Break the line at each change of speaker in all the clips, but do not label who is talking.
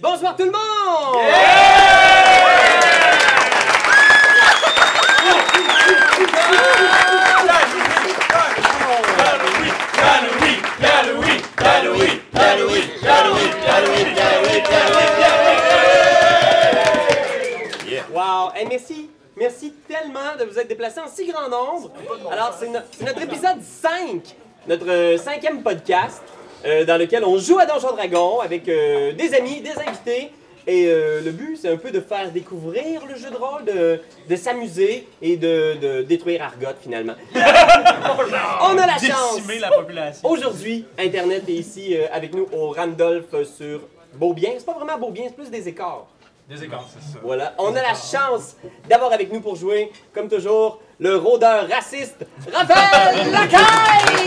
bonsoir tout le monde! Wow! Hey, merci! Merci tellement de vous être déplacés en si grand nombre. Alors, c'est no- c'est notre épisode 5, notre euh, cinquième podcast, euh, dans lequel on joue à Donjon Dragon avec euh, des amis, des invités. Et euh, le but, c'est un peu de faire découvrir le jeu de rôle, de, de s'amuser et de, de détruire Argot finalement. on a la chance!
Décimer la population.
Aujourd'hui, Internet est ici euh, avec nous au Randolph euh, sur Beaubien. C'est pas vraiment Beaubien, c'est plus des écarts.
Des écarts, c'est ça.
Voilà, on a la chance d'avoir avec nous pour jouer, comme toujours, le rôdeur raciste, Raphaël Lacaille!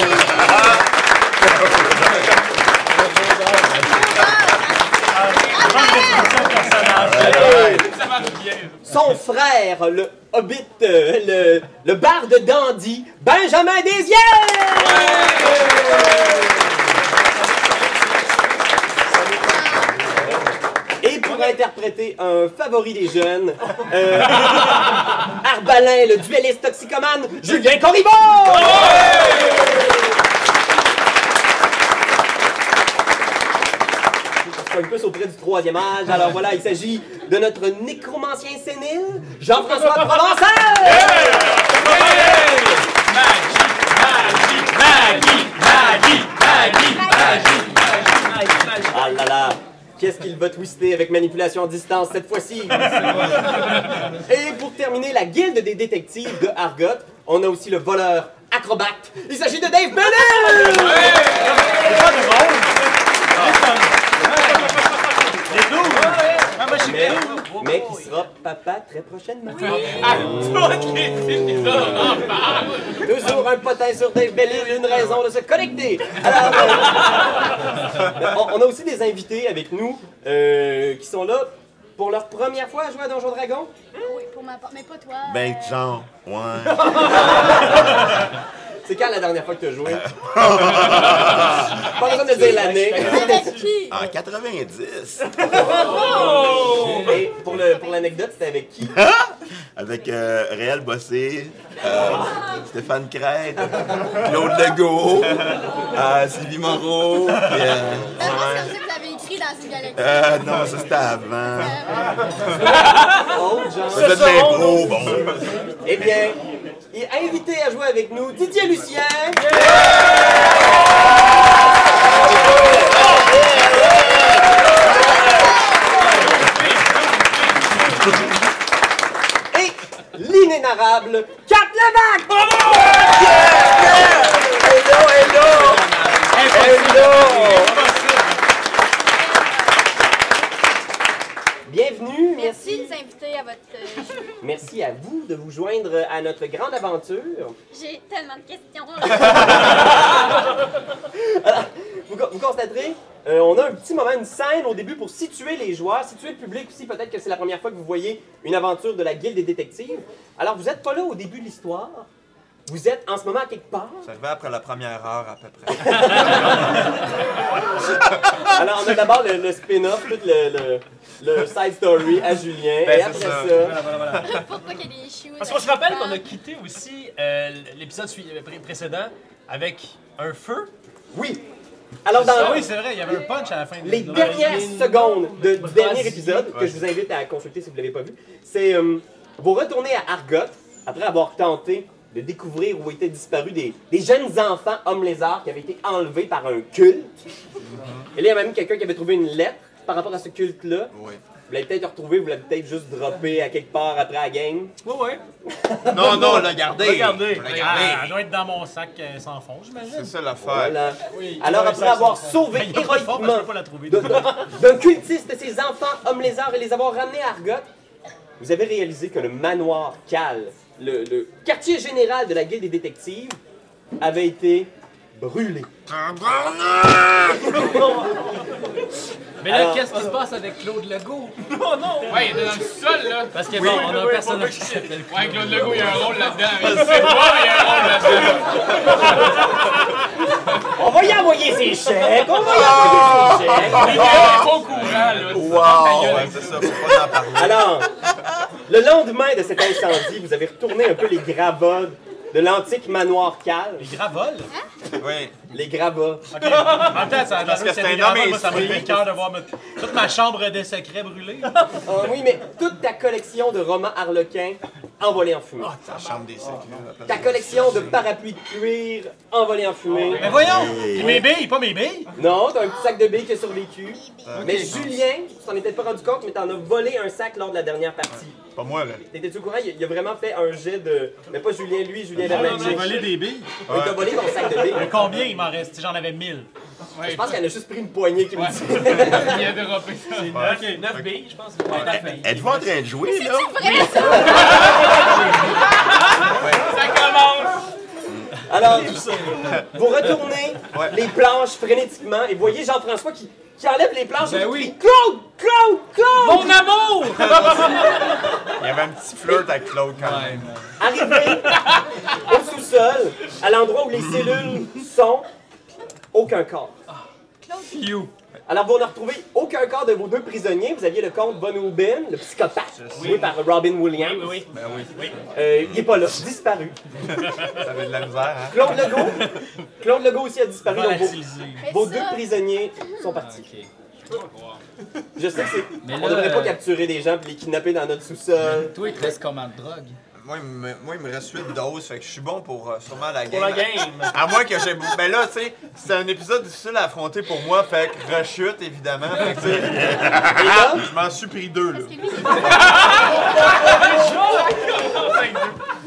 Ça marche bien.
Son frère, le hobbit, euh, le, le bar de dandy, Benjamin Desiel! Et pour interpréter un favori des jeunes, euh, Arbalin, le duelliste toxicomane, Julien Corriveau! Je suis un peu auprès du troisième âge. Alors voilà, il s'agit de notre nécromancien sénile, Jean-François Provençal! Ah là là! Qu'est-ce qu'il va twister avec manipulation à distance cette fois-ci? Et pour terminer, la guilde des détectives de Argot, on a aussi le voleur acrobate. Il s'agit de Dave Bennett! Mais, mais qui sera papa très prochainement. Toujours un potin sur Dave Bellil, une raison de se connecter. Alors, euh, on, on a aussi des invités avec nous euh, qui sont là pour leur première fois à jouer à Donjon Dragon.
Oui, pour ma part, mais pas toi.
Ben,
euh,
genre, ouais.
C'est quand la dernière fois que tu as joué? Pas besoin de dire l'année.
ben,
Avec qui?
En 90,
Et pour le- pour l'anecdote, c'était avec qui?
avec euh, Réal Bossé, euh, Stéphane Crête, Claude Legault, euh, Sylvie Moreau. puis, euh,
Je pense Ben,
ouais.
comme ça que vous l'avez écrit dans une galaxie.
Euh, non, ça c'était avant.
Oh, Jean.
Vous êtes bien pro, bon.
Eh bien, il est invité à jouer avec nous Didier Lucien. Et l'inénarrable Kat Levac. Bienvenue, merci.
Merci de nous inviter à votre euh, jeu.
Merci à vous de vous joindre à notre grande aventure.
J'ai tellement de questions.
Vous, co- vous constaterez, euh, on a un petit moment, une scène au début pour situer les joueurs, situer le public aussi. Peut-être que c'est la première fois que vous voyez une aventure de la Guilde des détectives. Alors, vous n'êtes pas là au début de l'histoire. Vous êtes en ce moment à quelque part.
J'arrivais après la première heure à peu près. Ah!
Alors, on a d'abord le, le spin-off, tout le, le- le side story à Julien.
Ben,
et
c'est
après ça,
ça.
Pourquoi qu'il y a des choux?
Parce qu'on se rappelle qu'on a quitté aussi euh, l'épisode sui- pré- précédent avec un feu. Ah
oui. Alors, dans,
c'est vrai, il y avait un punch à la fin.
Les dernières secondes de- du dernier épisode, que
Ouais.
je vous invite à consulter si vous ne l'avez pas vu, c'est euh, vous retournez à Argot après avoir tenté de découvrir où étaient disparus des, des jeunes enfants hommes lézards qui avaient été enlevés par un culte. Et là, il y a même quelqu'un qui avait trouvé une lettre par rapport à ce culte-là.
Oui.
Vous l'avez peut-être retrouvé, vous l'avez peut-être juste droppé à quelque part après la game.
Oui, oui.
Non, non, l'a gardé.
Regardez.
Regardez.
Ah, Elle doit être dans mon sac euh, sans fond, j'imagine.
C'est ça l'affaire.
Voilà.
Oui,
Alors,
ouais,
après
ça,
avoir
ça.
sauvé
Il y a pas de fond, parce que je peux pas la trouver.
héroïquement de- d'un cultiste ses enfants, hommes lézards, et les avoir ramenés à Argot, vous avez réalisé que le manoir Cal, le, le quartier général de la Guilde des détectives, avait été brûlé.
Mais là,
Alors-
qu'est-ce qui se passe avec Claude Legault?
Ouais, il était dans le sol, là.
Parce que bon, on a un personnage qui s'appelle
Ouais, Claude Legault, il a un rôle là-dedans. Il sait pas, mais il a un rôle là-dedans.
On va y envoyer ses chèques! On va y envoyer ses chèques!
Il est pas au courant. parents, là.
Wow! Ouais, c'est ça, faut pas en parler.
Alors, le lendemain de cet incendie, vous avez retourné un peu les gravats de l'antique manoir calme.
Les gravoles?
Oui.
Les gravats.
Ok. En même temps, ça,
Parce que
c'est
c'est
des
un
gravoles,
homme
moi, ça m'a
instruit.
fait le cœur de voir ma- toute ma chambre des secrets brûlée.
Ah oui, mais toute ta collection de romans harlequins envolés en fumée.
La chambre des secrets. la place
Ta
des-
collection de parapluies de cuir envolés en fumée.
Ah, Mais voyons! Puis mes billes, pas mes billes!
Non, t'as un petit sac de billes qui a survécu.
Ah,
Mais Julien, tu t'en étais pas rendu compte, mais t'en as volé un sac lors de la dernière partie.
Pas moi, là.
T'étais-tu au courant? Il, il a vraiment fait un jet de... Mais pas Julien, lui, Julien
Ah,
Verlaine.
des billes?
Oui, t'as volé ton sac de billes.
Combien il m'en reste? Si j'en avais 1000.
Je pense qu'elle a juste pris une poignée qui me dit.
Il a dérapé ça.
Ok, 9 billes, je pense. Ouais, neuf billes.
Êtes-vous en train de jouer, là?
Ça commence.
Alors, vous retournez les planches frénétiquement et voyez Jean-François qui, qui enlève les planches. et qui crie, Claude! Claude! Claude!
Ben Mon amour!
Il y avait un petit flirt avec Claude quand même.
Arrivé au sous-sol, à l'endroit où les cellules sont, aucun corps.
You.
Alors, vous ne retrouvez aucun corps de vos deux prisonniers. Vous aviez le comte Von Hoobin, le psychopathe, joué par Robin Williams.
Oui, oui.
Euh, il n'est pas là, disparu.
Ça avait de la misère, hein?
Claude Legault, Claude Legault aussi a disparu. donc vos-
Volatilisé.
vos
Mais
deux
ça-
prisonniers sont partis.
Ok.
Je sais que c'est.
Mais
on
là,
devrait pas
euh,
capturer des gens puis les kidnapper dans notre sous-sol.
Toi, il te reste comment de drogue?
Moi, il me- moi, il me reste 8 doses, fait que je suis bon pour euh, sûrement la
Pour
game.
la game.
À moins que j'ai. Ben là, tu sais, c'est un épisode difficile à affronter pour moi, fait que rechute, évidemment. Fait que, tu sais,
Et là,
je m'en suis pris deux, là.
Parce que lui,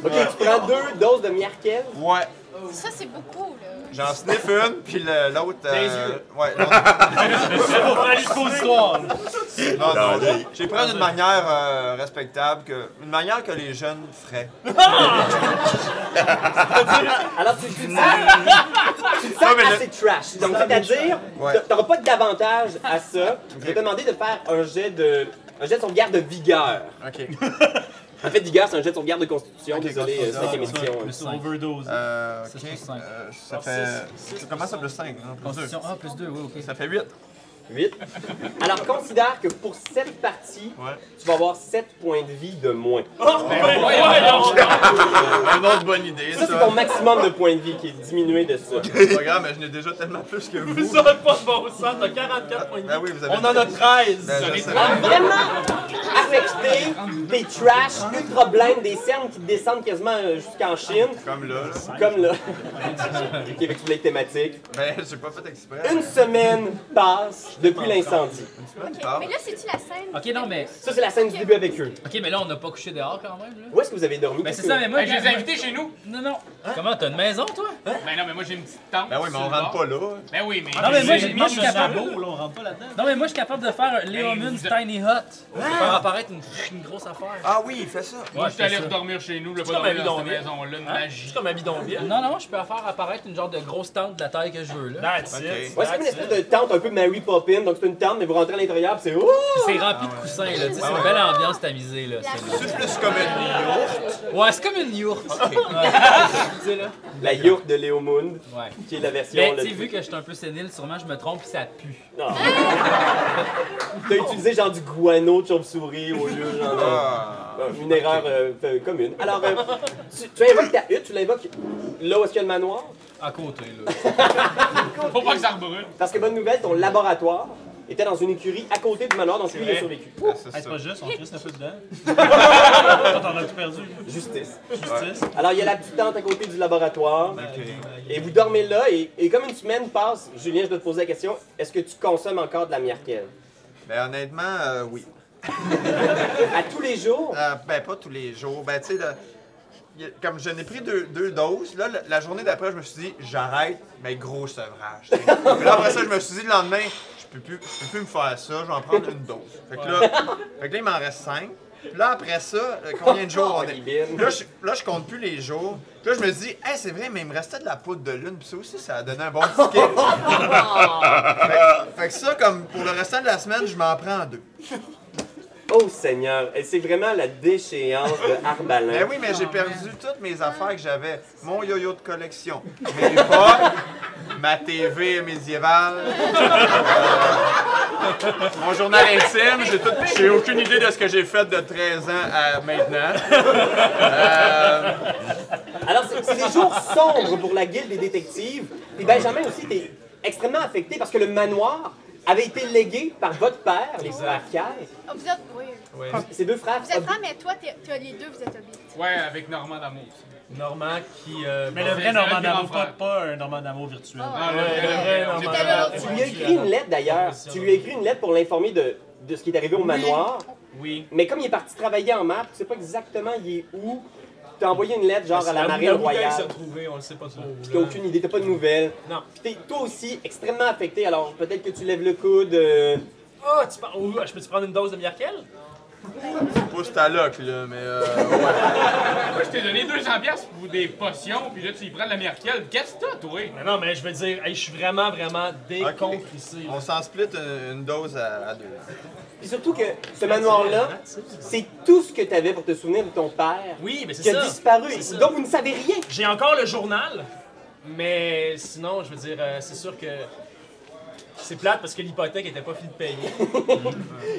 ok, tu prends deux doses de Mierkel.
Ouais.
c'est- ça, c'est beaucoup, là.
J'en sniff une, puis le- l'autre.
Des
Euh,
yeux.
ouais, l'autre-
C'est pour faire l'expositoire. là.
non, non,
Non, non.
J'ai pris d'une manière euh, respectable, que, une manière que les jeunes feraient.
Alors, tu, tu te sens, tu te sens
mais le-
assez trash. Donc, c'est-à-dire,
Ouais.
t'a- t'auras pas d'avantage à ça. Je vais te demander de faire un jet de. Un jet de sauvegarde de vigueur.
Ok.
En fait, vigueur, c'est un jet de sauvegarde de constitution. Désolé, euh,
constitution.
cinquième édition.
Plus cinq.
Overdose.
Euh,
Six
ok.
plus cinq.
Euh, ça fait. Ça commence à plus 5, non? Plus deux.
Constitution A plus 2, oui, ok.
Ça fait 8.
8. Alors, considère que pour cette partie,
Ouais. Ah,
tu vas avoir 7 points de vie de moins.
Une autre bonne idée,
Ça, c'est ton maximum de points de vie qui est diminué de ça.
C'est pas grave, mais je n'ai déjà tellement plus que vous.
Ça n'a pas de bon sens, t'as 44 points de vie.
Ben oui, vous avez.
On en a 13!
Ben, je sais.
Alors, vraiment affecté, t'es trash, ultra blind, des cernes qui te descendent quasiment euh, jusqu'en Chine,
Comme là. là.
comme là. Ok, avec toutes les thématiques.
Ben, j'ai pas fait exprès.
Une semaine passe depuis l'incendie.
semaine,
Ok, Mais là, c'est-tu la scène?
Ok, non, mais,
Ça, c'est la scène du début avec eux.
ok, mais là, on n'a pas couché dehors quand même, là.
Où est-ce que vous avez dormi?
Ben,
Qu'est-ce
c'est
que-
ça, mais moi. Hein?
Ben, je les ai
quand-
invités chez nous.
Non, non. Comment, t'as une maison, toi?
Ben non, mais moi j'ai une petite tente.
Ben oui, mais
sur
on
le
rentre
bord.
pas là.
Ben oui, mais.
Non, mais moi, j'ai-
J'ai mis
moi,
un
je suis capable.
sabot, là, on rentre pas là-dedans.
Non, mais moi, je suis capable de faire un Léomune
vous a-
Tiny Hut. Pour Faire apparaître une, une grosse affaire.
Ah oui, il fait ça.
Moi,
Ouais,
je
je
suis
fais
allé
ça.
redormir chez nous, là, pas
comme un
dormir dans cette
bidonville.
maison-là, une
Hein?
magie.
Juste comme un bidonville.
Non, non, je peux faire apparaître une genre de grosse tente de la taille que je veux, là.
That's it.
Ouais, c'est comme une espèce de tente un peu Mary Poppins. Donc, c'est une tente, mais vous rentrez à l'intérieur, puis c'est ouh!
C'est
Ah
rempli de coussins, là. tu sais, C'est une belle ambiance tamisée, là. c'est-
C'est plus comme une
Ouais, c'est comme une yourte. Tu sais, là.
La yourte de Léo Moon,
Ouais.
qui est la version.
Mais
là,
tu sais, vu que je suis un peu sénile, sûrement je me trompe pis ça pue.
Non. T'as utilisé genre du guano de chauve-souris au lieu genre de-
Ah,
Bon, une erreur euh, fait- commune. Alors, euh, tu, tu invoques ta hutte, tu l'invoques là où est-ce qu'il y a le manoir.
À côté, là.
Faut pas que ça rebrûle.
Parce que bonne nouvelle, ton laboratoire était dans une écurie à côté du manoir, donc lui, il a
vrai.
survécu.
ben, C'est
Hey,
ça.
C'est pas juste, on crisse un peu dedans. Toi, T'en as tout perdu. là.
Justice.
Justice.
Alors, il y a la petite tente à côté du laboratoire.
Ben, Ok.
Et vous dormez là, et, et comme une semaine passe, Julien, je dois te poser la question, est-ce que tu consommes encore de la mierkel?
Ben honnêtement, euh, oui.
À tous les jours,
Euh, ben pas tous les jours. Ben tu sais, là, y a- comme je n'ai pris deux, deux doses, là, la, la journée d'après, je me suis dit, j'arrête, mais gros sevrage. tu sais. Puis là, après ça, je me suis dit le lendemain, je peux plus, je peux plus me faire ça, je vais en prendre une dose. Fait que là, fait que là, il m'en reste cinq. Puis là, après ça, euh, combien de jours on est?
Colibine.
Là, je, là, je compte plus les jours. Puis là, je me dis, hey, c'est vrai, mais il me restait de la poudre de lune. Puis ça aussi, ça a donné un bon petit kick. fait, fait que ça, comme pour le restant de la semaine, je m'en prends deux.
oh Seigneur, et c'est vraiment la déchéance de Arbalin.
Ben oui, mais j'ai perdu toutes mes affaires que j'avais. Mon yo-yo de collection, mes potes, ma TV médiévale, euh, mon journal intime. J'ai tout, j'ai aucune idée de ce que j'ai fait de 13 ans à maintenant. Euh,
Alors, c'est c'est des jours sombres pour la guilde des détectives. Et Benjamin aussi, t'es extrêmement affecté parce que le manoir avait été légué par votre père, les frères Kerr.
Ah, vous êtes oui.
Ces deux frères.
Vous êtes francs, mais toi, t'es- t'as les deux, vous êtes hobbits.
Ouais, avec Normand Damour.
Normand qui. euh,
Mais
bon,
le vrai
c'est
Normand
un
d'amour, pas,
grand
pas un Normand d'amour virtuel.
Ah, le vrai,
Normand.
Normand.
J'étais là l'autre
tu
jour.
lui as écrit une lettre d'ailleurs. Tu lui as écrit une lettre pour l'informer de, de ce qui est arrivé au manoir.
Oui.
Mais comme il est parti travailler en map, tu sais pas exactement il est où. T'as envoyé une lettre genre à la
Où
marine
Daouda, il s'est
royale. Oh,
retrouvé, on le sait pas trop.
Puis
où,
T'as
là.
aucune idée, t'as pas de nouvelles.
Non.
Puis t'es toi aussi extrêmement affecté. Alors peut-être que tu lèves le coude. euh,
Oh, tu parles. oh, je peux-tu prendre une dose de Mirakel?
pas ce taloc, là, mais euh,
Moi, je t'ai donné 200 piastres pour des potions, puis là, tu y prends de la merkel. Qu'est-ce que t'as, toi?
Mais non, mais je veux dire, hey, je suis vraiment, vraiment décontrissé.
on s'en split une, une dose à, à deux.
Puis surtout que ce manoir-là, c'est tout ce que t'avais pour te souvenir de ton père.
Oui, mais c'est
Qui
ça.
a disparu.
C'est ça.
Donc vous ne savez rien.
J'ai encore le journal, mais sinon, je veux dire, euh, c'est sûr que c'est plate parce que l'hypothèque était pas finie de payer.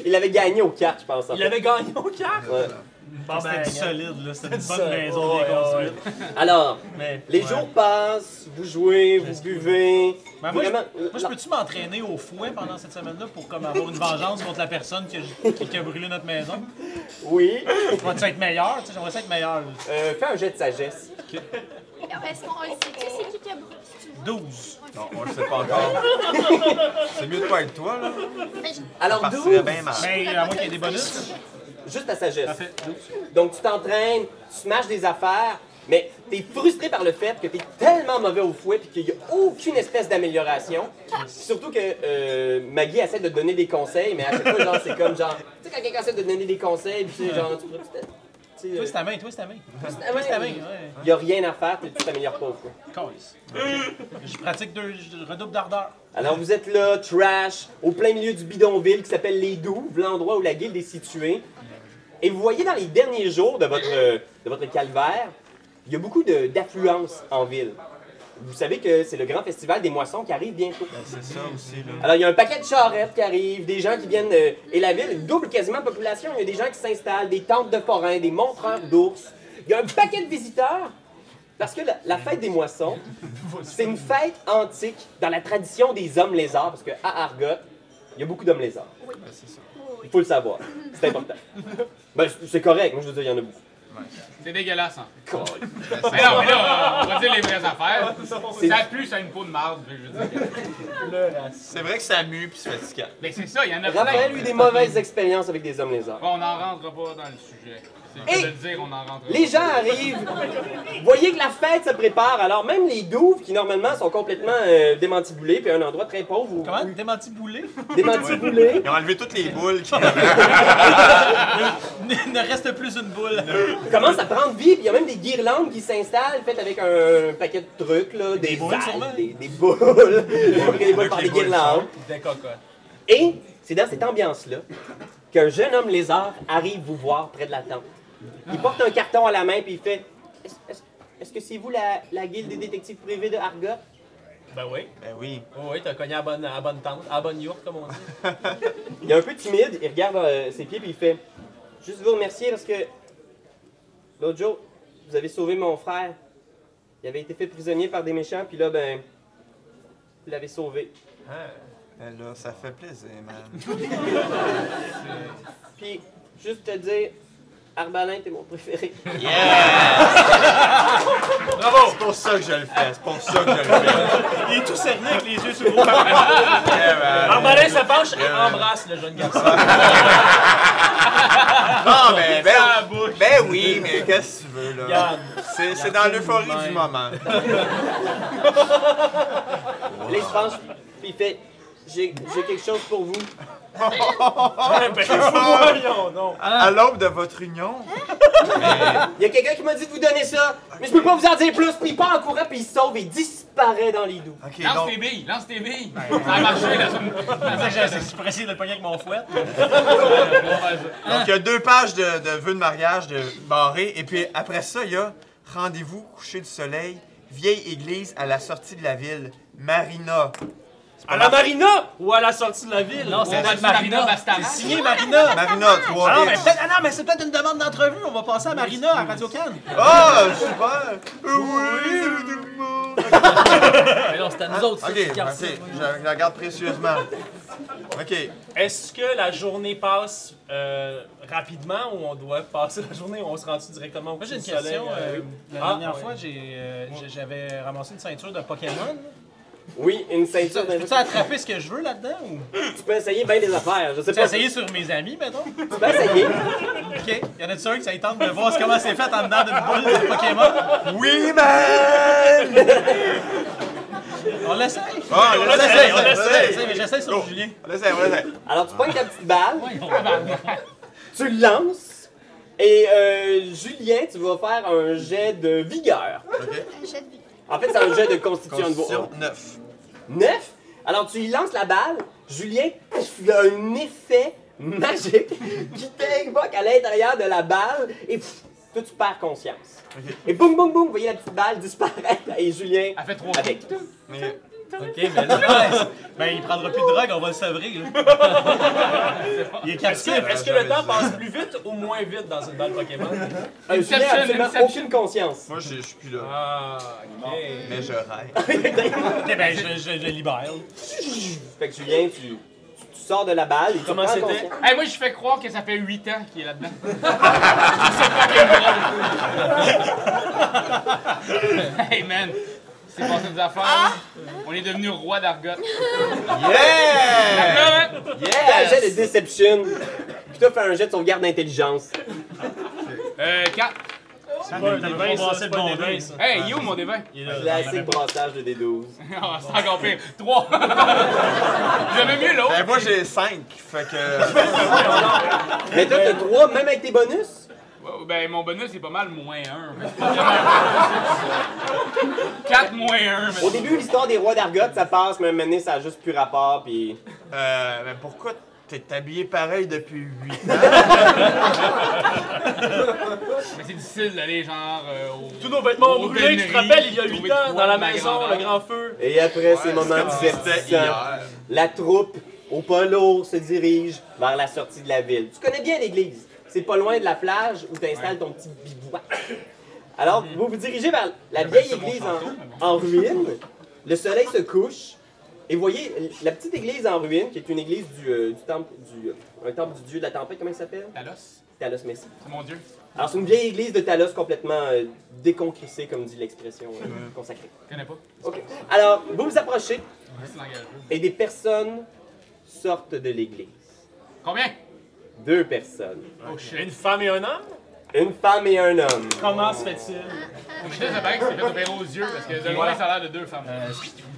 Il avait gagné aux cartes, je pense. en
Il
fait.
avait gagné au quart.
Ouais.
Bon,
C'était
ben,
du solide, là. C'était une
du
bonne
solide.
maison
Ouais,
bien
ouais,
construite.
Alors,
Mais,
les
ouais.
jours passent, vous jouez, vous buvez.
Ben, moi, je,
Vraiment,
moi, je peux-tu m'entraîner au fouet pendant cette semaine-là pour comme avoir une vengeance contre la personne que je- qui, qui a brûlé notre maison?
Oui.
Va-tu être meilleur? Tu sais, J'aimerais ça être meilleur. là.
Euh, fais un jet de sagesse.
Parce qu'on le sait, tu sais, c'est qui qui a brûlé? c'est-tu moi?
12.
Non, on le sait pas encore. C'est mieux de pas être toi, là.
Mais Ben, je-
Alors,
Parce
12,
que c'est bien mal.
Mais euh, à moins qu'il y ait des bonus.
juste ta sagesse. Donc, tu t'entraînes, tu smashes des affaires, mais t'es frustré par le fait que t'es tellement mauvais au fouet puis qu'il n'y a aucune espèce d'amélioration. Surtout que euh, Maggie essaie de te donner des conseils, mais à chaque fois, genre, c'est comme genre. Tu sais, quand quelqu'un essaie de te donner des conseils, puis tu sais, genre, tu pourrais peut-être- tu sais,
Toi,
euh,
c'est ta main, toi, c'est ta main.
Ah
Toi,
ouais,
c'est ta main, ouais.
Il n'y a rien à faire, puis tu t'améliores pas au fouet.
Calice. Je pratique deux, je redouble d'ardeur.
Alors vous êtes là, trash, au plein milieu du bidonville qui s'appelle Les Douves, l'endroit où la guilde est située. Et vous voyez dans les derniers jours de votre, euh, de votre calvaire, il y a beaucoup de- d'affluence en ville. Vous savez que c'est le grand festival des moissons qui arrive bientôt.
Ben, C'est ça aussi, là.
Alors il y a un paquet de charrettes qui arrivent, des gens qui viennent... euh, et la ville double quasiment de population. Il y a des gens qui s'installent, des tentes de forains, des montreurs d'ours. Il y a un paquet de visiteurs. Parce que la, la fête des moissons, c'est une fête antique dans la tradition des hommes lézards, parce qu'à Argot, il y a beaucoup d'hommes lézards. Il faut le savoir. C'est important. Ben, c'est- c'est correct, moi je veux dire, il y en a beaucoup.
C'est dégueulasse, hein.
Colle.
Mais non, mais là, on va dire les vraies affaires. Ça pue, ça a une peau de marde, je veux dire.
C'est vrai que ça mue puis c'est fatigant.
Mais c'est ça, il y en a
Raphaël a
plein.
eu des mauvaises expériences avec des hommes lézards.
Bon, on n'en rentre pas dans le sujet. C'est
Hey!
que de le dire, on n'en rentre pas.
Les gens arrivent. Vous voyez que la fête se prépare. Alors même les douves qui normalement sont complètement euh, démantibulées, puis un endroit très pauvre où,
Comment?
où-
Démenti boulé?
démantibulé.
Ils ont enlevé toutes les boules. qui- Ben
Il ne reste plus une boule.
commence à prendre vie, puis il y a même des guirlandes qui s'installent faites avec un paquet de trucs là, des,
boules,
vagues,
sûrement.
des, des boules, des boules par des guirlandes.
Des cocottes.
Et c'est dans cette ambiance-là qu'un jeune homme lézard arrive vous voir près de la tente. Il porte un carton à la main puis il fait Est-ce est-ce- est-ce que c'est vous la, la guilde des détectives privés de Argot
Ben oui.
Ben oui.
Oh, oui, t'as cogné à la bonne, à la bonne tente, à la bonne yourte, comme on dit.
Il est un peu timide, il regarde euh, ses pieds puis il fait Juste vous remercier parce que l'autre jour, vous avez sauvé mon frère. Il avait été fait prisonnier par des méchants puis là, ben, vous l'avez sauvé.
Ben là, ça fait plaisir, man.
Puis, juste te dire, Arbalin, t'es mon préféré.
Bravo! C'est pour ça que je le fais. C'est pour ça que je le fais.
Il est tout cerné avec les yeux sur le haut.
Eh ben,
Arbalin se penche et embrasse le jeune garçon.
Ah,
Non, mais ben, ben oui, mais qu'est-ce que tu veux, là?
Regarde.
C'est c'est dans l'euphorie du moment.
Là, il se penche, puis il fait J'ai j'ai quelque chose pour vous.
Voyons donc.
Ah.
À l'aube de votre union,
Il y a quelqu'un qui m'a dit de vous donner ça, mais je peux pas vous en dire plus. Puis il part en courant, puis il se sauve, et il disparaît dans les douves.
ok,
Lance
donc,
tes billes, lance tes billes. Ça a marché dans une.
Je pourrais essayer de le pogner avec mon fouet.
donc il y a deux pages de, de vœux de mariage de barré, et puis après ça, il y a rendez-vous, coucher du soleil, vieille église à la sortie de la ville, Marina.
À la marina ou à la sortie de la ville?
Non, c'est
On va
notre
dire Marina
Marina.
Bastard.
C'est signé Marina.
Marina, trois
Ah, non, mais
bits.
peut-être, ah non, mais c'est peut-être une demande d'entrevue. On va passer à Marina à Radio Cannes.
Ah, super! Euh, Oui, salut tout le monde!
Mais non, c'est à nous autres. ça,
Ah, Ok,
qui garde
ok,
ça.
je la- je la garde précieusement. Ok,
Est-ce que la journée passe euh, rapidement ou on doit passer la journée ou on se rend directement au
Moi, j'ai une
coucher de
question.
soleil,
euh,
euh,
la
ah,
dernière
ouais.
fois, j'ai, euh, j'ai- j'avais ramassé une ceinture de Pokémon.
Oui, une
Je
ceinture
Ben,
de
peux-tu attraper ce que je veux là-dedans ou.
Tu peux essayer bien des affaires. Je sais
Tu as
pas.
essayé sur mes amis, mettons?
Tu peux essayer.
Ok. Y en a-tu un que ça y tente de voir comment c'est fait en dedans d'une boule de Pokémon?
Oui, man!
On l'essaye!
Ah, on l'essaye, on
l'essaye!
l'essaye.
Mais j'essaye sur Julien.
On l'essaie, on l'essaie.
Alors, tu prends ta petite balle, tu le lances, et euh, Julien, tu vas faire un jet de vigueur.
Un jet de vie.
En fait, c'est un jet de constitution niveau
Constitution 9.
9. Alors, tu y lances la balle, Julien, pff, il y a un effet magique qui t'évoque à l'intérieur de la balle, et pff, toi, tu perds conscience. Et boum, boum, boum, vous voyez la petite balle disparaître, et Julien
Elle fait trois
avec. Euh,
Mais
Ok, mais là. Ben, il prendra plus de drogue, on va le sevrer, là. Il est
Est-ce
captif.
que, est-ce que le temps passe plus vite ou moins vite dans une balle Pokémon?
Euh, Julien a
Inception,
absolument
Inception.
aucune conscience.
moi, je je suis plus là.
Ah, ok.
Mais je rêve.
Eh
Ok, ben, je, je, je le libère.
Fait que Julien, tu, tu- tu sors de la balle, et tu
Comment
prends
c'était?
conscience.
Hey, moi, je fais croire que ça fait 8 ans qu'il est là-dedans. c'est pas Hey, man. C'est passé des affaires. On est devenu roi d'Argot.
Yeah!
Ah, ouais.
Fais un jet de déception. Puis toi, fais un jet de sauvegarde d'intelligence.
Euh, 4.
C'est pas un
dévin, ça, c'est pas un dévin, ça.
Hey, yo, mon dévin.
Classique brassage de D12.
Ah, c'est encore pire. 3. J'aimais mieux l'autre.
Ben, moi, j'ai 5, fait que.
Mais toi, t'as 3, même avec tes bonus.
Ouais, Ben, mon bonus, c'est pas mal moins 1. 4 moins 1.
Au début, l'histoire des rois d'Argot, ça passe, mais maintenant, ça a juste plus rapport, puis...
Euh, mais pourquoi t'es habillé pareil depuis 8 ans?
Mais c'est difficile d'aller, genre, euh, au...
Tous nos vêtements
Au
ont brûlé, tu te
Benry,
rappelles, il y a
trouver
8
de
ans,
quoi
dans la
de ma
maison, le
grand-mère.
grand feu.
Et après ces moments
C'était
divertissants,
hier.
la troupe au polo se dirige vers la sortie de la ville. Tu connais bien l'église. C'est pas loin de la plage où t'installes ton petit bivouac. Alors, vous vous dirigez vers la vieille
Mhm. ça mon
église
château, mais
en, en ruine. Le soleil se couche. Et voyez, l- la petite église en ruine, qui est une église du, euh, du temple du, euh, un temple du dieu de la tempête, comment il s'appelle?
Talos,
Talos Messi.
c'est mon dieu.
Alors, c'est une vieille église de Talos complètement euh, déconcrissée, comme dit l'expression euh, consacrée.
Je connais pas.
Ok. Alors, vous vous approchez
C'est langage.
et des personnes sortent de l'église.
Combien?
Deux personnes.
Oh shit.
Une femme et un homme?
Une femme et un homme.
Comment se fait-il?
Je suis désolé que c'est fait opérer aux yeux parce que de loin, ça a l'air de deux femmes.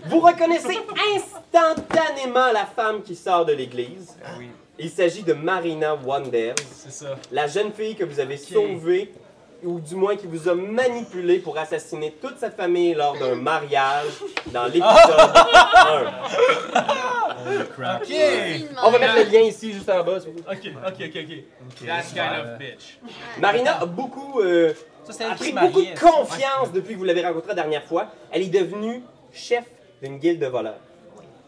Vous reconnaissez instantanément la femme qui sort de l'église. Il s'agit de Marina Wanders,
Ah C'est ça.
la jeune fille que vous avez sauvée, ou du moins qui vous a manipulé pour assassiner toute sa famille lors d'un mariage dans l'épisode
Ah!
1.
Ok!
On va mettre le lien ici, juste en bas. s'il vous plaît.
Ok, ok, ok, ok.
That kind of bitch.
Marina a beaucoup... euh,
Ça, c'est elle
a
qui
pris
se
beaucoup
hein.
mariait.
de confiance depuis que vous l'avez rencontrée la dernière fois. Elle est devenue chef d'une guilde de voleurs.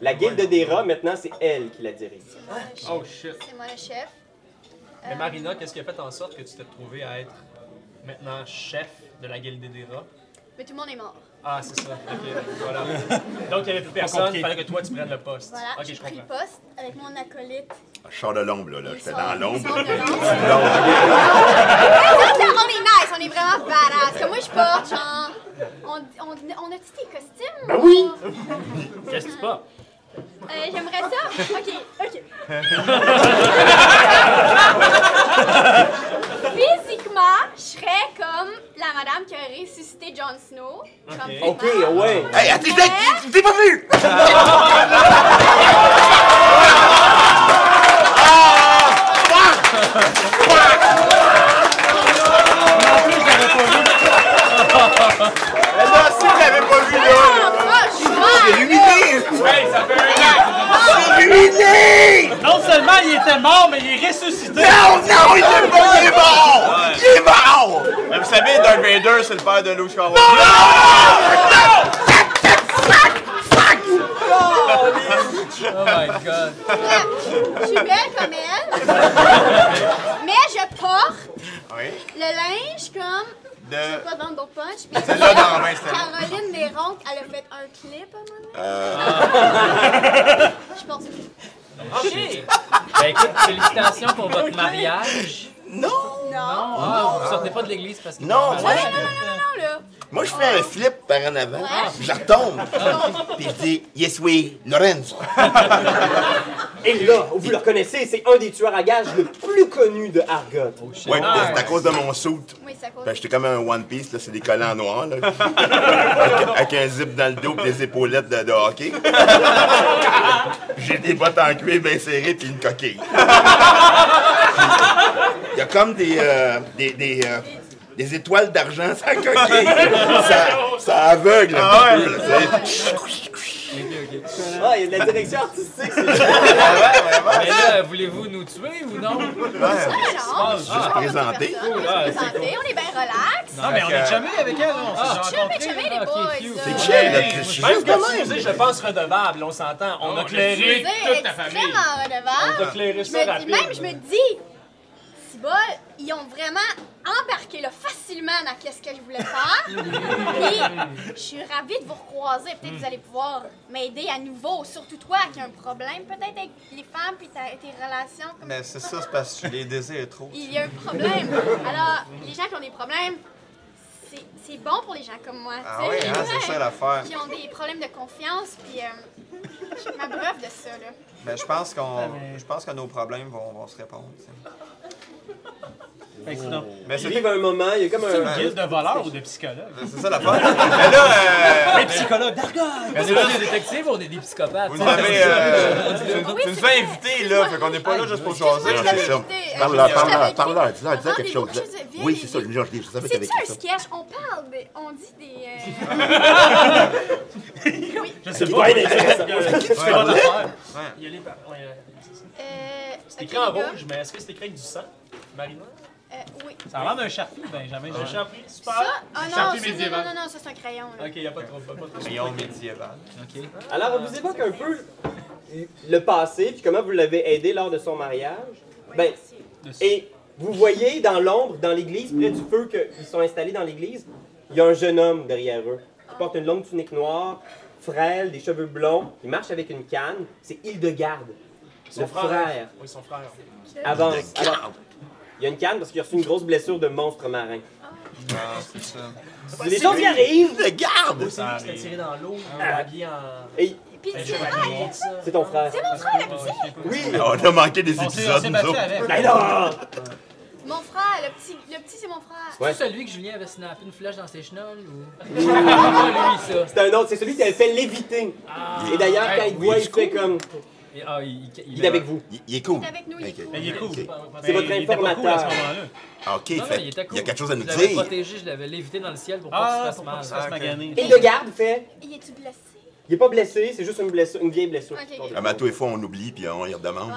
La guilde des rats, maintenant, c'est elle qui la dirige.
C'est moi le chef.
Oh shit.
C'est moi le chef.
Mais Marina, qu'est-ce qui a fait en sorte que tu t'es retrouvée à être maintenant chef de la Guilde des rats?
Euh, Mais tout le monde est mort.
Ah, c'est ça. Ok, voilà. Donc, il n'y avait plus personne,
compliqué.
il fallait que toi, tu prennes le poste.
Voilà,
ok,
j'ai
je
pris le
comprends.
poste avec mon acolyte.
Je sors de l'ombre, là. là.
Ils
J'étais
sont-
dans
ils sont
l'ombre.
de Ça, ça, on est nice, on est vraiment badass. Comme moi, je porte, genre. On, on, on a-tu des costumes? Ben oui!
Qu'est-ce que tu portes?
Euh, J'aimerais ça. Ok, ok. Physiquement, je serais comme la madame qui a ressuscité Jon Snow. Comme
OK,
physiquement.
ouais.
Hey, attends, t'es- t'es pas venu!
Mais là, Eh si t'avais pas vu là!
Ah,
J'ai
franchement!
humilié!
Hey, ça fait un an!
J'ai humilié!
Non seulement il était mort, mais il est ressuscité!
Non, non, il est pas, il est mort! Il est mort!
Mais vous savez, Darth Vader, c'est le père de Luke Skywalker.
Fuck! Fuck!
Colin!
Oh my god.
Je suis belle comme elle. mais je porte
Oui.
le linge comme. Je
De.
vais pas vendre d'autres punch. Mais
Celle-là dans la main, celle-là.
Caroline Néron, elle a fait un clip à un moment. donné. Je pense que.
Ok. Ben écoute, félicitations pour votre mariage.
Non.
Ah, vous sortez pas de l'église parce que.
Non,
Non,
moi,
non, non, non, là.
moi, je fais un flip par en avant,
Ah.
Ouais.
je retombe, puis je dis Yes, we, Lorenzo.
Et là, vous le reconnaissez, c'est un des tueurs à gages le plus connu de Argot.
Ouais, pis c'est à cause de mon suit.
Oui, c'est à cause.
Ben, j'étais comme un One Piece, là, c'est des collants noirs, là. avec, avec un zip dans le dos pis des épaulettes de, de hockey. J'ai des bottes en cuir bien serrées pis une coquille. Il y a comme des, euh, des, des, euh, des étoiles d'argent sur la coquille. ça, ça aveugle un petit peu, là, tu sais.
Ah, il y a de la direction artistique, c'est génial.
Mais là, euh, voulez-vous nous tuer ou non?
Ah, Non, je
Juste présenté.
On est santé, on est bien relax.
Non, mais on
euh,
est jamais avec elle, on s'est
Ah.
déjà
Chum,
rencontrés.
chumé, les
ok,
boys.
cute.
là.
C'est chill, là, je suis
Même
juste de
que si vous
même.
êtes, je pense, redevable, on s'entend. On a
Oh,
clairé.
Je veux dire,
toute ta famille.
extrêmement redevable.
On t'a clairé
Je
ça
me dis-
rapide.
Même, je me dis, si bol, ils ont vraiment embarqué là, facilement dans qu'est-ce que je voulais faire. Puis, je suis ravie de vous recroiser. Peut-être que vous allez pouvoir m'aider à nouveau, surtout toi qui as un problème, peut-être avec les femmes puis ta- tes relations. comme-
Mais c'est ça, c'est parce que tu les désires trop.
Il y a un problème. Alors, les gens qui ont des problèmes, c'est- c'est bon pour les gens comme moi.
Ah
tu
oui,
sais.
hein, c'est ça l'affaire.
Qui ont des problèmes de confiance, puis euh, je m'abreuve de ça, là.
Mais je pense qu'on. Je pense que nos problèmes vont, vont se répondre. tu sais.
Excellent.
Mais
Ils
c'est
vivent un moment, il y a comme un.
Guilde de voleurs ou de psychologues?
c'est ça l'affaire. Mais là, euh,
Psychologue, d'argot!
On est pas des détectives, on est des psychopathes.
vous nous avez. euh,
Ah Oui,
tu nous
c'est vrai.
as invités, là. Fait qu'on n'est pas là juste pour jaser.
Excuse-moi,
là.
je t'avais-
Ça, Parle-leur, parle-leur, parle-leur, dis-leur, dis-leur
Avant
quelque
des
chose.
bouches, je disais,
Oui, c'est ça,
viens,
je je savais que t'avais
C'est-tu un
quelque chose.
sketch? On parle, des- on dit des... euh,
Je sais
Il
pas.
va être intéressant.
C'est pas d'affaire.
Il y a les par- ouais, euh, c'est ça.
euh,
C'est
ok,
écrit en
les gars,
rouge, mais est-ce que c'est écrit avec du sang? Marina?
euh, oui.
Ça a l'air d'un charpie, Benjamin.
J'ai
J'ai
appris.
Ça,
Super!
ah non,
Charpie
ça, non,
médiévale.
non, non, ça c'est un crayon. là. Ben,
Ok, y a pas trop, pas, pas trop.
Rayon médiéval.
Alors, on vous évoque un peu le passé, puis comment vous l'avez aidé lors de son mariage. Ben, et vous voyez dans l'ombre, dans l'église, près du feu qu'ils sont installés dans l'église, il y a un jeune homme derrière eux. qui porte une longue tunique noire, frêle, des cheveux blonds, il marche avec une canne. C'est Hildegarde, le frère.
Oui, son frère.
Avance. Alors, il y a une canne parce qu'il a reçu une grosse blessure de monstre marin.
Ah, c'est ça.
C'est des choses qui arrivent!
Regarde!
C'est lui qui s'est tiré dans l'eau, habillé en.
Et
Puis c'est
cheval
vrai,
de ça.
c'est ton frère.
c'est mon frère, le petit!
Oui!
On a manqué des
On s'est on
épisodes,
s'est
nous
battu
autres.
avec.
Ben là!
Mon frère, le petit, le petit c'est mon frère.
Ouais.
C'est celui que Julien avait snappé une flèche dans ses chenolles ou. Ah, lui, ça.
C'est un autre, c'est celui qui avait fait léviter. Et d'ailleurs, quand il te voit, il fait comme.
Et- ah, il, il-
Il est avec vous.
Il, il est cool.
Il est avec nous, il est
Ok.
cool.
Mais il est cool.
Ok.
Mais
votre
Ben, il était pas cool à ce
informateur.
moment-là.
Ah, OK,
Non, non,
fait-
il était cool.
y a quelque chose à nous
je l'avais
dire.
protégé, je l'avais lévité dans le ciel pour pas
Ah,
qu'il se
pour
fasse
pas qu'il se
mal.
fasse maganer.
Et le garde fait.
Il est-tu blessé?
Il est pas blessé, c'est juste une blessure, une vieille blessure. ben,
Ok, ok.
Ah, mais à tous les fois, on oublie, puis on y redemande.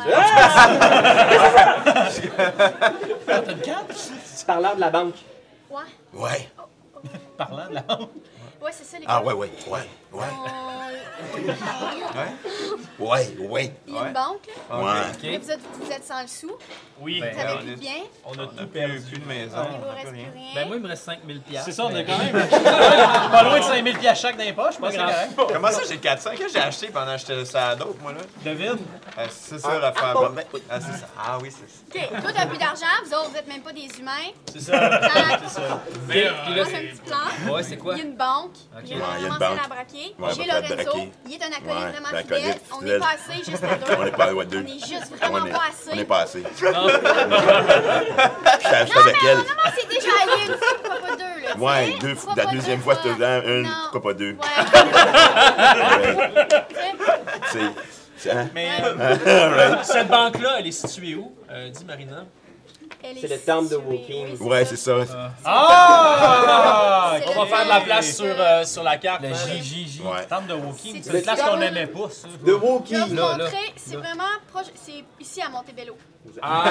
T'as une carte?
Tu parles de la banque.
Ouais.
Ouais.
Parlant de la
Ouais, c'est ça, les gars.
Ah, ouais, ouais, ouais, ouais,
On-
ouais, ouais.
Il y a une banque, là.
Ouais.
Mais vous êtes, vous êtes sans le sou.
Oui,
Vous avez plus de bien.
on a tout
Plus,
perdu.
plus de maison.
Ah. Il vous
on a
reste
plus
plus
rien.
rien.
Ben moi, il me reste 5000 piastres.
C'est ça, on
mais-
est quand même. Pas loin de 5000 piastres chaque dans les poches, pas grave.
Comment ça, j'ai 400? Qu'est-ce que j'ai acheté pendant que j'étais ça à d'autres, moi, là?
Devine.
Ah, c'est ça l'affaire.
bon.
Ben, Ah, c'est ça. Ah oui, c'est ça.
OK, toi, t'as plus d'argent, vous autres, vous êtes même pas des humains.
C'est ça.
Dans la-
Mais,
Puis là,
euh,
Moi, c'est un
c'est-
petit plan.
Ouais, c'est quoi?
Il y a une banque. Il y a
Ouais, il y a une
vraiment
banque.
à braquer.
Ouais,
J'ai
on va te
Lorenzo.
braquer.
Il est un acolyte
Ouais,
vraiment
un acolyte
fidèle. On est
fidèle.
pas assez juste à deux.
On est pas, ouais, deux.
On est juste
On
vraiment
est-
pas assez. Ah,
On est pas assez. Je suis acheté avec
Non,
elle.
non, c'est déjà allé une fois, pourquoi pas deux, là. tu
Ouais,
sais?
deux,
Pourquoi
la
pas
deuxième
deux
fois, c'était une,
Non.
pourquoi pas deux.
Ouais.
Ouais.
tu sais.
C'est. c'est- hein?
Mais euh,
Cette banque-là, elle est située où? Euh, dis Marina.
Elle
C'est
est
le temple de
située,
Woking.
oui,
Ouais, c'est ça.
Ah!
Ah, C'est
On va
le-
faire de la place sur, euh, sur la carte.
Le
hein.
JJJ.
Ouais.
Tente de walking,
C'est
c'est une place qu'on
différent.
aimait pas, ça.
De Woki.
Je vais vous
Là, là,
montrer, c'est vraiment proche, c'est ici à Montebello,
À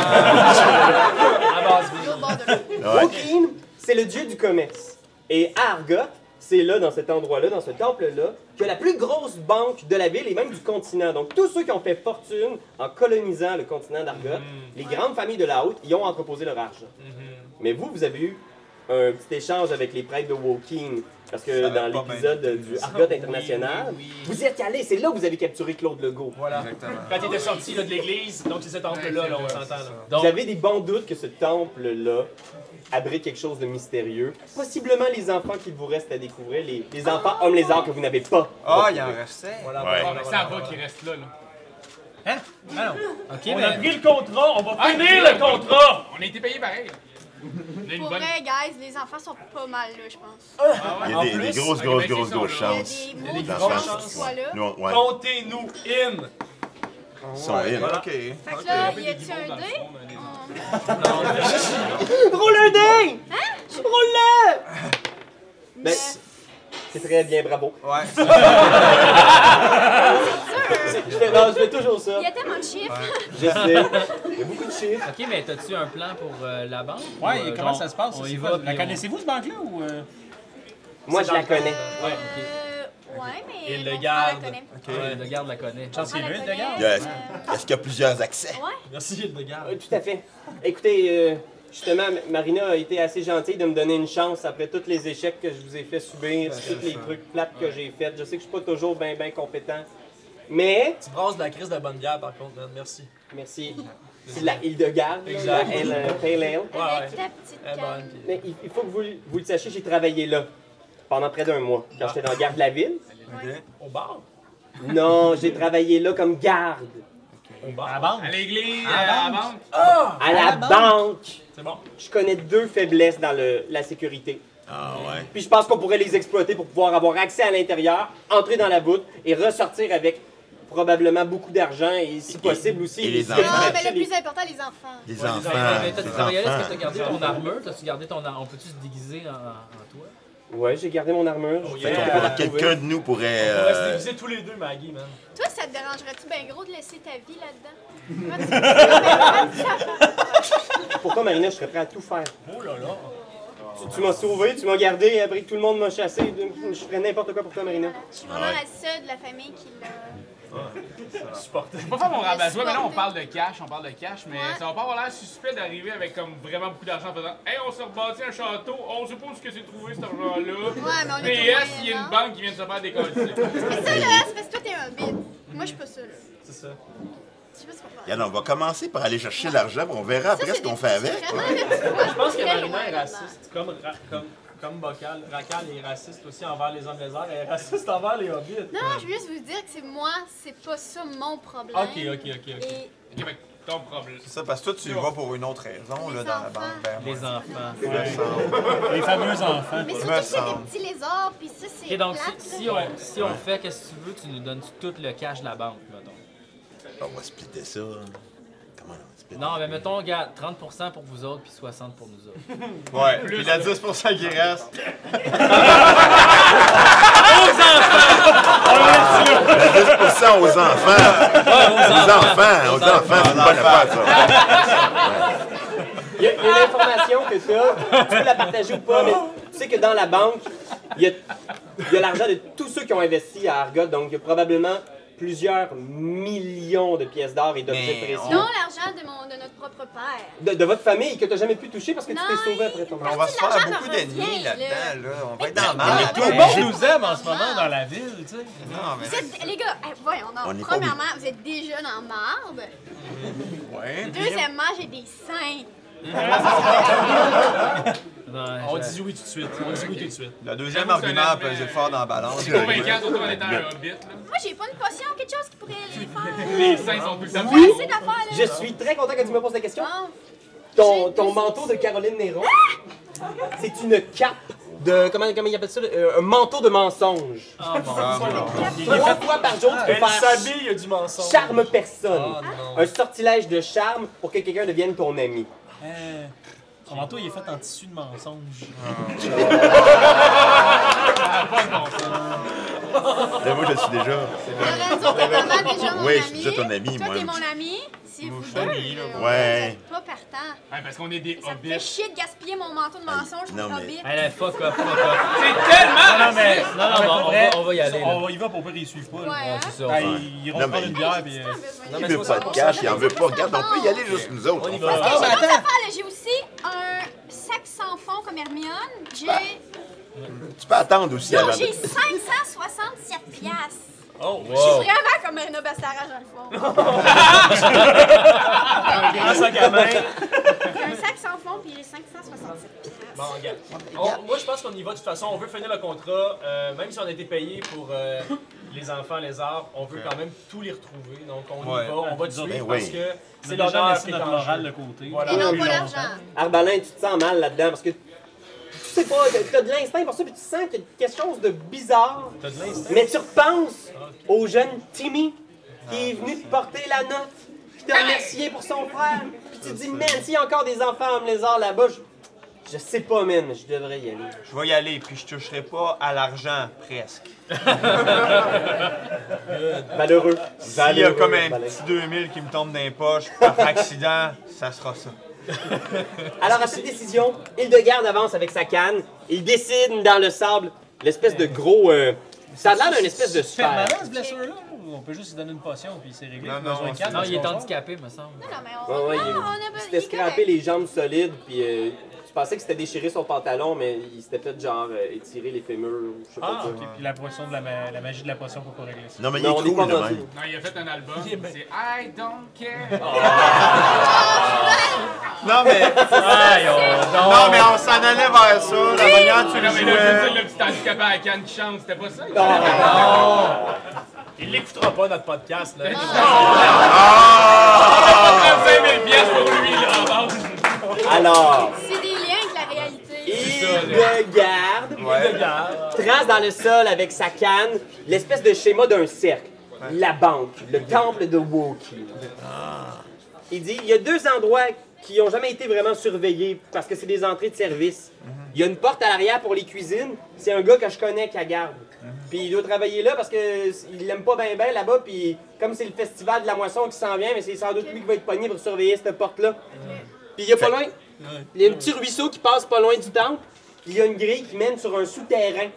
base
là au bord de l'eau.
Ouais.
Woki, c'est le dieu du commerce. Et Argot, c'est là, dans cet endroit-là, dans ce temple-là, que la plus grosse banque de la ville et même du continent. Donc, tous ceux qui ont fait fortune en colonisant le continent d'Argot,
Mm-hmm.
les grandes familles de la haute, y ont entreposé leur argent. Mais vous, vous avez eu un petit échange avec les prêtres de Woking. Parce que
Ça va
dans
pas
l'épisode du
Ah
Argot International,
oui, oui.
vous y êtes allé, c'est là que vous avez capturé Claude Legault.
Voilà.
Exactement.
Quand il était sorti là, de l'église, donc c'est cet temple-là, là, on s'entend. là.
Vous
Donc,
avez des bons doutes que ce temple-là abrite quelque chose de mystérieux. Possiblement les enfants qu'il vous reste à découvrir, les, les enfants hommes lézards que vous n'avez pas.
Ah, il en restait.
Voilà,
Ouais.
Ah, ben, ça va qu'il reste là, là.
Hein? Ah non.
ok,
on
mais-
a pris le contrat, on va
Ah,
finir le contrat!
On a été payé pareil. On a une
Pour
bonne.
vrai, guys, les enfants sont pas mal là, je pense.
Il y a des, des grosses,
ok,
grosses,
ben,
grosses,
c'est ça,
grosses
là.
chances.
Il y a des
Dans le
grosses
sens-
chances qu'ils soient Oh, là.
Nous, on- ouais.
Comptez-nous in!
Sont in.
Ok.
Fait que là, y a-tu un dé? On-
Roule un dé! Roule-le! Ben,
Neuf.
c'est très bien, bravo.
Ouais.
Je fais, non, je fais toujours ça.
Il y a tellement de chiffres.
Je sais. Il y a beaucoup de chiffres.
ok, mais t'as-tu un plan pour euh, la banque?
Ouais,
Ou,
et
euh,
comment
genre,
ça se passe?
On
c'est
y
quoi?
va.
la
puis on-
connaissez-vous ce banque-là ou. euh?
Moi, je la connais.
Ouais,
Euh, ouais, mais.
Il le
mon frère
garde.
la connaît.
ok. Ouais, le euh, garde la connaît.
J'en sais
Ah, la
une,
connaît.
regarde.
Yes. Est-ce qu'il y a plusieurs accès?
Ouais.
Merci, Gilles de Garde.
Euh, Tout à fait. Écoutez, euh, justement, M- Marina a été assez gentille de me donner une chance après tous les échecs que je vous ai fait subir, tous les trucs plates que j'ai faits. Je sais que je suis pas toujours bien, bien compétent. Mais,
Tu brasses de la crise de la bonne bière, par contre, man. Merci.
merci. C'est de la Hildegarde, là,
Exact.
la L- euh, Pale Ale.
Ouais,
Avec
ouais.
ta petite
Eh ben,
canne.
puis-
Mais il, il faut que vous, vous le sachiez, j'ai travaillé là pendant près d'un mois, quand j'étais dans la garde de la ville.
Au bar?
Non, j'ai travaillé là comme garde,
Au bar.
À la banque?
À l'église, à la banque.
à
Ah,
la banque.
C'est bon.
Je connais deux faiblesses dans le- la sécurité.
Ah ouais.
Puis je pense qu'on pourrait les exploiter pour pouvoir avoir accès à l'intérieur, entrer dans la voûte et ressortir avec probablement beaucoup d'argent et si possible aussi.
et les
si-
enfants.
Non, Ah, mais le plus important, les enfants.
Des
les
enfants.
enfants,
Mais
des
t'as-tu
enfants.
travaillé? Est-ce que t'as gardé ton armure? T'as-tu gardé ton ar- On peut-tu se déguiser en, en toi?
Ouais, j'ai gardé mon armure.
Oh,
J'ai fait
yeah.
On
pour
pourrait-
la
Quelqu'un
trouver.
de nous pourrait.
On va se
euh,
déguiser tous les deux, Maggie, man.
Toi, ça te dérangerait-tu bien gros de laisser ta vie là-dedans? Comment tu- comment tu fais?
Pourquoi Marina, je serais prêt à tout faire.
Oh là là.
Tu, tu m'as sauvé, tu m'as gardé après que tout le monde m'a chassé. Je ferais n'importe quoi pour toi, Marina.
Je suis vraiment la seule de la famille qui l'a.
Supporter.
Je vais pas faire mon rabat mais là, on parle de cash, on parle de cash, mais
Ouais.
ça va pas avoir l'air suspect d'arriver avec comme vraiment beaucoup d'argent en faisant Hey, on s'est rebâti un château, on sait pas où ce que c'est trouvé cet argent-là.
Ouais, mais on est au
PS, il y
Moyen-Âge.
a une banque qui vient de se faire décoller.
Mais ça, là, c'est parce que toi, t'es un bide. Moi, je suis pas ça, là.
C'est ça.
Je sais pas ce qu'on parle.
Regarde, on va commencer par aller chercher l'argent, puis on
Ça,
verra après
c'est
ce qu'on
des-
fait avec.
c'est vraiment, là, tu vois,
Je pense que
très loin
Marina est
là-dedans.
raciste, comme, Ra- comme, comme Bocal. Racal est raciste aussi envers les hommes lézards. Elle est raciste envers les hobbits.
Non, je veux juste vous dire que c'est moi, c'est pas ça mon problème.
Ok, ok, ok, ok.
Et
Ok, ben, ton problème.
C'est ça, parce que toi, tu y vas pour une autre raison, là,
Les
dans la
enfants.
banque. Ben,
Les enfants.
Les fameux enfants.
Mais
me
surtout, c'est des
semble.
petits lézards, puis ça, c'est
Et donc,
plate,
si, si
là.
on, si on fait, qu'est-ce que tu veux? Tu nous donnes tout le cash de la banque, mettons.
On va splitter ça. Comment on split?
Non, mais mettons, regarde, 30 pour vous autres, puis 60 pour nous autres.
Ouais. Puis la 10% qui reste.
Pour ça, aux enfants. Aux enfants. Aux enfants, c'est une bonne affaire, ça.
Il y a, il y a une information que tu as, tu peux la partager ou pas, mais tu sais que dans la banque, il y a, il y a l'argent de tous ceux qui ont investi à Argot, donc il y a probablement plusieurs millions de pièces d'or et d'objets
Mais
précieux.
Non, l'argent de, mon, de notre propre père.
De, de votre famille que tu n'as jamais pu toucher parce que tu
Non,
t'es sauvé
il-
après ton
Mais on
mort.
va se faire
L'argent
beaucoup
me
d'ennemis
revient,
là-dedans, là. On va être
Mais
dans
non,
la
mais
merde.
Ah, Tout le monde nous aime en ce moment dans la ville, tu sais.
Non, mais.
Vous êtes, les gars, eh, voyons, donc,
On est pas
premièrement, vous êtes déjà dans marde.
Ouais.
Deuxièmement, j'ai des seins.
Ouais,
On
je-
dit oui tout de suite. On dit oui tout de suite.
Le deuxième
J'avoue que
argument à
c'est un
peser
aspect-
fort dans la balance.
C'est convaincant, surtout en étant un hobbit. là.
Moi, j'ai pas une potion, quelque chose qui pourrait les faire.
Les seins sont tout le temps
J'ai
plus
assez d'affaires, là.
Je suis très content que tu me poses la question.
Bon.
Ton,
j'ai
ton
deux
manteau de Caroline Néron, c'est une cape de. Comment, comment il appelle ça euh, Un manteau de mensonge.
Oh, mon Dieu.
Trois fois par jour, tu peux
Elle
faire
s'habille, il y a du mensonge.
charme personne.
Ah, non.
Un sortilège de charme pour que quelqu'un devienne ton ami.
Euh, Son manteau, il est fait en tissu de mensonge.
Là, moi, je le suis déjà.
Lorenzo, t'es vraiment déjà mon
Oui,
ami.
je suis déjà ton ami,
Toi,
moi.
t'es mon ami. C'est vous deux, là. vous
Ouais.
êtes pas partant.
Ouais, parce qu'on est des
Ça me fait
hobbits.
chier de gaspiller mon manteau de mensonge pour
non, mais-
hobbit.
Elle est fuck off, fuck off.
C'est tellement
Non, mais
Ah, Non, non, on
mais
va- on
pour vrai,
va- on va y aller, là.
On y va pour pire, ils suivent pas. là.
Ouais,
Non,
hein?
c'est ça.
Ben,
on va-
ils iront
Non,
prendre
mais-
une bière. puis,
Hey,
euh,
c'est
Il
pas
veut pas de cash, il en veut pas. Regarde, on peut y aller juste nous autres.
On y
on fait
va.
ça.
mais attends!
Ah, là, j'ai aussi un sac sans fond comme Hermione. J'ai.
Bah. Tu peux attendre aussi
Non,
avant.
j'ai
de-
567 piastres.
Oh, wow.
Je suis vraiment comme Erna Bastara, dans le fond.
Un sac à main.
J'ai un sac sans fond, puis j'ai 567 piastres.
Bon, regarde. On- moi, je pense qu'on y va de toute façon. On veut finir le contrat. euh, même si on a été payé pour euh, les enfants, les arbres, on veut quand même tous les retrouver. Donc, on y
Ouais.
va. On va te
Ben
suivre parce
oui.
que
C'est
c'est
déjà
l'honneur
laissé
qui est
notre
en
morale
jeu.
de côté.
Voilà.
Et non,
Plus
pas
longtemps.
l'argent.
Arbalin, tu te sens mal là-dedans parce que tu sais pas, t'as de l'instinct pour ça, puis tu sens qu'il y a quelque chose de bizarre.
T'as de l'instinct.
Mais tu repenses au jeune Timmy qui
Ah,
est venu te porter la note, qui t'a remercié pour son frère, puis tu te dis, man, s'il y a encore des enfants hommes lézards là-bas, je... je sais pas, man, mais je devrais y aller.
Je vais y aller, puis je toucherai pas à l'argent, presque.
Malheureux.
S'il y a
Malheureux,
comme un
Arbalin.
petit 2000 qui me tombe dans les poches par accident, ça sera ça.
Alors, à cette décision, Hildegarde avance avec sa canne. Il décide dans le sable l'espèce de gros. euh, ça a l'air d'une espèce de sphère.
Permanent, ce blessure-là? Ou on peut juste lui donner une potion puis c'est réglé?
Non,
puis on a
non,
besoin de
c'est-
calme,
Non,
parce
il est
qu'on sort.
handicapé, me semble.
Non, non, mais on.
Ouais, ouais,
non,
il,
Ah, on a pas.
il s'était scrappé les jambes solides, puis euh, je pensais que c'était déchiré son pantalon, mais il s'était fait genre euh, étirer les fémurs, je sais pas
Ah,
quoi.
ok. Puis la potion de la, ma- la magie de la potion pour pas régler ça.
Non, mais il
Non,
est
on est pas
cool le
rendu.
même.
Non, il a fait un album. C'est I don't care.
Ah,
Non, mais,
Aïe, oh,
non, mais on s'en allait vers ça. La manière dont tu le
Non, mais là, c'est
jouais.
ça, le petit handicapé à la canne qui chante, c'était pas ça?
Ah.
Ah,
Il l'écoutera pas, notre podcast. Là.
35 000 pièces pour lui, là, en base.
Alors,
C'est des liens avec la réalité.
Hildegarde
Regarde.
trace dans le sol avec sa canne l'espèce de schéma d'un cercle. La banque, le temple de Woki. Il dit il y a deux endroits qui n'ont jamais été vraiment surveillés parce que c'est des entrées de service. Il y a une porte à l'arrière pour les cuisines. C'est un gars que je connais qui la garde. Puis il doit travailler là parce qu'il l'aime pas bien bien là-bas. Puis comme c'est le festival de la moisson qui s'en vient, mais c'est sans doute lui qui va être pogné pour surveiller cette porte-là. Puis il y a pas loin, il y a un petit ruisseau qui passe pas loin du temple. puis Il y a une grille qui mène sur un souterrain.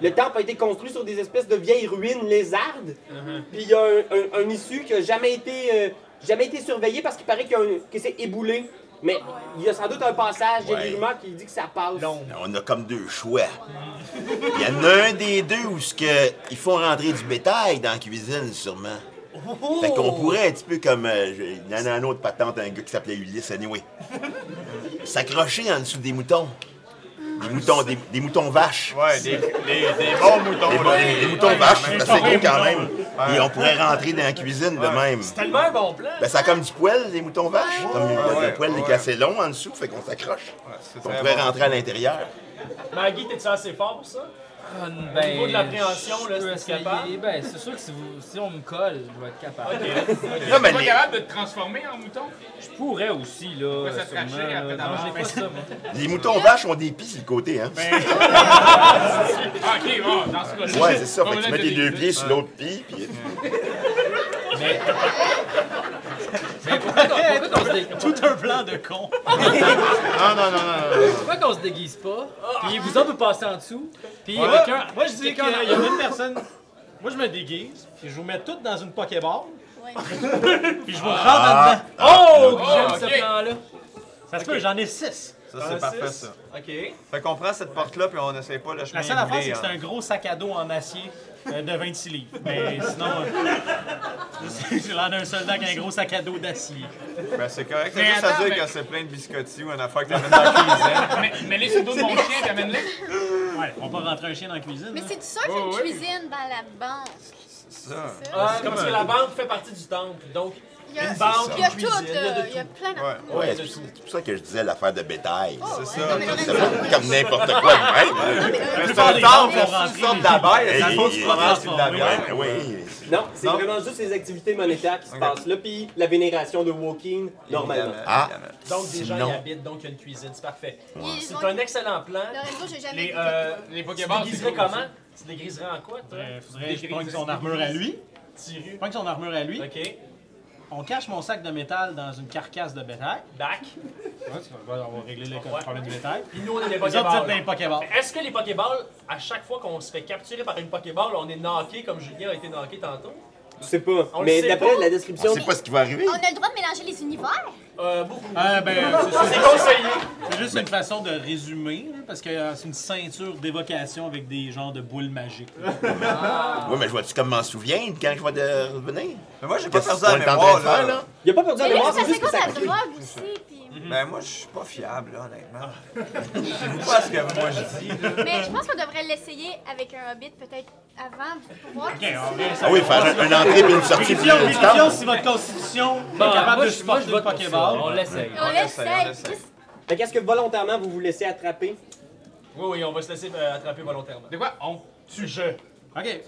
Le temple a été construit sur des espèces de vieilles ruines lézardes. Puis il y a un, un- un issue qui a jamais été, euh, jamais été surveillé parce qu'il paraît qu'il y a un- que c'est éboulé. Mais il y a sans doute un passage, j'ai
Ouais.
des rumeurs qui dit que ça passe.
On a comme deux choix. Il y en a un des deux où ce que ils font rentrer du bétail dans la cuisine, sûrement.
Oh!
Fait qu'on pourrait un petit peu comme. euh, je- il y en a un autre patente, un gars qui s'appelait Ulysse Anyway. S'accrocher en dessous des moutons. Des moutons, des, des moutons vaches.
Ouais, des, des, des bons
Des,
moutons.
mo-
là.
des- des moutons vaches, c'est assez gros quand
moutons.
même. Et on pourrait rentrer dans la cuisine de même.
Tellement un bon plan.
Ben, ça a comme du poil, les moutons vaches. Comme le,
ouais,
le poil
ouais.
est assez long en dessous, fait qu'on s'accroche.
c'est
on
très
pourrait
bon.
rentrer à l'intérieur.
Maggie, t'es-tu assez fort pour ça?
Ben,
niveau de l'appréhension, là,
je peux
c'est-tu capable?
essayer. Ben, c'est sûr que si, vous- si on me colle, je vais être capable.
Non, mais
Pas
les-
capable de te transformer en mouton?
Je pourrais aussi, là.
Ouais, ça te
sûrement,
cracher
là.
après ta
Non,
mort.
j'ai pas ça, moi.
Les moutons vaches ont des pieds sur le côté, hein?
Ben,
Ah, ok, bon, dans ce cas-là.
Ouais, c'est ça.
Pas
Fait que tu
besoin
mets
de
tes
te
deux
déguiser.
pieds sur l'autre pied, puis
Pourquoi qu'on- pourquoi qu'on se dé-
Tout un plan de con.
Non, non, non, non. non.
Pourquoi qu'on se déguise pas? Puis vous autres, vous passez en dessous. Puis
Moi,
quelqu'un.
moi, je dis qu'il y
quelqu'un-
a une personne. Moi, je me déguise, puis je vous mets toutes dans une Pokéball,
Ouais.
puis je vous rentre dedans.
Oh, j'aime
Ah,
ce
ok.
plan-là.
Ça se peut, j'en ai six.
Ça, c'est parfait, ça.
OK.
Fait qu'on prend cette porte-là, puis on n'essaie pas le chemin
La seule affaire,
éboulé,
c'est que c'est
hein.
un gros sac à dos en acier euh, de 26 livres. Mais sinon, euh, j'ai l'air d'un soldat avec un gros sac à dos d'acier.
Ben, c'est correct.
Mais
C'est juste
attends,
à dire
mais-
que c'est plein de biscottis ou une affaire que t'amènes dans la cuisine.
Mais, mais laissez le dos de mon chien, puis amène-le.
Ouais, on peut rentrer un chien dans la cuisine.
Mais
là.
c'est ça qu'une
Ouais, ouais.
cuisine dans la banque.
Ça.
Ah, parce que la banque fait partie du temple, donc
Il y a,
Une banque,
il y a
une cuisine,
tout,
il y a de
là. Il y a plein de.
Ouais.
Ouais, c'est pour- c'est pour ça que je disais l'affaire de bétail.
Oh, ouais,
ça.
non, mais on a dit-
C'est pas comme n'importe quoi de même. là.
Mais c'est
plupart
un
des gens
temple,
vont
c'est une
rentrer.
sorte d'abeille.
Hey,
Ça faut du
hey,
fromage, c'est de la
hey,
bière.
Oui, c'est-
Non, c'est
Non.
vraiment juste les activités monétaires qui se passent là, puis la vénération de Woking, normalement.
Ah,
Donc des gens y
Sinon-
habitent, donc il y a une cuisine, c'est parfait.
Ils
C'est
ont-
un excellent plan.
Lorenzo, j'ai jamais
Les,
vu.
euh,
Les
tu
Pokéballs,
déguiserais
cool,
comment? Tu déguiserais en quoi, toi?
Euh, faudrait que je pogne son armure à lui.
Tiru.
Je pogne son armure à lui.
OK.
on cache mon sac de métal dans une carcasse de bétail.
Bac.
Ouais, c'est- on va- on va régler le problème du bétail.
Puis nous, on est des
Les autres, vous êtes
Pokéballs.
dans les Pokéballs.
Est-ce que les Pokéballs, à chaque fois qu'on se fait capturer par une Pokéball, on est knocké comme Julien a été knocké tantôt?
Je sais pas.
On le
mais
sait
d'après
pas. Ah,
la
On
description.
sait pas ce qui va arriver.
On a le droit de mélanger les univers?
Euh, beaucoup.
Euh, ben, c'est- c'est-
Ah, C'est conseillé.
c'est juste une façon de résumer, là, parce que euh, c'est une ceinture d'évocation avec des genres de boules magiques. là.
Ouais, mais je vois-tu comme m'en souvenir quand je vais de revenir?
Mais moi, j'ai pas
Qu'est-ce
perdu
qu'on est
la
en train
mémoire,
de
là.
faire, là?
Il a pas perdu la
Mais lui,
mémoire,
ça
c'est
fait
juste que
quoi
ça
la
crie.
drogue aussi? Puis...
Ben, moi, je suis pas fiable, là, honnêtement. Je dis pas ce que moi je dis, là.
Mais je pense qu'on devrait l'essayer avec un hobbit peut-être avant pour pouvoir.
Ah oui, faire un- une entrée puis une sortie du
Vérifions,
du
vérifions
temple.
si votre constitution est
Bon,
capable
Bah, moi,
de
je- moi, je
supporter le
vote pour ça.
Pokéball.
On l'essaye.
On
l'essaye, on
l'essaye.
l'essaye.
Fait qu'est-ce que volontairement vous vous laissez attraper?
Oui, oui, on va se laisser euh, attraper volontairement.
De quoi? On
Tu jeu.
Ok.
Non, les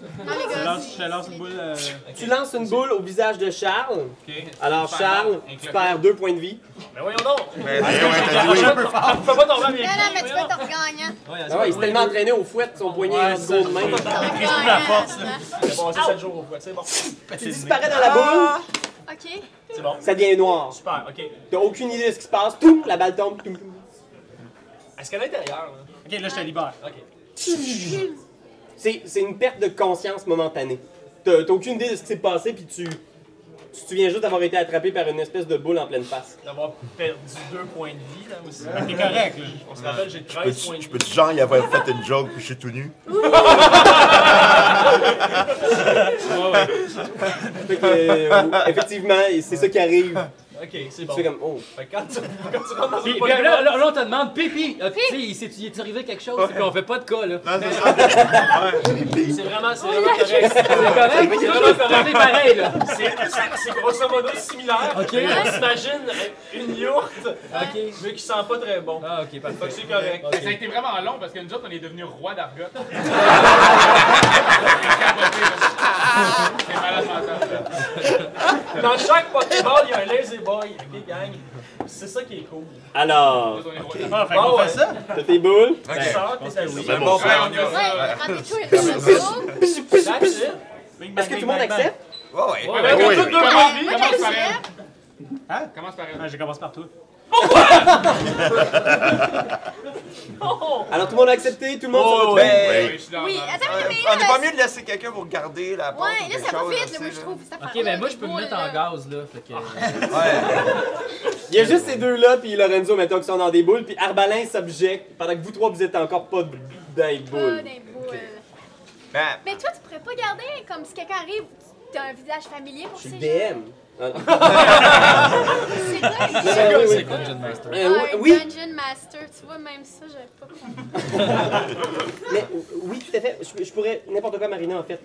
Je
gars.
lance, je lance une boule. euh,
Tu lances une boule au visage de Charles.
OK.
Alors,
Super.
Charles,
Un
tu
cloquet.
perds deux points de vie.
Mais Ben voyons donc! Tu
Eh ouais, t'as dit oui.
peux Ah, pas tomber avec
Non, non, mais tu peux t'en gagnant.
Ah ouais, il s'est tellement entraîné au fouet, son poignet
Ouais,
est rendu gros de même.
la force, là.
J'ai passé 7 jours au bois, c'est bon.
Tu disparais dans la boule,
Ok.
C'est bon.
ça devient noir.
Super, Ah, ok.
T'as aucune idée de ce qui se passe. Poum, la balle tombe. Toum, toum.
Est-ce qu'à l'intérieur, là?
Ok, là, je te libère.
Ok.
C'est c'est une perte de conscience momentanée. T'as t'as aucune idée de ce qui s'est passé, puis tu. Tu te souviens juste d'avoir été attrapé par une espèce de boule en pleine face.
D'avoir perdu 2 points de vie, là aussi.
T'es correct, là.
On se rappelle, j'ai
Peux-tu-
13 points de
Je
vie.
peux-tu genre y avoir fait une joke puis je suis tout nu?
Fait que, euh, effectivement, c'est ça qui arrive.
Ok, c'est
Tu
bon.
fais comme, oh.
Fait que quand tu, quand tu rentres dans
Puis,
une
puis là,
Pokéball,
là, là, on te demande, Pipi, euh, tu sais, il s'est- il est arrivé quelque chose, puis on fait pas de cas, là.
c'est vraiment, c'est vraiment
C'est
correct.
correct, c'est vraiment correct, c'est pareil, là.
C'est- c'est- C'est grosso modo similaire.
Ok.
On s'imagine une yourte,
Ok.
mais qui sent pas très bon.
Ah, ok,
Fait
parfait.
que c'est correct.
Ok.
Ça a été vraiment long parce que nous autres, on est devenus roi d'Argot. C'est malade mental. là.
Dans chaque Pokéball, il y a un lazy boy. Ok, gang. C'est ça qui est cool.
Alors,
Nous autres, on est roi d'Argot.
Ah, fait qu'on
Ah ouais.
fait ça.
t'as tes boules.
Tu sors, euh, t'es allé.
C'est bon,
Ouais,
ça.
on y va.
Ouais, ramenez tout et tout le monde.
Pish, pish, pish.
That's it.
Est-ce que tout le monde accepte?
Ouais, ouais.
Ouais,
Fait
ouais,
que
oui.
toutes deux points de vie.
Moi,
Commence par
j'accepte.
elle.
Hein?
Commence par elle.
Ah, je commence par toi.
Alors tout le monde a accepté, tout le monde se retrouve.
Ben,
Ouais, je suis dans
Oui,
la-
attends,
euh,
mais
on est pas
là.
mieux de laisser quelqu'un pour garder la porte
Ouais,
ou
là,
quelque
ça va
chose,
vite, là,
tu
moi,
sais,
je trouve. cette
Ok,
affaire-là,
ben moi,
les
je peux me
boules,
mettre en
là.
gaz, là. Fait que.
Ouais.
Il y a juste ces deux-là, puis Lorenzo, mettons, qui sont dans des boules, puis Arbalin s'objecte, pendant que vous trois, vous êtes encore pas d- dans les
Pas
boules.
Euh, des boules.
Ben,
Mais toi, tu pourrais pas garder comme si quelqu'un arrive, t'as un visage familier pour
Je suis
ces
le
gens.
DM. Ah, non.
C'est quoi le
Ah, oui, oui.
C'est quoi, Jeune Master?
Euh,
Ah, un
oui,
Dungeon Master, tu vois, même ça, j'avais pas compris.
mais, euh, oui, tout à fait. Je, je pourrais, n'importe quoi, Marina, en fait.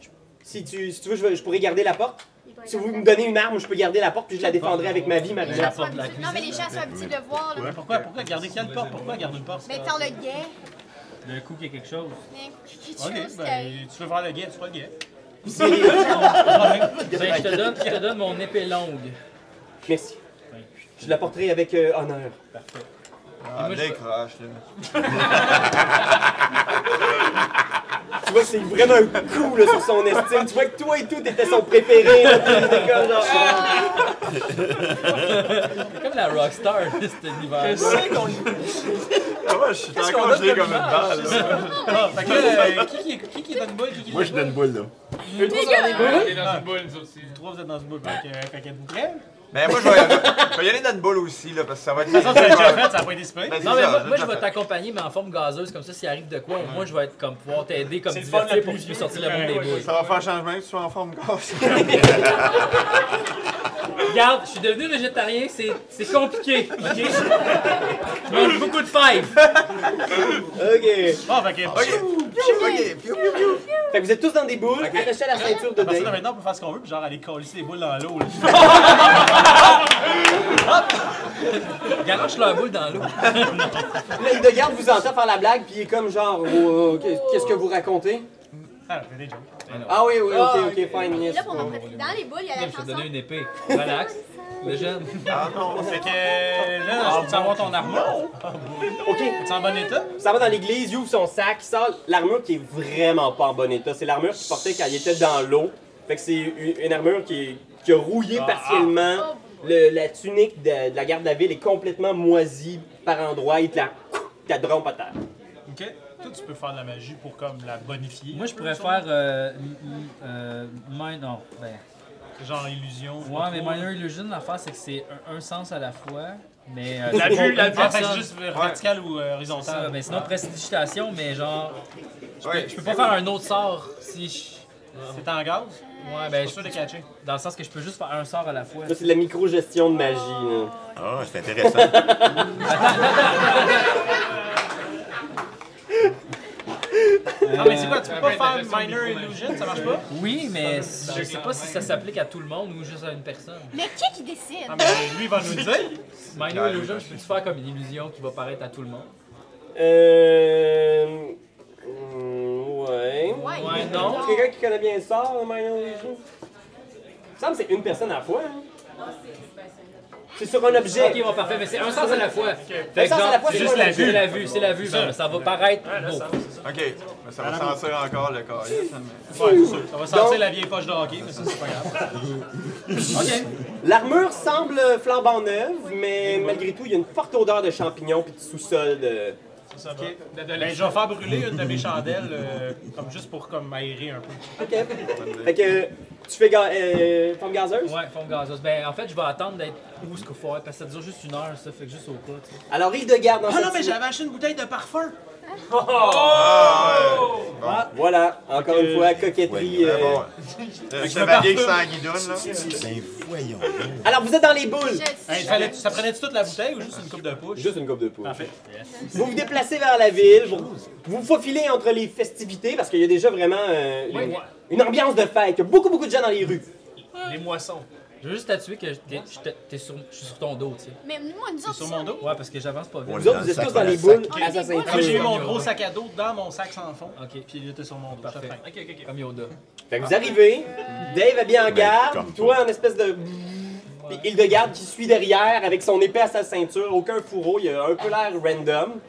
Je- si, tu, si tu veux, je, vais- je pourrais garder la porte.
Il va
Si
y
vous
avoir-
me donnez une arme, je peux garder la porte, puis je la défendrai avec ma vie,
Les
Marina.
gens sont
porte de la
habitués- Non, mais les gens sont habitués de le voir, là.
Pourquoi, pourquoi garder quelle porte? Pourquoi garder une porte?
Mais quand le guet,
Euh, D'un coup, qu'il y a quelque chose.
il y a quelque chose
Ok,
qui arrive.
ben, tu veux faire le guet, tu feras le guet.
Ben, je te donne, je te donne mon épée longue.
Merci. Je la porterai avec euh, honneur.
ah,
moi, je-
décroche, là.
Tu vois que c'est vraiment un coup là, sur son estime. Tu vois que toi et tout étais son préféré. Là, puis il était comme genre, ah.
C'est comme la rockstar, cet univers.
Ah, moi, je suis
qu'on
encore
donne
gelé
comme
comme une balle, là.
Ah, fait que là, euh, qui qui- qui qui est dans une boule? Qui qui est
Moi, je
dans
donne
une
une
boule?
boule, là.
Eux trois sont dans les
On
boules.
est dans une boule, nous aussi.
Vous trois, vous êtes dans une boule. Fait que, euh, fait que êtes-vous prêts?
Ben, moi, je vais, je vais y aller dans une boule aussi, là, parce que ça va être.
Ça, tu l'as déjà fait, ça va pas été super.
Ben, c'est
Non, Ah, mais
ça,
moi,
j'ai
moi, je
déjà
vais
fait.
t'accompagner, mais en forme gazeuse, comme ça, s'il arrive de quoi, au moins, je vais être comme pouvoir t'aider, comme
C'est le fun la
divertir pour que
plus
tu puisses
vieux,
sortir le monde
c'est
des
correct,
boules.
Ça va faire changement que tu sois en forme gosse.
Regarde, je suis devenu végétarien, c'est c'est compliqué, ok? Je mange beaucoup de fives.
Ok.
Ah, fait que.
Ok, ok, piou, piou, piou.
Fait que vous êtes tous dans des boules, attachés à la ceinture de
À partir de
Dave.
maintenant, on peut faire ce qu'on veut, puis genre aller coller les boules dans l'eau. là.
Garoche leur boule dans l'eau.
Là, il de garde vous entend faire la blague, puis il est comme genre, Oh, oh, qu'est-ce que vous racontez?
Ah, c'est des jokes.
Ah oui, oui, ok,
Ah,
ok, fine, yes.
Là, pour notre dans les boules, il y a
Je
la
vais te
chanson.
donner une épée. Relax. Le jeune.
Ah non,
Fait que là, tu envoies ton armoire.
Ok,
Tu es en bon état?
ça va dans l'église, il ouvre son sac, il sort l'armure qui est vraiment pas en bon état. C'est l'armure qu'il portait quand il était dans l'eau. Fait que c'est une une armure qui est qui a rouillé partiellement.
ah.
Le- la tunique de, de la garde de la ville est complètement moisie par endroits. Il te la, te la drompe à terre.
Ok. Toi, tu peux faire de la magie pour comme la bonifier.
Moi, je pourrais faire. Euh, m- m- euh, min- non, ben.
Genre illusion. je sais
Ouais,
pas
mais
trop.
minor illusion, l'affaire, c'est que c'est un, un sens à la fois. Mais. euh,
La
sinon,
vue, la
une
vue, ah, fait,
personne.
c'est juste vertical ou euh,
Ça,
horizontal.
ben, sinon, prestidigitation, mais genre.
Ouais,
Je peux pas faire un autre sort si je.
C'est en gaz?
Ouais, ben,
Je
je
peux le catcher.
Dans le sens que je peux juste faire un sort à la fois.
Ça, c'est de la micro-gestion de magie. là.
Ah, c'est intéressant.
Non, Ah, mais c'est quoi? Tu
ça
peux
peut
pas
être
faire
intéressant,
minor
micro-magie.
illusion? Ça marche pas?
Oui, mais je sais pas si ça s'applique à tout le monde ou juste à une personne.
Mais qui qui décide?
Ah, mais lui, il va nous le dire.
Minor illusion, je peux le faire comme une illusion qui va paraître à tout le monde.
Euh. mm, Ouais.
Ouais,
Ouais, non.
C'est quelqu'un qui connaît bien ça, le Minor Illusion? Il me semble que c'est une personne à la fois. hein. C'est sur un objet.
Oh,
Ok, bon, parfait, mais c'est un sens à la fois.
Un sens à la fois,
c'est
c'est
juste
pas
la
une
vue. C'est la vue, c'est la vue. Ben, ça va paraître beau.
Ok, mais ça va sentir encore le calice. hein, mais-
Ouais, c'est sûr. Ça va
Donc-
sentir la vieille poche de hockey, mais ça, c'est pas grave.
Ok.
L'armure semble flambant neuve, mais malgré tout, il y a une forte odeur de champignons puis de sous-sol. de-
Ça va. Ben, je vais faire brûler une de mes chandelles, euh, comme juste pour comme aérer un peu.
Ok. Fait que tu fais ga- euh, forme gazeuse.
Ouais, forme gazeuse. Ben, en fait, je vais attendre d'être où ce qu'il faut être, parce que ça dure juste une heure, ça fait que juste au pas, tu sais.
Alors, il de garde dans
Ah
cette
non, mais
tunique.
j'avais acheté une bouteille de parfum.
Voilà, encore une fois, coquetterie.
ouais,
euh,
Bon, le chevalier sans guidoune, là.
ben voyons.
Alors, vous êtes dans les boules.
Je sais.
Hey, fallait- ça prenait-tu toute la bouteille ou juste une coupe de push?
Juste une coupe de poudre.
Parfait.
Vous vous déplacez vers la ville, vous vous faufilez entre les festivités parce qu'il y a déjà vraiment euh, une, une ambiance de fête. Il y a beaucoup, beaucoup de gens dans les rues.
Les moissons.
Je veux juste t'attuer que t'es- je t'es- t'es sur, je suis sur ton dos, tu sais.
Mais moi, nous autres,
Sur
ça,
mon dos?
Ouais, parce que j'avance pas vite.
On
Vous autres,
est
vous êtes
dans le
tous
sac,
dans
on
les
est dans le
boules
sac.
à sa
On est des
ceinture.
boules.
J'ai mis mon gros sac à dos dans mon sac sans fond.
Ok.
Puis il était sur mon dos.
Parfait.
je te ferai.
Comme Yoda.
Fait que vous arrivez, Dave habillé en garde,
comme
toi en espèce de. Puis il de garde qui suit derrière avec son épée à sa ceinture, aucun fourreau, il a un peu l'air random.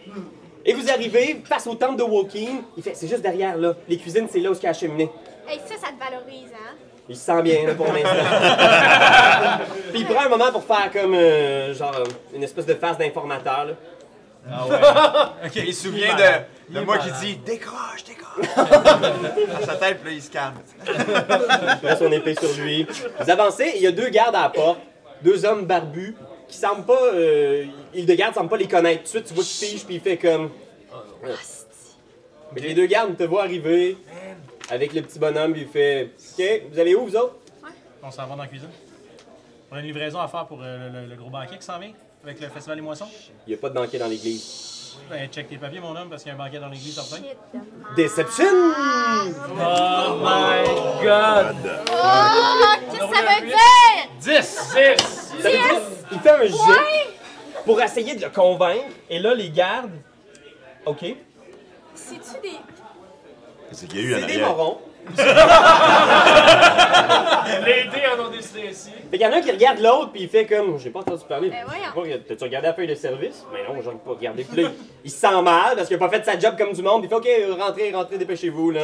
Et vous arrivez face au temple de Woking, il fait c'est juste derrière là, les cuisines c'est là où il y a la cheminée.
hey, ça, ça te valorise, hein?
Il se sent bien là, pour l'instant. Puis il prend un moment pour faire comme euh, genre une espèce de face d'informateur. là.
Il se souvient de, de moi qui dit décroche, décroche. Dans sa tête, puis là, il se calme.
Il a son épée sur lui. Vous avancez, et il y a deux gardes à la porte, deux hommes barbus qui semblent pas. Euh, ils de garde semblent pas les connaître. Tout de suite, tu vois qu'il pige puis il fait comme. euh. Mais les deux gardes te voient arriver avec le petit bonhomme, puis il fait Ok, vous allez où vous autres
On s'en va dans la cuisine. On a une livraison à faire pour euh, le, le- le gros banquet qui s'en vient avec le Festival des Moissons.
Il y a pas de banquet dans l'église.
Ben, check tes papiers, mon homme, parce qu'il y a un banquet dans l'église certain.
Shit de merde.
Deception
Oh my god!
Oh, qu'est-ce que ça veut dire?
10! 10!
Ça veut dire, il fait un jet pour essayer de le convaincre. Et là, les gardes. OK.
C'est-tu des...
Ah.
C'est qu'il y a eu
C'est
en
des
arrière.
morons.
Les dés en ont décidé ainsi.
Fait qu'il y en a un qui regarde l'autre, puis il fait comme. J'ai pas entendu parler.
Ben voyons.
Bon, T'as-tu regardé la feuille de service? Mais non, j'ai pas regardé. Puis là, il- il se sent mal parce qu'il a pas fait sa job comme du monde. Puis il fait OK, rentrez, rentrez, dépêchez-vous, là.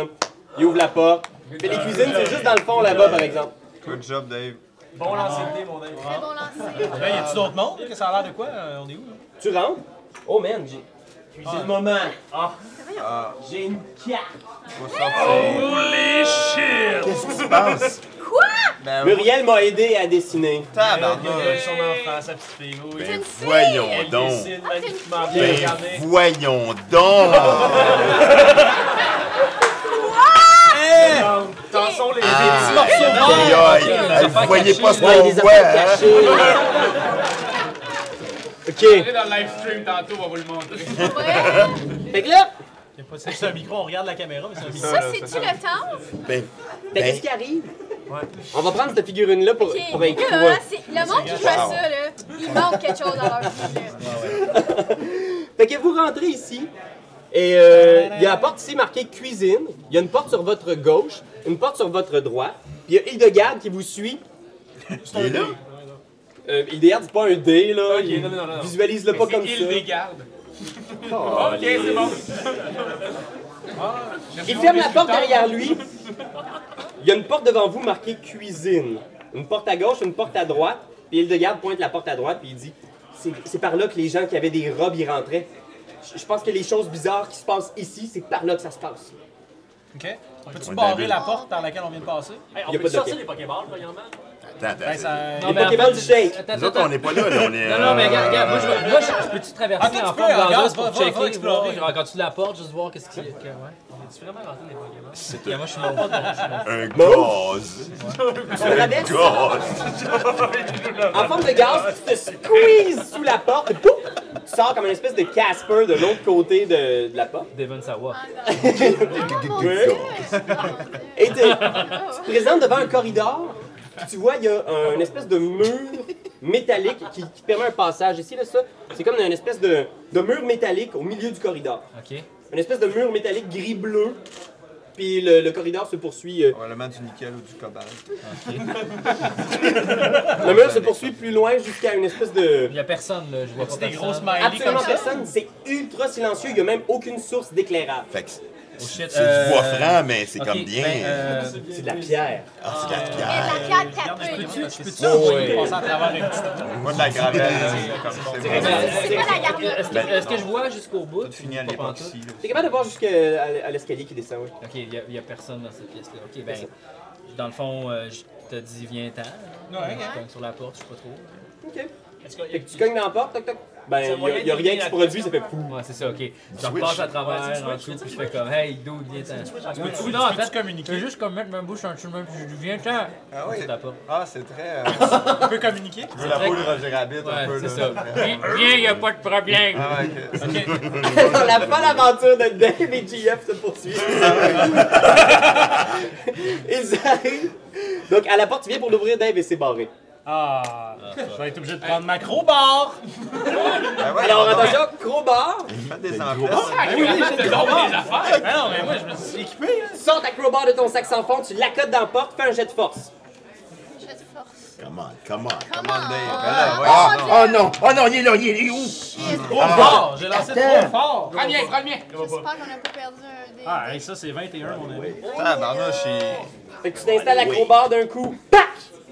Il ouvre la porte. Fait les cuisines, c'est juste dans le fond là-bas, par exemple.
Good job, Dave.
Bon lancer de dés, mon ami.
Très bon lancer.
Ben, y a-tu d'autres mondes? Que ça a l'air de quoi? Euh, on est où? là?
Tu rentres. Oh man, j'ai. J'ai le moment. Ah. J'ai une carte.
Faut sortir.
Qu'est-ce qui se passe?
Ben,
Muriel m'a aidé à dessiner.
euh,
Avec son enfant, sa petite fille. oui.
C'est
Ben
une fille! Ah,
voyons donc.
Dessine magnifiquement bien
Ben
regardez.
voyons donc.
T'en sont les
Ah, Aïe aïe. Vous voyez pas ce
Ouais,
qu'on
des
voit,
affaires
hein?
cachées. hein? OK.
On est dans le live stream tantôt, on va vous le montrer.
Fait que là,
Y a pas- C'est un micro, on regarde la caméra, mais c'est un micro.
Ça, c'est-tu le temps?
Ben,
fait
ben,
qu'est-ce qui arrive? On va prendre cette figurine-là pour, pour hein.
OK.
inclure.
Là, hein, c'est- Le monde qui fait ça, là, il manque quelque chose dans leur vie, là.
Fait que vous rentrez ici, et euh, il y a la porte ici marquée cuisine, il y a une porte sur votre gauche, une porte sur votre droite, puis il y a Hildegarde qui vous suit.
il est là?
Euh, Hildegarde, c'est pas un dé, là. il-
non, non, non, non.
Visualise-le pas comme ça.
Il les garde. Ok, c'est bon.
Il ferme la porte derrière lui. Il y a une porte devant vous marquée cuisine. une porte à gauche, une porte à droite. Puis le de garde pointe la porte à droite, puis il dit C'est- C'est par là que les gens qui avaient des robes y rentraient. Je- Je pense que les choses bizarres qui se passent ici, c'est par là que ça se passe.
OK. Peux-tu
Ouais,
barrer
David.
la porte par laquelle on vient de passer?
Hey, on
Y a
peut
pas de
sortir
hockey.
les Pokéballs, premièrement?
Attends, attends.
Ben, ça...
Les Pokémon du shake.
Nous autres, on n'est pas là, là. On est,
Non, non, mais
euh,
regarde, regarde, moi, je, vais- moi, je- je peux-tu
Ah,
traverser
toi,
en
tu peux,
forme
regarde,
d'angoisse
va-
pour
va- va
checker,
explorer.
voir, quand tu la portes, juste voir qu'est-ce qu'il y a.
Tu vraiment rentré les Pokémon?
Ok, moi, je suis mort.
Un gaz. Un
Traverse
gaz.
en forme de gaz, tu te squeezes sous la porte, et pouf, tu sors comme une espèce de Casper de l'autre côté de, de la porte.
Devon Sawa.
Mon
Ouais.
Dieu! Mon Dieu.
Et t'es- tu te présentes devant un corridor, puis tu vois, il y a un- une espèce de mur métallique qui, qui permet un passage. Ici, là, ça, c'est comme une espèce de, de mur métallique au milieu du corridor.
OK.
Une espèce de mur métallique gris-bleu, puis le, le corridor se poursuit. euh,
Probablement du nickel ou du cobalt.
le mur se poursuit plus loin jusqu'à une espèce de.
Il y a personne, là. Je vois pas
C'est des
personne.
grosses mailles comme
Absolument
ça.
personne, c'est ultra silencieux, il n'y a même aucune source d'éclairage.
Fait que c'est
Oh shit.
c'est du bois franc, mais c'est
ok,
comme bien.
ben, euh,
C'est de la pierre.
Ah, c'est de la
Et
pierre.
la pierre capée.
Peux-tu peux-tu envoyer
ouais.
passer à travers une petite...
Moi, de la gravelle, comme c'est bon.
C'est quoi la garde?
Est-ce que, est-ce que je vois jusqu'au bout?
Tout fini à
Pas
l'époque
pantoute.
ici. là.
T'es capable de voir jusqu'à à l'escalier qui descend, oui.
OK, il n'y a, personne dans cette pièce-là. OK, ben, dans le fond, euh, je te dis viens-t'en.
Ouais,
Je cogne sur la porte, je sais pas trop.
Ok.
Est-ce qu'il y a-
Fait que tu cognes dans la porte, toc toc.
C'est un
Ben,
moyen
il n'y a,
de
rien qui
deviner
se
la
produit, ça fait fou.
Ouais, c'est ça, OK. Je
Switch.
repasse à
Ouais, tu
travers,
switch,
en dessous,
tu
puis je
switch.
fais comme, hey, dude, viens-t'en.
switch.
non, en
Peux-tu
fait, je
communiquer?
veux juste comme mettre ma bouche en dessous de même, puis je dis viens-t'en.
Ah oui.
Sur la porte.
Ah, c'est très. euh,
Tu peux communiquer?
Tu veux la peau de Roger Rabbit un
Ouais,
peu,
c'est
là.
ça. Viens, viens, y a pas de problème.
Ah, ouais, ok.
la folle aventure de Dave et GF se poursuit. Ils arrivent. Donc, à la porte, tu viens pour l'ouvrir, Dave, et c'est barré.
Ah, je vais être obligé de prendre ma crowbar!
Ben ouais,
Alors,
Ah,
on va
attention, gros bar.
mettre des emplettes.
Ben non, mais moi, je me suis équipé, là.
Tu sors ta crowbar de ton sac sans fond, tu l'accotes dans la porte, fais un jet de force.
Je fais du force.
Come on, come on.
Ben
Comment?
Ah, oh non, oh non, il est là, il est où?
Crowbar! J'ai lancé trop fort!
Prends le mien, prends le mien.
J'espère qu'on n'a pas perdu un des.
Ah, hey, ça, c'est 21, mon ami.
Ah, barnouche, il-
Fait que tu t'installes la crowbar d'un coup. Pac!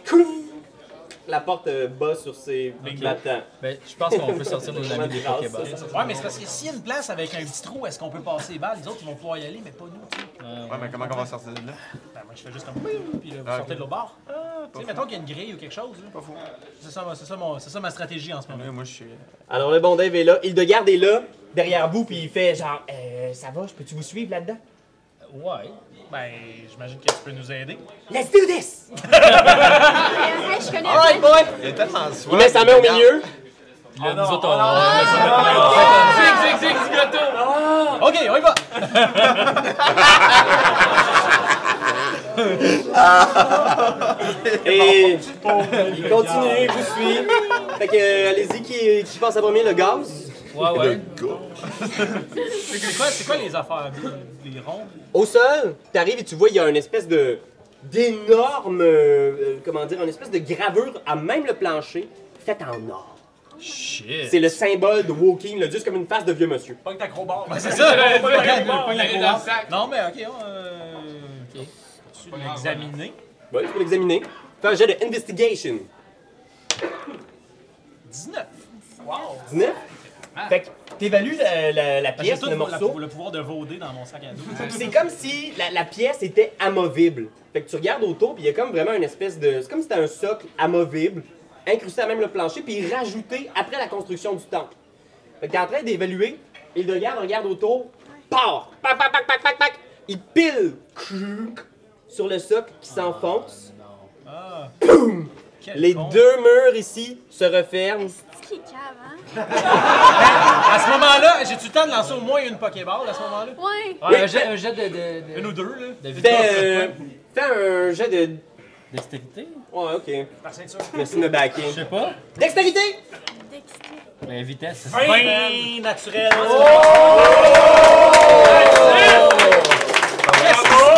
Clou! La porte euh, bat sur ses battants.
Ben, je pense qu'on peut sortir nos amis des
Comment tu
Pokéballs.
passes,
Ouais, mais c'est parce que s'il y a une place avec un petit trou, est-ce qu'on peut passer les balles? Les autres, ils vont pouvoir y aller, mais pas nous. tu sais.
Ouais, mais comment on va sortir de là?
Ben, moi, je fais juste comme. Puis là, vous
Ah,
sortez de l'autre bord. Tu sais, mettons qu'il y a une grille ou quelque chose. là.
Pas fou.
C'est ça, c'est ça, mon- c'est ça ma stratégie en ce moment.
Là, Moi, je suis.
Alors le bon Dave est là, il de garde est là, derrière vous, puis il fait genre euh, ça va, je peux-tu vous suivre là-dedans?
Ouais. Ben, j'imagine que tu peux nous aider.
Let's do this!
Euh, Hey, je connais
Alright boy!
Il est tellement soif.
Il met sa main au milieu.
Là, nous autres, on-
Zig, zig, zig, du gâteau.
Ok, on y va!
Et il continue, vous suit. Fait que euh, allez-y qui, qui passe à premier le gaz.
Ouais, ouais.
C'est quoi, c'est quoi les affaires? Les ronds?
Au sol, t'arrives et tu vois il y a une espèce de d'énorme euh, euh, comment dire, une espèce de gravure à même le plancher faite en or.
Shit.
C'est le symbole de Woking, là, juste comme une face de vieux monsieur.
Pogne ta crowbar.
Ben, C'est ça!
le-
pogne la-
le-
pogne la
le-
crowbar.
dans le sac.
Non, mais ok, on. Euh... Tu peux l'examiner?
Bon, tu peux l'examiner. Fais un jet de investigation.
19!
19. Fait que t'évalues la, la, la
J'ai
pièce,
tout
le morceau.
le pouvoir de voder dans mon sac à dos.
C'est comme si la, la pièce était amovible. Fait que tu regardes autour, puis il y a comme vraiment une espèce de. C'est comme si c'était un socle amovible, incrusté à même le plancher, puis rajouté après la construction du temple. Fait que t'es en train d'évaluer, et le garde regarde autour, part! Pac, pac, pac, pac, pac, pac! Il pile crouc, sur le socle qui s'enfonce.
Ah, Quel
Les
con.
deux murs ici se referment.
C'est qui cave, hein?
À ce moment-là, j'ai-tu le temps de lancer au moins une Pokéball à ce moment-là?
Ouais.
Ouais, un jet, un jet de... de, de-
Une ou deux, là.
de vitesse.
Fais, euh, fais un jet de.
Dextérité?
Ouais, ok.
Par ceinture.
Merci de me backer.
Je sais pas.
Dextérité!
Dexter.
Mais vitesse, c'est
Vin naturel.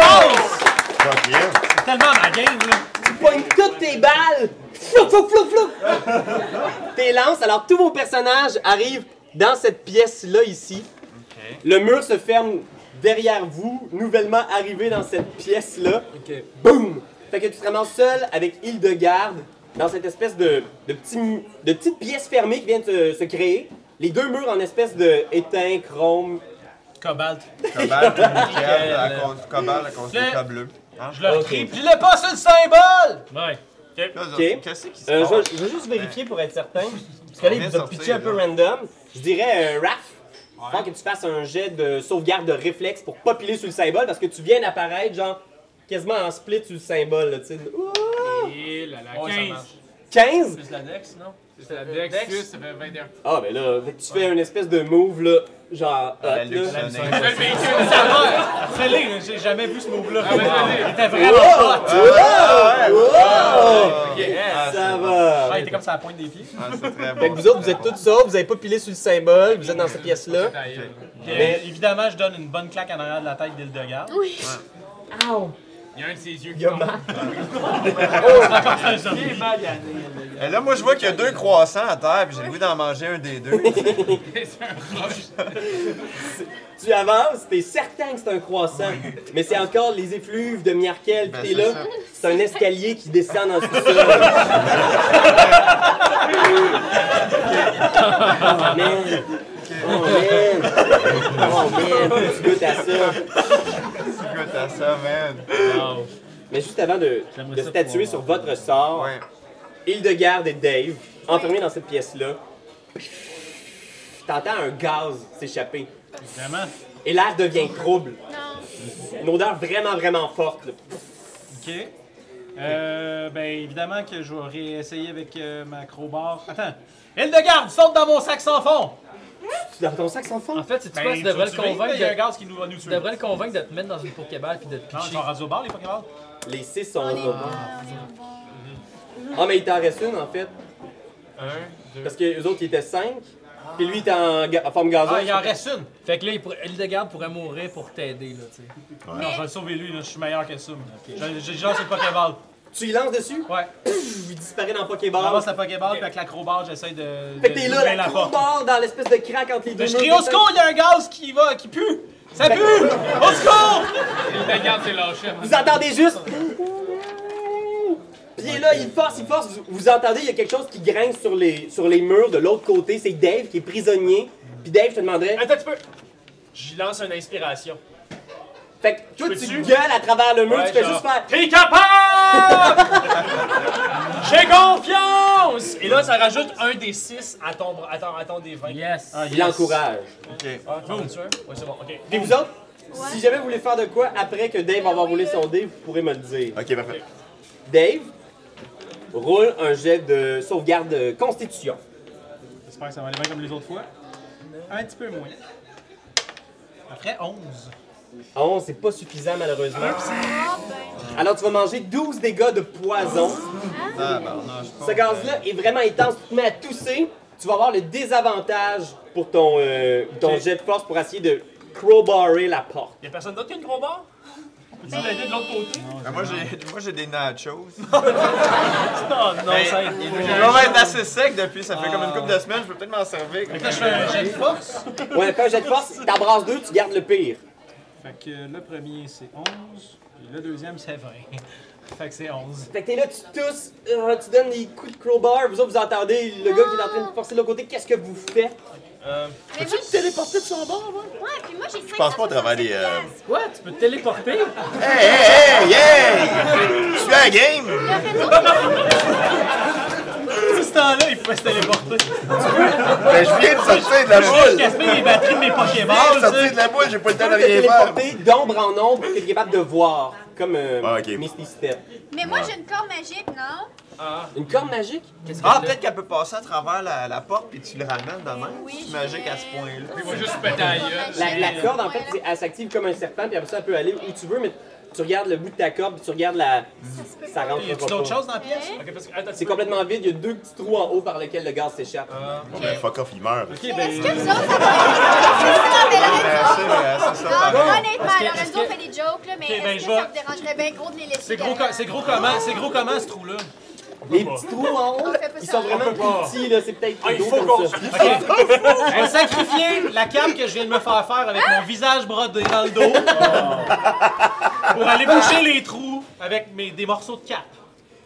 Fuck yeah.
C'est tellement ma game, là.
pogne toutes tes balles. Flou, flou, flou, flou. Tes lances. Alors, tous vos personnages arrivent dans cette pièce-là ici. Le mur se ferme derrière vous, nouvellement arrivé dans cette pièce-là. Boum! Fait que tu te ramasses seul avec Hildegarde dans cette espèce de, de, petit mu- de petite pièce fermée qui vient de se, se créer. Les deux murs en espèce de étain, chrome.
Cobalt.
Cobalt, nickel, à cause du cobalt, à cause du
Le-
tas bleu. Hein?
Je leur
Ok.
crie.
Puis
le pas sur le symbole! Ouais.
Là, vous
Ok.
autres, Qu'est-ce qui se
Euh,
passe?
je, vais- je vais juste vérifier pour être certain. Parce que là,
Ah On
il
vient
va
sortir,
pitcher un peu
là.
random. Je dirais, euh, Raph, faut que tu fasses un jet de sauvegarde de réflexe pour pas piler sur le symbole parce que tu viens d'apparaître, genre, quasiment en split sur le symbole, là, tu sais. Ouh!
Et là, la
Ouais, ça
15.
marche.
15?
Plus la Dex, non?
C'est la Dex 6, ça fait 21.
Ah, ben là, fait que tu fais une espèce de move, là, genre, hot,
La
là.
luxonné.
C'est le véhicule, ça va!
Fais-le, j'ai jamais vu ce move-là.
Ah ouais,
Il était
Wow!
vraiment hot.
Ah, ouais,
Wow!
Ah, ok. Ah, c'est
Ça
bon.
va!
Ouais, il était comme ça à la pointe des pieds.
Ah, c'est très bon.
Fait que vous autres, vous êtes tous sauts, vous avez pas pilé sur le symbole, vous êtes dans cette pièce-là.
Ta gueule.
Puis, euh, évidemment, je donne une bonne claque en arrière de la tête d'Hildegarde.
Oui.
Il y a un de ses yeux qui
Il y a
tombe.
Matt.
Il est mal gagné.
Et là, moi, je vois qu'il y a deux croissants à terre, puis j'ai le goût d'en manger un des deux.
C'est un roche.
Tu avances, t'es certain que c'est un croissant, mais c'est encore les effluves de Miarkel,
Ben,
pis t'es
c'est
là,
ça.
c'est un escalier qui descend dans ce sol. oh man! Oh man! Oh man! Tu goûtes à ça!
Tu goûtes à ça, man.
Mais juste avant de,
J'aimerais
de
ça
statuer
pouvoir
sur votre sort,
Ouais.
Hildegarde et Dave, enfermés dans cette pièce-là, t'entends un gaz s'échapper.
Vraiment?
Et l'air devient trouble.
Non.
Une odeur vraiment, vraiment forte. là.
Ok. Euh, ben évidemment que je vais réessayer avec euh, ma crowbar. Attends. Hildegarde, saute dans mon sac sans fond!
Tu dans ton sac sans fond?
En fait, c'est
Ben,
quoi? Tu devrais le
faut que tu vives,
convaincre
Il y a un
de...
gaz qui nous va nous
Tu
tuer. Ah,
devrais le convaincre de te mettre dans une Pokéball puis de te
Non, ils
pitcher.
sont rendus au bar, les Pokéballs?
Les six sont
On est bon,
là.
on est bon.
Ah, mais il t'en reste une, en fait.
Un, deux.
Parce que les autres, ils étaient cinq.
Ah.
Puis lui, il était en, ga- en forme gazeuse.
Ah, il en reste une!
Fait que là, il pourrait- Hildegarde pourrait mourir pour t'aider, là, tu sais.
Non, Ah, je vais le sauver lui, là, je suis meilleur que ça. moi. J'ai- J'ai déjà le Pokéball.
Tu y lances dessus,
Ouais.
il disparaît dans le
Je
Pokéball.
ramasse la Pokéball, puis avec la crowbar, j'essaie de.
Fait que
de
t'es
d'ouvrir
là, la
porte.
crowbar dans l'espèce de crack entre les deux.
Mais je
murs
crie au
de
secours, il y a un gaz qui va, qui pue! Ça pue! Au secours!
Ta garde, c'est lâché.
Vous entendez juste. Puis il est là, il force, il force. Vous, vous entendez, il y a quelque chose qui grince sur les, sur les murs de l'autre côté. C'est Dave qui est prisonnier. Puis Dave, je te demanderais.
Attends, tu peux. J'y lance une inspiration.
Fait que toi, tu
Peux-tu?
gueules à travers le mur,
Ouais,
tu fais
genre,
juste faire.
T'es capable! J'ai confiance! Et là, ça rajoute un des six à ton, à ton, à ton des 20.
Yes!
Il l'encourage.
Ah, tu veux-tu un? Ouais, c'est bon, ok.
Puis vous autres,
Ouais.
si jamais vous voulez faire de quoi après que Dave va avoir roulé son dé, vous pourrez me le dire.
Ok, parfait.
Dave, roule un jet de sauvegarde de constitution.
J'espère que ça va aller bien comme les autres fois. Un petit peu moins. Après 11.
11, Ah, c'est pas suffisant malheureusement.
Ah ben.
Alors tu vas manger 12 dégâts de poison.
Ah, ben, non, je pense.
Ce gaz-là est vraiment intense. Tu te mets à tousser. Tu vas avoir le désavantage pour ton, euh, ton jet de force pour essayer de crowbarrer la porte.
Y'a personne d'autre qui a une gros barre? Peux-tu l'aider de l'autre côté?
Ben, moi, j'ai, moi, j'ai des nachos.
Oh non,
Ben,
ça
ils doivent être assez secs depuis, ça fait comme une couple de semaines, je peux peut-être m'en servir.
Là, je fais un jet de force.
Ouais, fais un jet de force, t'embrasses deux, tu gardes le pire.
Fait que le premier, c'est 11. Puis le deuxième, c'est 20. Fait que c'est 11.
Fait que t'es là, tu tousses, euh, tu donnes des coups de crowbar, vous autres vous entendez le gars qui est en train de forcer de l'autre côté, qu'est-ce que vous faites?
Ah! Mais moi, je
Téléporter de son bord, là?
Ouais, puis moi, j'ai 5 Je
pense pas au travers des, euh,
Quoi? Tu peux te téléporter?
Hey, hey, hey, hey! Je suis à la game!
Tout ce temps-là, il pouvait se téléporter.
Ben, je viens de sortir
Ah,
de la
Je
boule!
casse les batteries de mes
Je viens de
Pokéballs. tu
sortir
sais.
de la boule, j'ai pas le temps
Te
de rien faire!
téléporter d'ombre en ombre pour que tu es capable de voir, comme euh,
Ah, ok.
Misty Step.
Mais moi, j'ai une corde magique, non?
Une corde magique?
Ah, peut-être qu'elle peut passer à travers la, la porte puis tu le ramènes dans la main.
Oui,
C'est
je
magique
vais-
à ce point-là.
Il va juste se péter à la gueule.
La, la corde, en fait,
Ouais,
c'est- elle s'active comme un serpent, puis après ça, elle peut aller où tu veux, mais tu regardes le bout de ta corde, puis tu regardes la... Ça rentre
Y a-tu d'autres choses dans la pièce?
Ok, parce que. Attends,
C'est complètement vide, il y a deux petits trous en haut par lesquels le gaz s'échappe.
Bon, ben, fuck off, il meurt.
Ok,
Est-ce
ben.
que vous autres, ça va mais
Ben, c'est, euh, c'est ça,
Ah,
pareil.
honnêtement, alors, nous autres, on fait des jokes, là, mais
Ok, ben,
est-ce
je
que ça
vais-
vous dérangerait bien gros de les laisser
C'est gros, co-
derrière?
c'est gros comment, c'est gros comment ce trou-là?
Les petits trous en haut,
fait pas
ils
ça.
sont vraiment petits, là, c'est peut-être
Ah, il
dos
faut
comme
qu'on
ça.
Ok. Je vais sacrifier la cape que je viens de me faire faire avec mon visage brodé dans le dos pour aller boucher les trous avec mes, des morceaux de cape.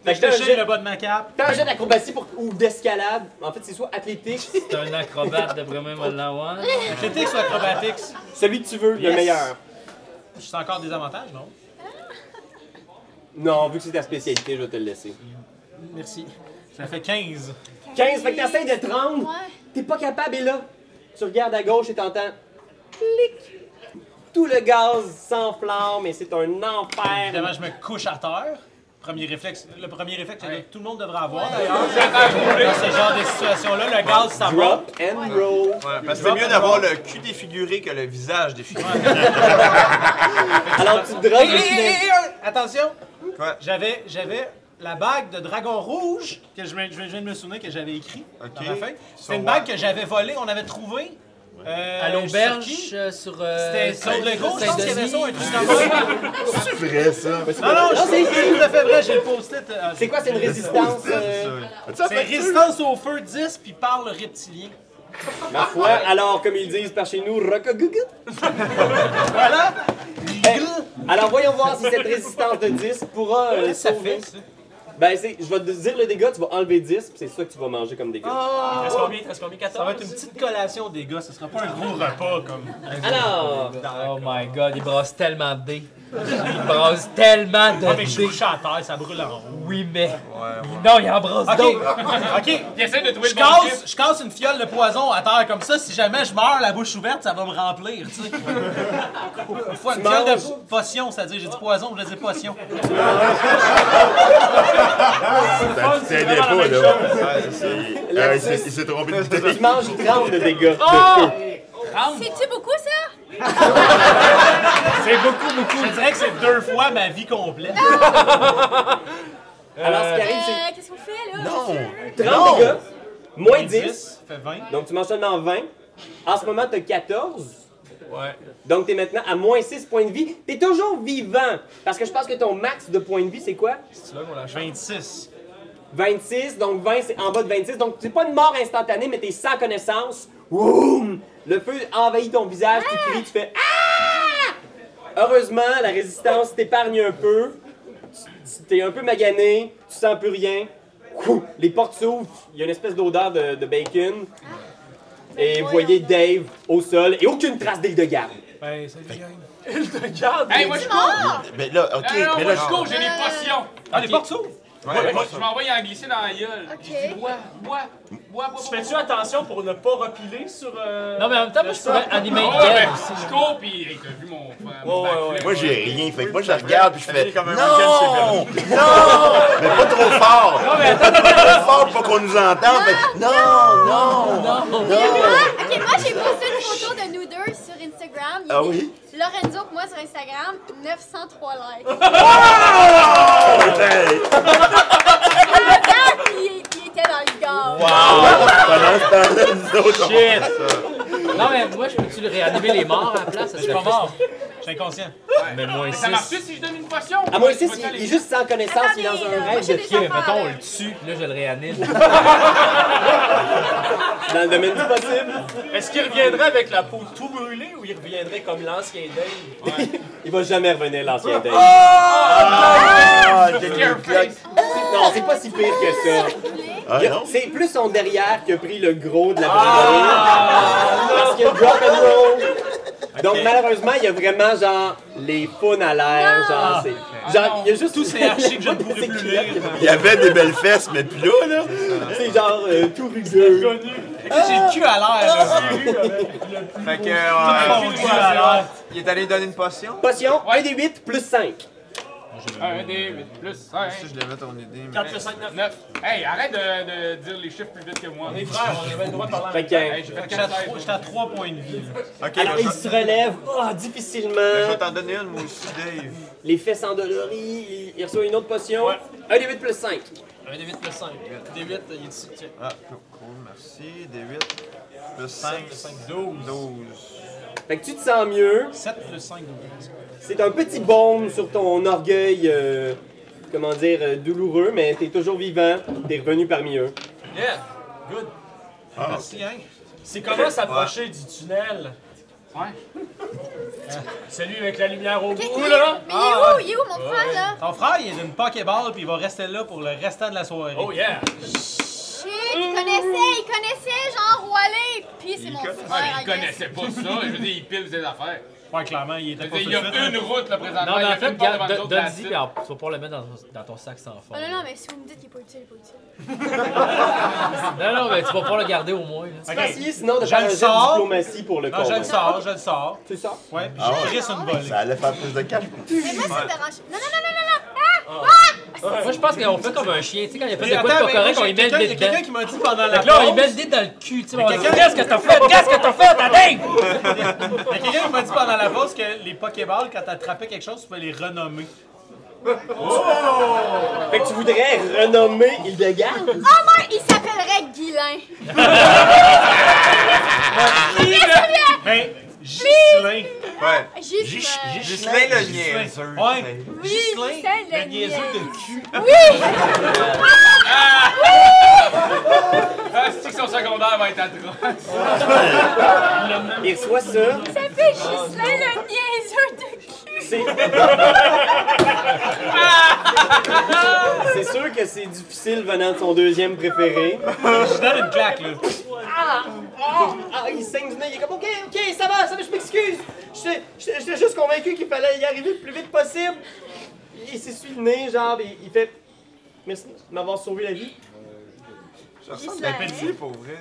Fait
Je
que t'as un
déchire le
jet-
bas de ma cape.
t'as un jet d'acrobatie pour- ou d'escalade. En fait, c'est soit athlétique,
C'est un acrobate de vraiment Malawan.
Euh, Athletics ou acrobatics?
celui que tu veux, le
Yes.
meilleur.
Je suis encore des avantages, non?
Non, vu que c'est ta spécialité, je vais te le laisser.
Merci. Ça fait 15.
15, fait que t'essayes de te rendre.
Ouais.
T'es pas capable, et là, tu regardes à gauche et t'entends. Clic! Tout le gaz s'enflamme et c'est un
Évidemment,
enfer.
je me couche à terre. Premier réflexe, le premier réflexe que tout le monde devrait avoir d'ailleurs. Dans ce genre de situation-là, le gaz, ça monte.
Drop and roll.
Ouais, parce que c'est mieux d'avoir le cul défiguré que le visage défiguré.
Alors tu drops.
Hé, hé, hé, hé, hé, Attention!
Quoi?
J'avais, j'avais la bague de dragon rouge que je, me- je viens de me souvenir que j'avais écrit
Ok.
dans ma feuille.
So
C'était une
what?
bague que j'avais volée, on avait trouvée. euh,
À
sur
l'auberge,
qui?
euh, sur.
C'était sur le gauche, je pense qu'il y avait ça, un truc dans
C'est vrai, ça.
Non, non, je- c'est tout à fait vrai, j'ai le post-it. euh,
C'est quoi, c'est une résistance? euh,
C'est résistance au feu 10 puis parle reptilien.
Ma foi, alors comme ils disent par chez nous, rocogugu.
Voilà!
Eh, Alors voyons voir si cette résistance de 10 pourra euh,
Ça
sauver.
fait ça.
Ben c'est, je vais te dire le dégât, tu vas enlever 10, puis c'est ça que tu vas manger comme dégât.
Oh.
Il te reste combien? Il te reste combien?
Ça va être une
14?
petite collation des gars, ce sera pas un gros repas comme.
Alors,
Oh my god, il brasse tellement de dés. Il brasse tellement
Ah,
de
mais je suis
dés.
couché à terre, ça brûle en haut.
Oui, mais. Non, il en brasse
Ok,
d'autres.
ok.
Il essaie de trouver
Je
le bon
casse,
chiffre.
je casse une fiole de poison à terre comme ça. Si jamais je meurs la bouche ouverte, ça va me remplir, tu sais. Une fois une fiole
manges?
de potion, c'est-à-dire j'ai dit poison, je dis potion.
Ça ne t'aidait pas, là. Il- euh, il s'est- Il s'est trompé de
tu manges 30 de dégâts.
C'est-tu beaucoup, ça?
C'est beaucoup, beaucoup. Je dirais que c'est deux fois ma vie complète.
Ah, Alors ce qui arrive, c'est
Euh, qu'est-ce qu'on fait, là?
Euh,
30 dégâts, moins 10,
Ça fait 20.
donc tu manges seulement 20. En ce moment, t'as 14.
Ouais.
Donc, t'es maintenant à moins 6 points de vie. T'es toujours vivant. Parce que je pense que ton max de points de vie, c'est quoi?
C'est là qu'on l'a
26.
26, donc 20, c'est en bas de 26. Donc, c'est pas une mort instantanée, mais t'es sans connaissance. Woum! Le feu envahit ton visage, tu cries, tu fais Ah! Heureusement, la résistance t'épargne un peu. Tu- T'es un peu magané, tu sens plus rien. Ouh! Les portes s'ouvrent, il y a une espèce d'odeur de, de bacon. Et vous voyez Dave au sol et aucune trace d'île de garde.
Ben, c'est le gang.
Hey, moi je cours!
Ah!
Mais là, OK,
Non, non,
mais
moi
là,
je cours, j'ai des potions!
Ah, les portes s'ouvrent.
Ouais, moi, je m'envoie en glisser dans la gueule.
Ok.
Je dis, bois, bois, bois, bois,
Tu
bois.
fais-tu attention pour ne pas repiler sur. euh,
Non, mais en même temps, moi,
le
je pourrais
sol?
animer
Ah
une
ouais,
guerre
ben,
aussi.
je cours, pis hey, t'as vu mon, mon
Ouais, ouais,
backflip.
moi, j'ai rien. Fait que moi, je la regarde puis je fais
fait comme un
Non! Non! Mais pas trop fort! Pas trop fort pour pas qu'on nous entende. Fait que non, non!
Ah, ok, moi j'ai posté une photo de nous deux sur Instagram. Il y a
Ah oui?
Lorenzo et moi sur Instagram, 903 likes.
Hey!
Regarde, il, il était dans le gars. Ah,
Pendant ce temps-là, nous autres, on-
Non, mais moi, je peux-tu le réanimer les morts à la place?
Je suis pas mort. Je suis inconscient.
Mais moins
Mais ça marche si je donne une potion?
À moins 6,
Je vais
Ah, il,
t'aller-
il est juste sans connaissance, il est dans
Attendez, là,
un
euh, moi,
rêve
j'ai
de
des
fièvre.
affaires.
Mettons, on le tue, puis là, je le réanime.
Dans le domaine du possible.
Est-ce qu'il reviendrait avec la peau tout brûlée ou il reviendrait comme l'ancien Dave?
Il va jamais revenir l'ancien Dave.
Ah, quel
Scareface.
Non, c'est pas si pire que ça.
Ah
Il y a-
non?
C'est plus son derrière qui a pris le gros de la brûlée. Parce qu'il y a le rock and roll. Donc malheureusement, il y a vraiment genre les faunes à l'air, genre c'est genre il y a juste
Tout c'est archi que je ne pourrais
C'est
plus
clair.
lire.
Il y avait des belles fesses, mais puis là, là...
c'est genre euh, tout rugueux.
J'ai le cul à l'air, là.
Fait que,
Mon
euh,
cul à l'air.
il est allé donner une potion.
Potion 1 des 8 plus 5.
Un dé, huit, plus cinq.
Si je l'avais ton idée, mais...
4 plus 5, 9.
Neuf. Hey, arrête de, de dire les chiffres plus vite que moi.
Les frères, on avait le droit de parler en
Fait
même
que, euh,
Hey, j'ai
J'étais
fait
à
quatre
trois-
têtes.
j'étais à 3 points de vie. là.
Ok,
alors
je
il
vais-
se relève oh, difficilement.
Ben, je vais t'en donner une, moi aussi, Dave.
Les fesses endolories, il, il reçoit une autre potion. 1 des 8 plus 5.
Un D8 plus 5. D8, il est ici. check.
Ah, cool, cool, merci. D8 plus 5,
plus
5
cinq,
12.
Fait que tu te sens mieux.
7 plus 5, 12.
C'est un petit baume sur ton orgueil, euh, comment dire, euh, douloureux, mais t'es toujours vivant, t'es revenu parmi eux.
Yeah, good.
Merci, hein?
C'est comment s'approcher du tunnel? Euh,
Ouais.
Celui avec la lumière au bout.
Ok,
Ouh
mais-
là là!
Mais il est
Ah,
où? Il est où, mon frère, là?
Ton frère, il est d'une Pokéball, puis il va rester là pour le restant de la soirée.
Oh yeah!
Shit, il connaissait, il connaissait Jean Roilet! Puis c'est
Il
mon
connaissait.
Ouais,
frère,
mais il
I guess.
connaissait pas ça. Je veux dire, il pile ses affaires.
Ouais, clairement, il était
Je veux
pas
dire,
sur
il
le
y
fil,
a
hein.
une route, là, présentement.
Non,
il
mais
y
en
a
fait,
une porte devant
garde,
nous autres,
don-
la
donne-y,
suite.
puis alors, tu vas pouvoir le mettre dans, ton- dans ton sac sans fond.
Oh non, non, mais si vous me dites qu'il est pas utile, il est pas utile.
Non, non, mais tu vas pouvoir le garder au moins. là.
Tu vas essayer sinon de
Je
faire
le
un jet de
sors.
diplomatie pour le
Non, je le
convaincre.
sors, je le sors.
C'est ça?
Ouais, puis
Ah ouais.
je crisse une
Ça
volée.
allait faire plus de cash.
Mais moi, ça me dérange. Non, non, non, non, Ah! non, non!
Moi, je pense qu'on fait comme un chien. Tu sais, quand il a fait
Mais
des quoi de
attends,
pas
mais
correct,
moi,
on
j'ai
lui met le
quelqu'un-
nez
il y a
dedans.
quelqu'un qui m'a dit pendant la
Fait que là, on lui
pause-
met le nez dans le cul. Tu sais, on dit
quelqu'un-
Qu'est-ce que t'as fait? Qu'est-ce que t'as fait, ta dingue?
Il y a quelqu'un qui m'a dit pendant la pause que les Pokéballs, quand t'attrapais quelque chose, tu pouvais les renommer.
Fait que tu voudrais renommer Hildegard?
Oh, moi, il s'appellerait Guilain!
Ben, Ghislain.
Ouais.
Juste, euh,
Gislain le niaiseux.
Ouais.
Oui,
Ghislain,
Ghislain,
le
le
niaiseux
niaiseux.
de cul.
Ah, c'est que son secondaire va être atroce.
Il reçoit ça.
Ça fait Gislain le niaiseux de cul!
C'est. c'est sûr que c'est difficile venant de son deuxième préféré.
Je donne une claque, là.
Ah, ah, il saigne du nez. Il est comme, OK, OK, ça va, ça va, je m'excuse. J'étais- J'étais j'étais juste convaincu qu'il fallait y arriver le plus vite possible. Il s'essuie le nez, genre, il, il fait. Merci de m'avoir sauvé la vie.
Je ressens de
Gislain.
la pitié pour vrai.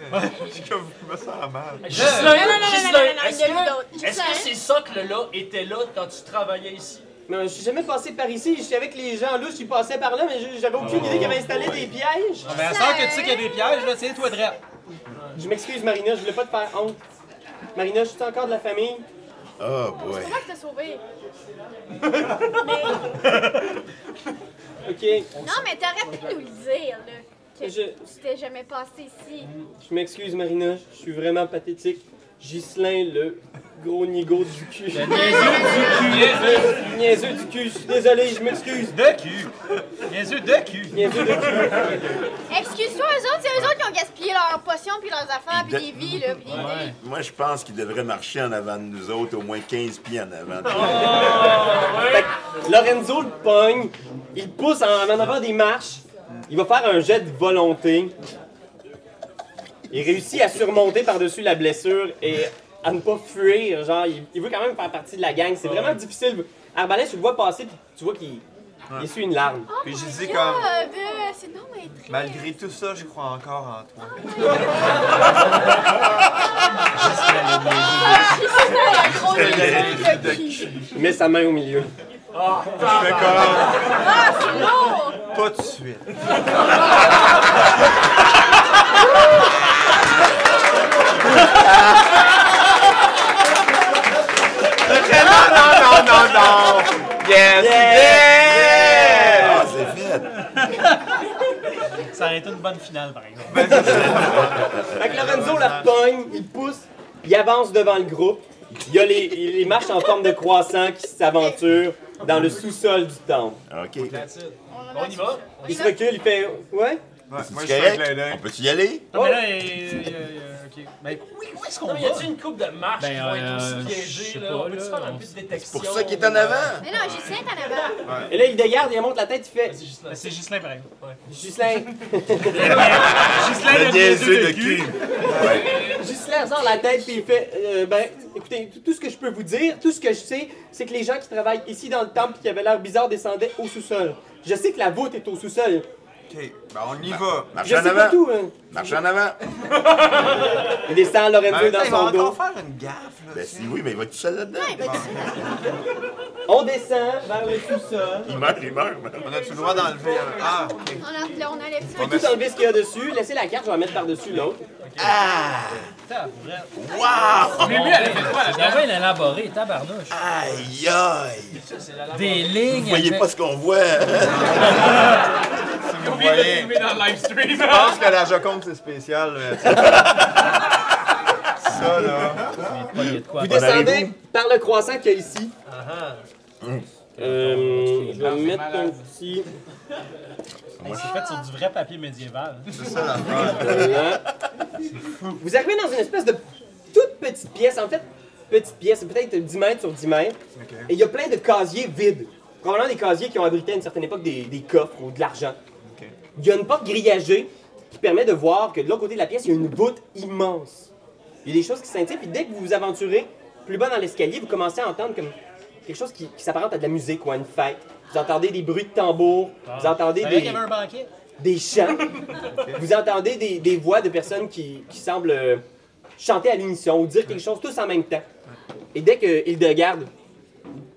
J'ai comme, je me sens mal.
Gislain,
Non, non, non, non, non, non, non, il y
est-ce
a eu
que,
d'autres.
est-ce que ces socles-là étaient là quand tu travaillais ici?
Non, je suis jamais passé par ici. Je savais que les gens là, ils passaient par là, mais je- j'avais aucune idée qu'ils avaient installé
Oh
des pièges.
Mais Ben, à savoir que tu sais qu'il y a des pièges, là, tiens, toi, drette.
Je m'excuse, Marina, je voulais pas te faire honte. Marina, je suis encore de la famille.
Oh boy.
C'est moi qui t'ai sauvé.
OK,
Non, mais t'aurais pu nous le dire, là. Que
Je-
tu t'es jamais passé ici.
je m'excuse, Marina. Je suis vraiment pathétique. Ghislain, le gros nigo du cul. Le niaiseux du cul. Je suis désolé, je m'excuse.
De cul. Bien sûr, de cul.
Niaiseux de cul.
Excuse-toi, eux autres, c'est eux autres qui ont gaspillé leurs potions, puis leurs affaires, puis
de-
des vies, là, puis des idées.
Moi, je pense qu'il devrait marcher en avant de nous autres, au moins 15 pieds en avant.
Fait que Lorenzo le pogne. Il le pousse en, en avant des marches. Il va faire un jet de volonté. Il réussit à surmonter par-dessus la blessure et à ne pas fuir. Genre, il, il veut quand même faire partie de la gang. C'est vraiment difficile. Arbalès, tu le vois passer, puis tu vois qu'il il essuie une larme.
Oh
Puis
mon
j'ai dit
Dieu,
comme-
euh, c'est non, mais triste.
Malgré tout ça, je crois encore en toi.
Ah, la grosse niaiseuse de cul.
Il met sa main au milieu.
Je fais comme,
Ah, c'est lourd!
pas de suite. Non, non, non, non, non! Yes! yes.
Ah, c'est fait!
Ça aurait été une bonne finale, par exemple.
Fait que Lorenzo la pogne, il pousse, il avance devant le groupe. Il y a les, les marches en forme de croissant qui s'aventurent dans le sous-sol du temple.
OK.
On y va?
Il se recule, il fait Ouais?
Ouais, moi, je
C'est
fais un
correct?
clin
On
d'œil.
peut-tu y aller?
Non, mais là, il il- il- il- OK. Ben, oui, où est-ce qu'on
Non,
va?
mais y a-t-il une coupe de marche
Ben,
qui va
euh,
être aussi
je sais
piégée, là?
pas,
On peut-tu
là,
faire un
on-
peu de détection?
Pour ça qu'il est en avant!
Mais non, Gislain est en avant.
Et là, il dégarde, il monte la tête, il fait
C'est juste là.
Ben, C'est Gislain, par exemple.
Ghislain,
Gislain,
Le
le niaiseux de cul.
Ghislain sort la tête, puis il fait euh, Ben, écoutez, tout- tout ce que je peux vous dire, tout ce que je sais, c'est que les gens qui travaillent ici dans le temple qui avaient l'air bizarre descendaient au sous-sol. Je sais que la voûte est au sous-sol.
Ok, ben on y va.
Je
Marche en
sais pas
avant!
tout, hein.
Marche en avant!
Il descend Lorenzo
Mais
dans
Ben, il va
son dos.
encore faire une gaffe, là.
Ben
tu
si oui, mais il va être tout seul là-dedans.
On descend vers le sous-sol.
Il meurt, il meurt. man.
sais. On a-tu le droit d'enlever un? Ah, ok.
On a, là, on a les
Vous pouvez tout enlever ce qu'il y a dessus. Laissez la carte, je vais la mettre par-dessus l'autre.
Ah!
Tabarnak.
Mumu, elle a fait quoi
C'est
là-dedans?
vraiment élaboré, tabarnouche.
Aïe aïe!
Des lignes.
Vous voyez
avec-
pas ce qu'on voit!
Si vous
J'ai oublié de le
voyez.
filmer dans le live stream.
Je pense que la Joconde, c'est spécial. mais- Ça, là.
Pas de quoi.
Vous
Bon,
descendez
arrive-vous?
par le croissant qu'il y a ici. Ah, Euh, je vais
Non, c'est
mettre un
malade.
petit.
Hey, C'est fait sur du vrai papier médiéval.
C'est ça,
Ah,
la
euh, Vous arrivez dans une espèce de toute petite pièce. En fait, petite pièce, peut-être 10 mètres sur 10 mètres. Et il y a plein de casiers vides. Probablement des casiers qui ont abrité à une certaine époque des, des coffres ou de l'argent. Il y a une porte grillagée qui permet de voir que de l'autre côté de la pièce, il y a une voûte immense. Il y a des choses qui scintillent, puis dès que vous vous aventurez plus bas dans l'escalier, vous commencez à entendre comme quelque chose qui, qui s'apparente à de la musique ou à une fête. Vous entendez des bruits de tambour, vous entendez
Fallait
des
qu'il Ah, y avait un banquet.
des chants. Vous entendez des, des voix de personnes qui, qui semblent euh, chanter à l'unisson ou dire quelque chose tous en même temps. Et dès que Hildegarde,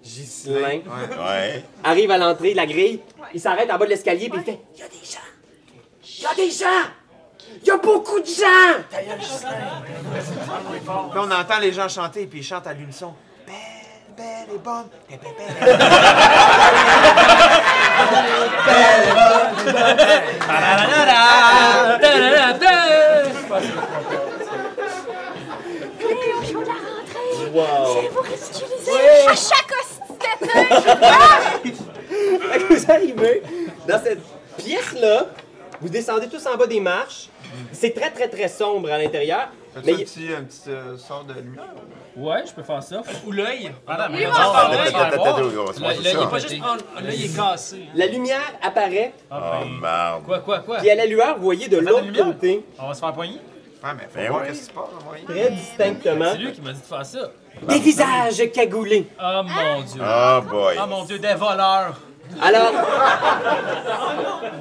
Ghislain,
Ouais.
arrive à l'entrée de la grille, il s'arrête en bas de l'escalier puis il fait « Il y a des gens! Il y a des gens! Il y a beaucoup de gens!
Là, on entend les gens chanter, puis ils chantent à l'unisson. Belle, belle et bonne. Belle, belle, belle.
Venez au show de la rentrée! »
Wow!
Vous ridiculisez à chaque hostilité!
Fait que vous arrivez dans cette pièce-là, vous descendez tous en bas des marches. C'est très, très, très sombre à l'intérieur.
As-tu
Mais
un petit, un petit euh, sort de lumière?
Ouais, je peux faire ça.
Ou l'œil.
Madame,
Lui,
madame.
bon,
Attends,
ouais,
attends,
on va
attends,
voir.
attends, on va se
Là,
passer
là, il est
ça.
pas
Pas juste prendre. L'œil est cassé. hein.
la lumière apparaît
Oh, merde.
Quoi, quoi, quoi?
Puis à la lueur, vous voyez de l'autre
lumière?
côté,
on va se faire poigner.
Ouais, mais faut
Ben
voir
oui.
qu'est-ce qui se passe, on va y-
très distinctement,
C'est lui qui m'a dit de faire ça.
des visages cagoulés.
Oh mon dieu.
Oh boy.
Oh mon dieu, des voleurs.
Alors,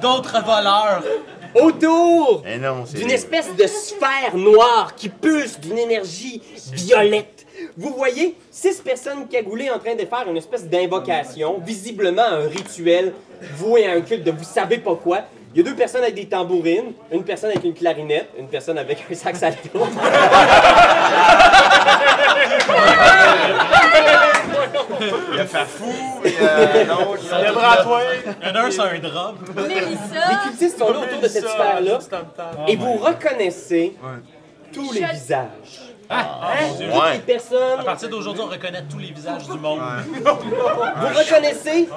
D'autres voleurs.
autour
Eh non, c'est.
d'une espèce de sphère noire qui pulse d'une énergie violette, vous voyez six personnes cagoulées en train de faire une espèce d'invocation, visiblement un rituel voué à un culte de vous savez pas quoi. Il y a deux personnes avec des tambourines, une personne avec une clarinette, une personne avec un sax alto.
Il a fait fou, et euh, l'autre. il a-
Il y en a un, c'est un drop.
Les
Mélissa!
cultistes sont là autour de cette sphère-là et vous reconnaissez tous les
Je-
visages. Hein? Toutes les
Ouais.
À
personnes,
partir d'aujourd'hui, on reconnaît tous les visages du monde.
vous
Ah,
reconnaissez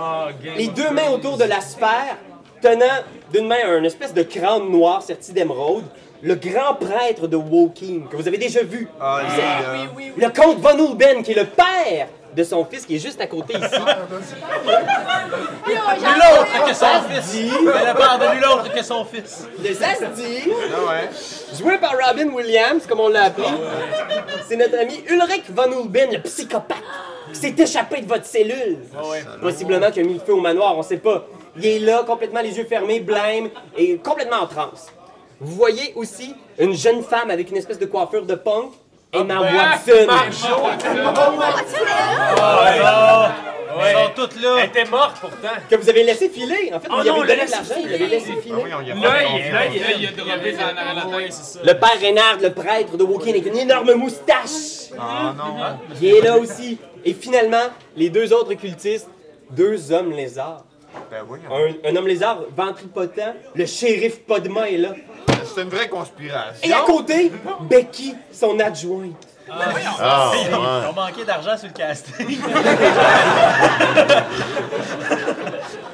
les deux mains autour de la sphère, tenant d'une main un espèce de crâne noir serti d'émeraude, le grand prêtre de Woking, que vous avez déjà vu.
Ah, il est là.
Oui, oui, oui.
Le comte Von Ulben, qui est le père de son fils, qui est juste à côté ici.
L'autre que son
Ça se
fils.
dit,
Elle a pardonné l'autre que son fils.
ça se dit,
Ah ouais.
joué par Robin Williams, comme on l'a appelé. C'est notre ami Ulrich Von Ulben, le psychopathe, qui s'est échappé de votre cellule. Possiblement qu'il a mis le feu au manoir, on sait pas. Il est là, complètement les yeux fermés, blême, et complètement en transe. Vous voyez aussi une jeune femme avec une espèce de coiffure de punk, Emma Watson.
Ils sont toutes là.
Elle était morte pourtant.
Que vous avez laissé filer. En fait, vous lui avez donné de l'argent, vous l'avez laissé
Ben
filer.
oui, on y a pas de
L'œil,
confiance.
l'œil,
ben,
Là, il
l'œil.
a droppé dans l'arrière la tête.
Le père Reynard, le prêtre de Woking, avec une énorme moustache.
hein.
Ah non.
Il est là aussi. Et finalement, les deux autres occultistes, deux hommes lézards.
Ben oui. on-
Un, un homme lézard ventripotent, le shérif Podma est là.
C'est une vraie conspiration.
Et à côté, Becky, son adjointe.
Oh,
Ils ont
ouais.
manqué d'argent sur le casting.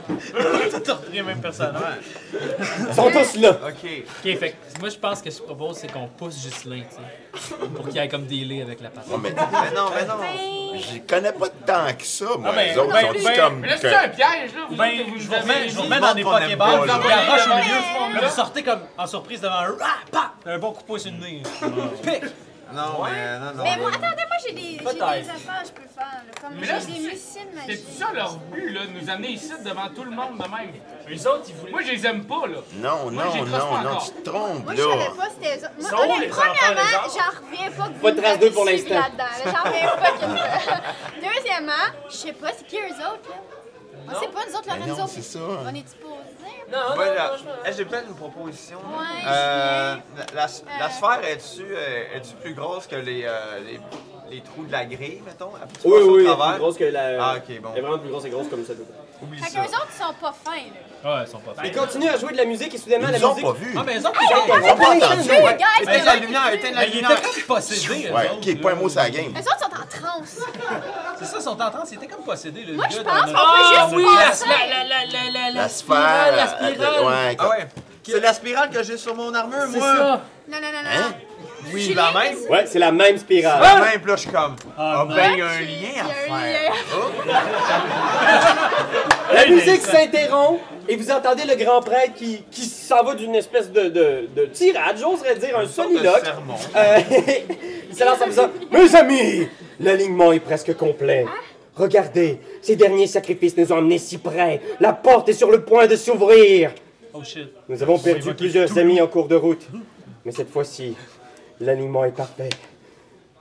Tout repris le même personnage.
Ils sont tous là.
Ah,
Ok.
ben, Ok, fait que moi je pense que ce que je propose c'est qu'on pousse Ghislain, tu sais. Pour qu'il aille comme dealer avec la
Non,
personne.
mais
Ben non, ben non.
je connais pas tant que ça, moi.
ben,
les autres
ben,
sont-ils
ben,
comme.
Mais là,
que-
c'est un piège, là. Vous
Ben,
autres, vous
je vous
avez-
remets, je vous
vous
remets dans des
demande qu'on aime pas,
pokéballs,
là.
je vous garoche au
Ouais.
milieu. Là, vous sortez comme en surprise devant eux. Ah, paf! Un bon coup de poing sur le nez. Pic!
Non, mais non, non.
Mais moi,
mais-
attendez, moi j'ai des, j'ai des affaires que je peux faire. là, Comme
Mais là,
j'ai des missiles
C'est
magiques.
tout ça leur but, là, de nous amener ici devant tout le monde de même.
Les autres, ils voulaient.
Moi, je les aime pas, là.
Non,
Moi,
non,
j'y crosse
non,
pas
non,
encore.
tu te trompes,
Moi, je
là.
savais pas c'était ça. Moi,
Sont où
honnêtement,
les
premièrement,
enfants lézards?
j'en reviens pas que vous
Pas de trace
m'avez
d'eux pour
suivi
l'instant.
là-dedans, là. J'en reviens pas que Deuxièmement, je sais pas c'est qui eux autres, là. On sait pas, nous autres,
Mais
Lorenzo.
Ben non, c'est ça.
On est supposés.
Non, non,
Voilà.
non, je-
Eh, J'ai peut-être une proposition. là.
Ouais,
Euh, la, la-
Euh.
la sphère, est-tu euh, est-tu plus grosse que les, euh, les, les trous de la grille, mettons? Après, tu
Oui,
passes au
oui, elle est
travers?
plus grosse que la.
Ah, ok, bon.
Elle est vraiment plus grosse et grosse comme ça.
Ben,
Oublie
Fait
ça.
qu'eux autres, ils sont pas fins, là.
Ouais, ils sont pas
Ils continuent à jouer de la musique et soudainement
Ils
la
nous ont
musique.
pas vus.
Ah, mais ils ont
Ils ont pas entendu.
Les gars, ils
Éteins
sont-
la lumière, éteins la
Mais ils
lumière.
étaient Ben, comme possédés. eux
Ouais,
autres,
ok,
là.
pas un mot sur la game.
Eux autres sont en transe.
C'est ça, ils sont en train, c'était comme possédés. le
Moi,
gars
je
dans
pense
notre-
qu'on peut
Ah
juste
oui,
passer.
la, la, la, la, la,
La
spirale,
sphère.
la
euh,
spirale.
Ouais,
Ah ouais. C'est la spirale que j'ai sur mon armure,
C'est
moi.
ça.
Non, non, non, non.
Hein?
Oui, la même.
Ouais, c'est la même spirale.
La même, puis là, je suis comme. Ah, ben, il y a un
Il y
lien
a
à
un
faire.
lien.
La musique s'interrompt et vous entendez le grand prêtre qui, qui s'en va d'une espèce de, de, de tirade, j'oserais dire un
Sorte de
soliloque.
sermon.
Euh, il se lance en disant Mes amis, l'alignement est presque complet. Regardez, ces derniers sacrifices nous ont emmenés si près. La porte est sur le point de s'ouvrir.
Oh shit.
Nous avons perdu plusieurs amis en cours de route. Mais cette fois-ci, l'alignement est parfait.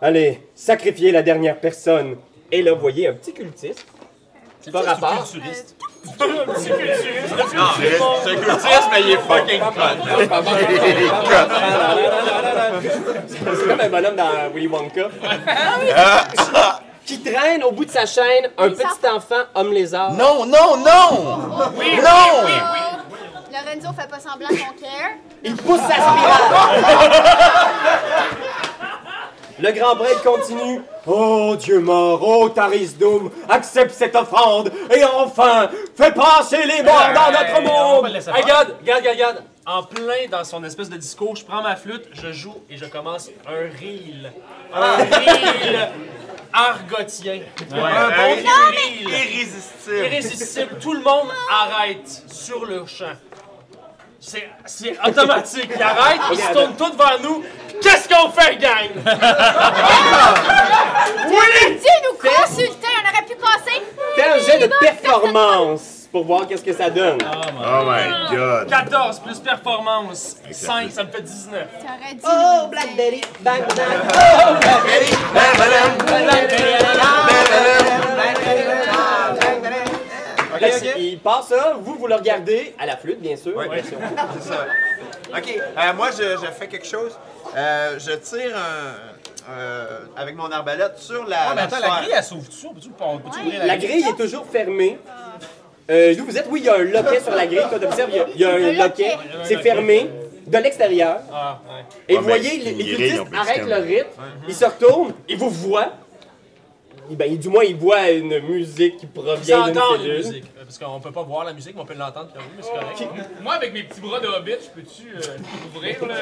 Allez, sacrifiez la dernière personne. Et là, vous voyez un petit cultiste. Par rapport.
C'est cultiste, mais il est fucking fun.
C'est comme un bonhomme dans Willy Wonka. Qui traîne au bout de sa chaîne un petit enfant homme lézard.
Non, non, non! non!
Lorenzo fait pas semblant qu'on care.
Il pousse sa spirale. Le grand prêtre continue. Oh Dieu mort, oh Taris Doom, accepte cette offrande et enfin fais passer les morts dans notre
on
monde.
va le laisser
Hey,
faire.
Regarde, regarde, regarde, regarde.
En plein dans son espèce de discours, je prends ma flûte, je joue et je commence un reel.
Ah.
Un reel argotien. Un bon reel.
Irrésistible.
Irrésistible. Tout le monde arrête sur le champ. C'est c'est automatique. Ils arrêtent, ils se tournent tous vers nous. Qu'est-ce qu'on fait, gang?
Tu sais, nous consulter, on aurait pu passer.
Fais un jet de performance pour voir qu'est-ce que ça donne.
Oh my god!
14 plus performance. 5, ça me fait 19.
T'aurais dit.
Oh Blackberry, bang bang.
Ben,
Là, Il passe ça, vous vous le regardez à la flûte bien sûr.
C'est
ben,
ça. Ok, euh, moi je, je fais quelque chose. Euh, je tire un, euh, avec mon arbalète sur la.
Ah, mais attends, la
sphère.
grille, elle s'ouvre-tu? On peut-tu on peut-tu ouvrir la
La
grille?
grille est toujours fermée. Euh, d'où vous êtes, oui, il y a un loquet sur la grille. Quand on observe, il y a- il y, a un loquet. C'est fermé de l'extérieur.
Ah, ouais.
Et
Ouais,
vous
mais
voyez, les,
une
les
grille,
cultistes
on peut
arrêtent
se
le
calmer.
rythme. Ils se retournent. Ils vous voient. Et ben, du moins, ils voient une musique qui provient d'une
J'entends une
cellule.
musique. euh, Parce qu'on peut pas voir la musique, mais on peut l'entendre. puis on- mais c'est correct.
Moi, avec mes petits bras de hobbit, je peux-tu euh, ouvrir le.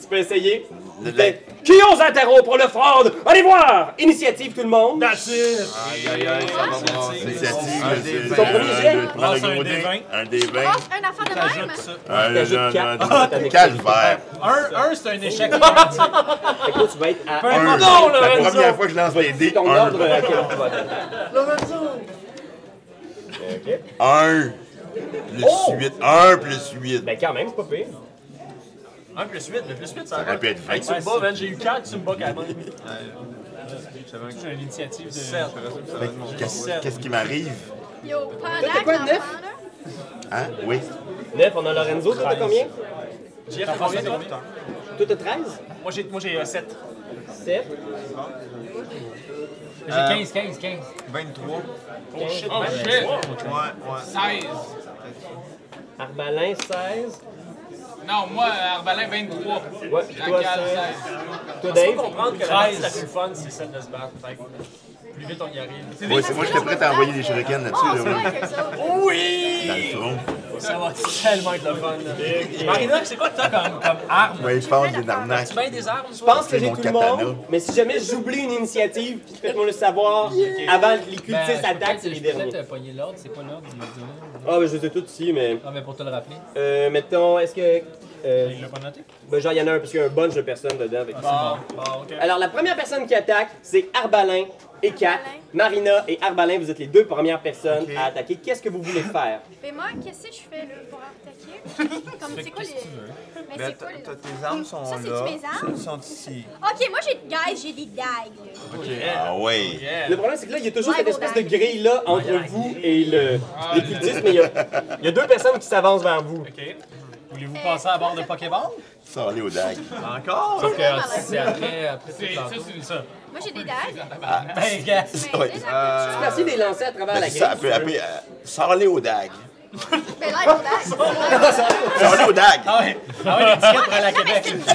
Tu peux essayer. Il fait, Qui ose interrompre le fraude? Allez voir! Initiative, tout le monde.
Aïe, aïe, aïe, ça va brasser.
Initiative,
Un
je-
des
je-
vingt.
je-
Ton premier jet?
je prends le
Lance un
gros
des
dé.
vingt.
Un des vingt.
Passe un Oh, affaire de même.
Ah, là,
T'ajoutes
là, là,
quatre.
là.
Ah, t'as-
Calvaire!
Un, un c'est un échec.
Fait que toi, tu vas être à
Un.
Non, là,
La
Renzo.
première fois que je lance les dés,
ton ordre
un.
à quel tu vas être.
Un
Oh!
plus 8. Un plus 8.
Ben, quand même, c'est pas pire.
1 plus 8, le plus 8, ça
aurait pu être
Hey, tu me bats, man, j'ai eu 4, tu me bats carrément.
J'ai une initiative de.
ben,
Qu'est-ce qu'est-ce qui m'arrive?
Yo, pendant
t'as quoi,
qu'on
neuf?
prend, là.
Hein? Oui.
9, on a Lorenzo. Toi, t'as combien?
J'ai fait combien, toi?
Toi, t'as 13?
Moi, j'ai- Moi, j'ai euh, 7.
7?
J'ai 15, 15, 15.
23.
Oh shit,
Oh
man.
shit!
Ouais, ouais.
16!
Arbalin, 16.
Non, moi, Arbalin 23.
Ouais, puis toi,
Jean-Gal,
c'est-
16.
Toi,
Tu peux
Dave?
comprendre que la partie la plus fun, c'est celle de se battre. Fait que Plus vite on y arrive.
Moi, c'est- moi, j'étais prêt à envoyer des
Oh,
shurikens là-dessus,
c'est
là,
vrai
ouais.
que ça.
Oui!
Dans le front.
Ça va tellement être le fun. là. Marina, c'est quoi que t'as comme, comme arme?
Ouais, je pense que j'ai une arnaque.
Tu mets des armes?
Je pense que
C'est
j'ai
mon
tout le
katana.
monde, mais si jamais j'oublie une initiative, puis faites-moi le savoir avant que les cultistes attaquent, c'est les derniers.
Ben, Euh, Peut-être pogner l'ordre, c'est pas l'ordre du Non,
Ah, ben je les ai tous ici, mais.
Ah, mais pour te le rappeler.
Euh, mettons, est-ce que. euh,
Je l'ai pas noté.
ben, genre, il y en a un, parce qu'il y a un bunch de personnes dedans. avec-
Ah, ah, ok.
Alors, la première personne qui attaque, c'est Arbalin et Kat.
Arbalin.
Marina et Arbalin, vous êtes les deux premières personnes à attaquer. Qu'est-ce que vous voulez faire?
Mais moi, qu'est-ce que je fais là pour attaquer? Comme c'est quoi les. Mais
Mais
c'est
t'as-
quoi les.
t'as- tes armes sont
Ça,
là.
c'est-tu mes armes?
Ils sont ici.
Ok, moi j'ai. Guys, j'ai des dagues. là.
Ah ouais.
Euh.
Le problème, c'est que là, il y a toujours
Ouais,
cette
bon ben.
espèce de
dingue.
grille-là entre vous et le, les cultistes, mais il y, a, il y a deux personnes qui s'avancent vers vous.
Ok.
Voulez-vous passer à
Euh,
bord de Pokéball?
Ça, allez au DAC.
Oh,
Encore?
C'est vraiment malade.
C'est après, après c'est
C'est- Ça, c'est ça.
Moi j'ai des dagues.
Ben, gars.
Mais déjà, quelque chose.
Merci de les lancer à
Ah,
travers la grille.
Ben, Ça, après, après, euh, ça, allez au DAC.
Mais là, ils sont dagues.
Ça, allez au DAC.
Ah ouais, ah ouais, l'étiquette prend la
Non, mais
Québec.
c'est une grille.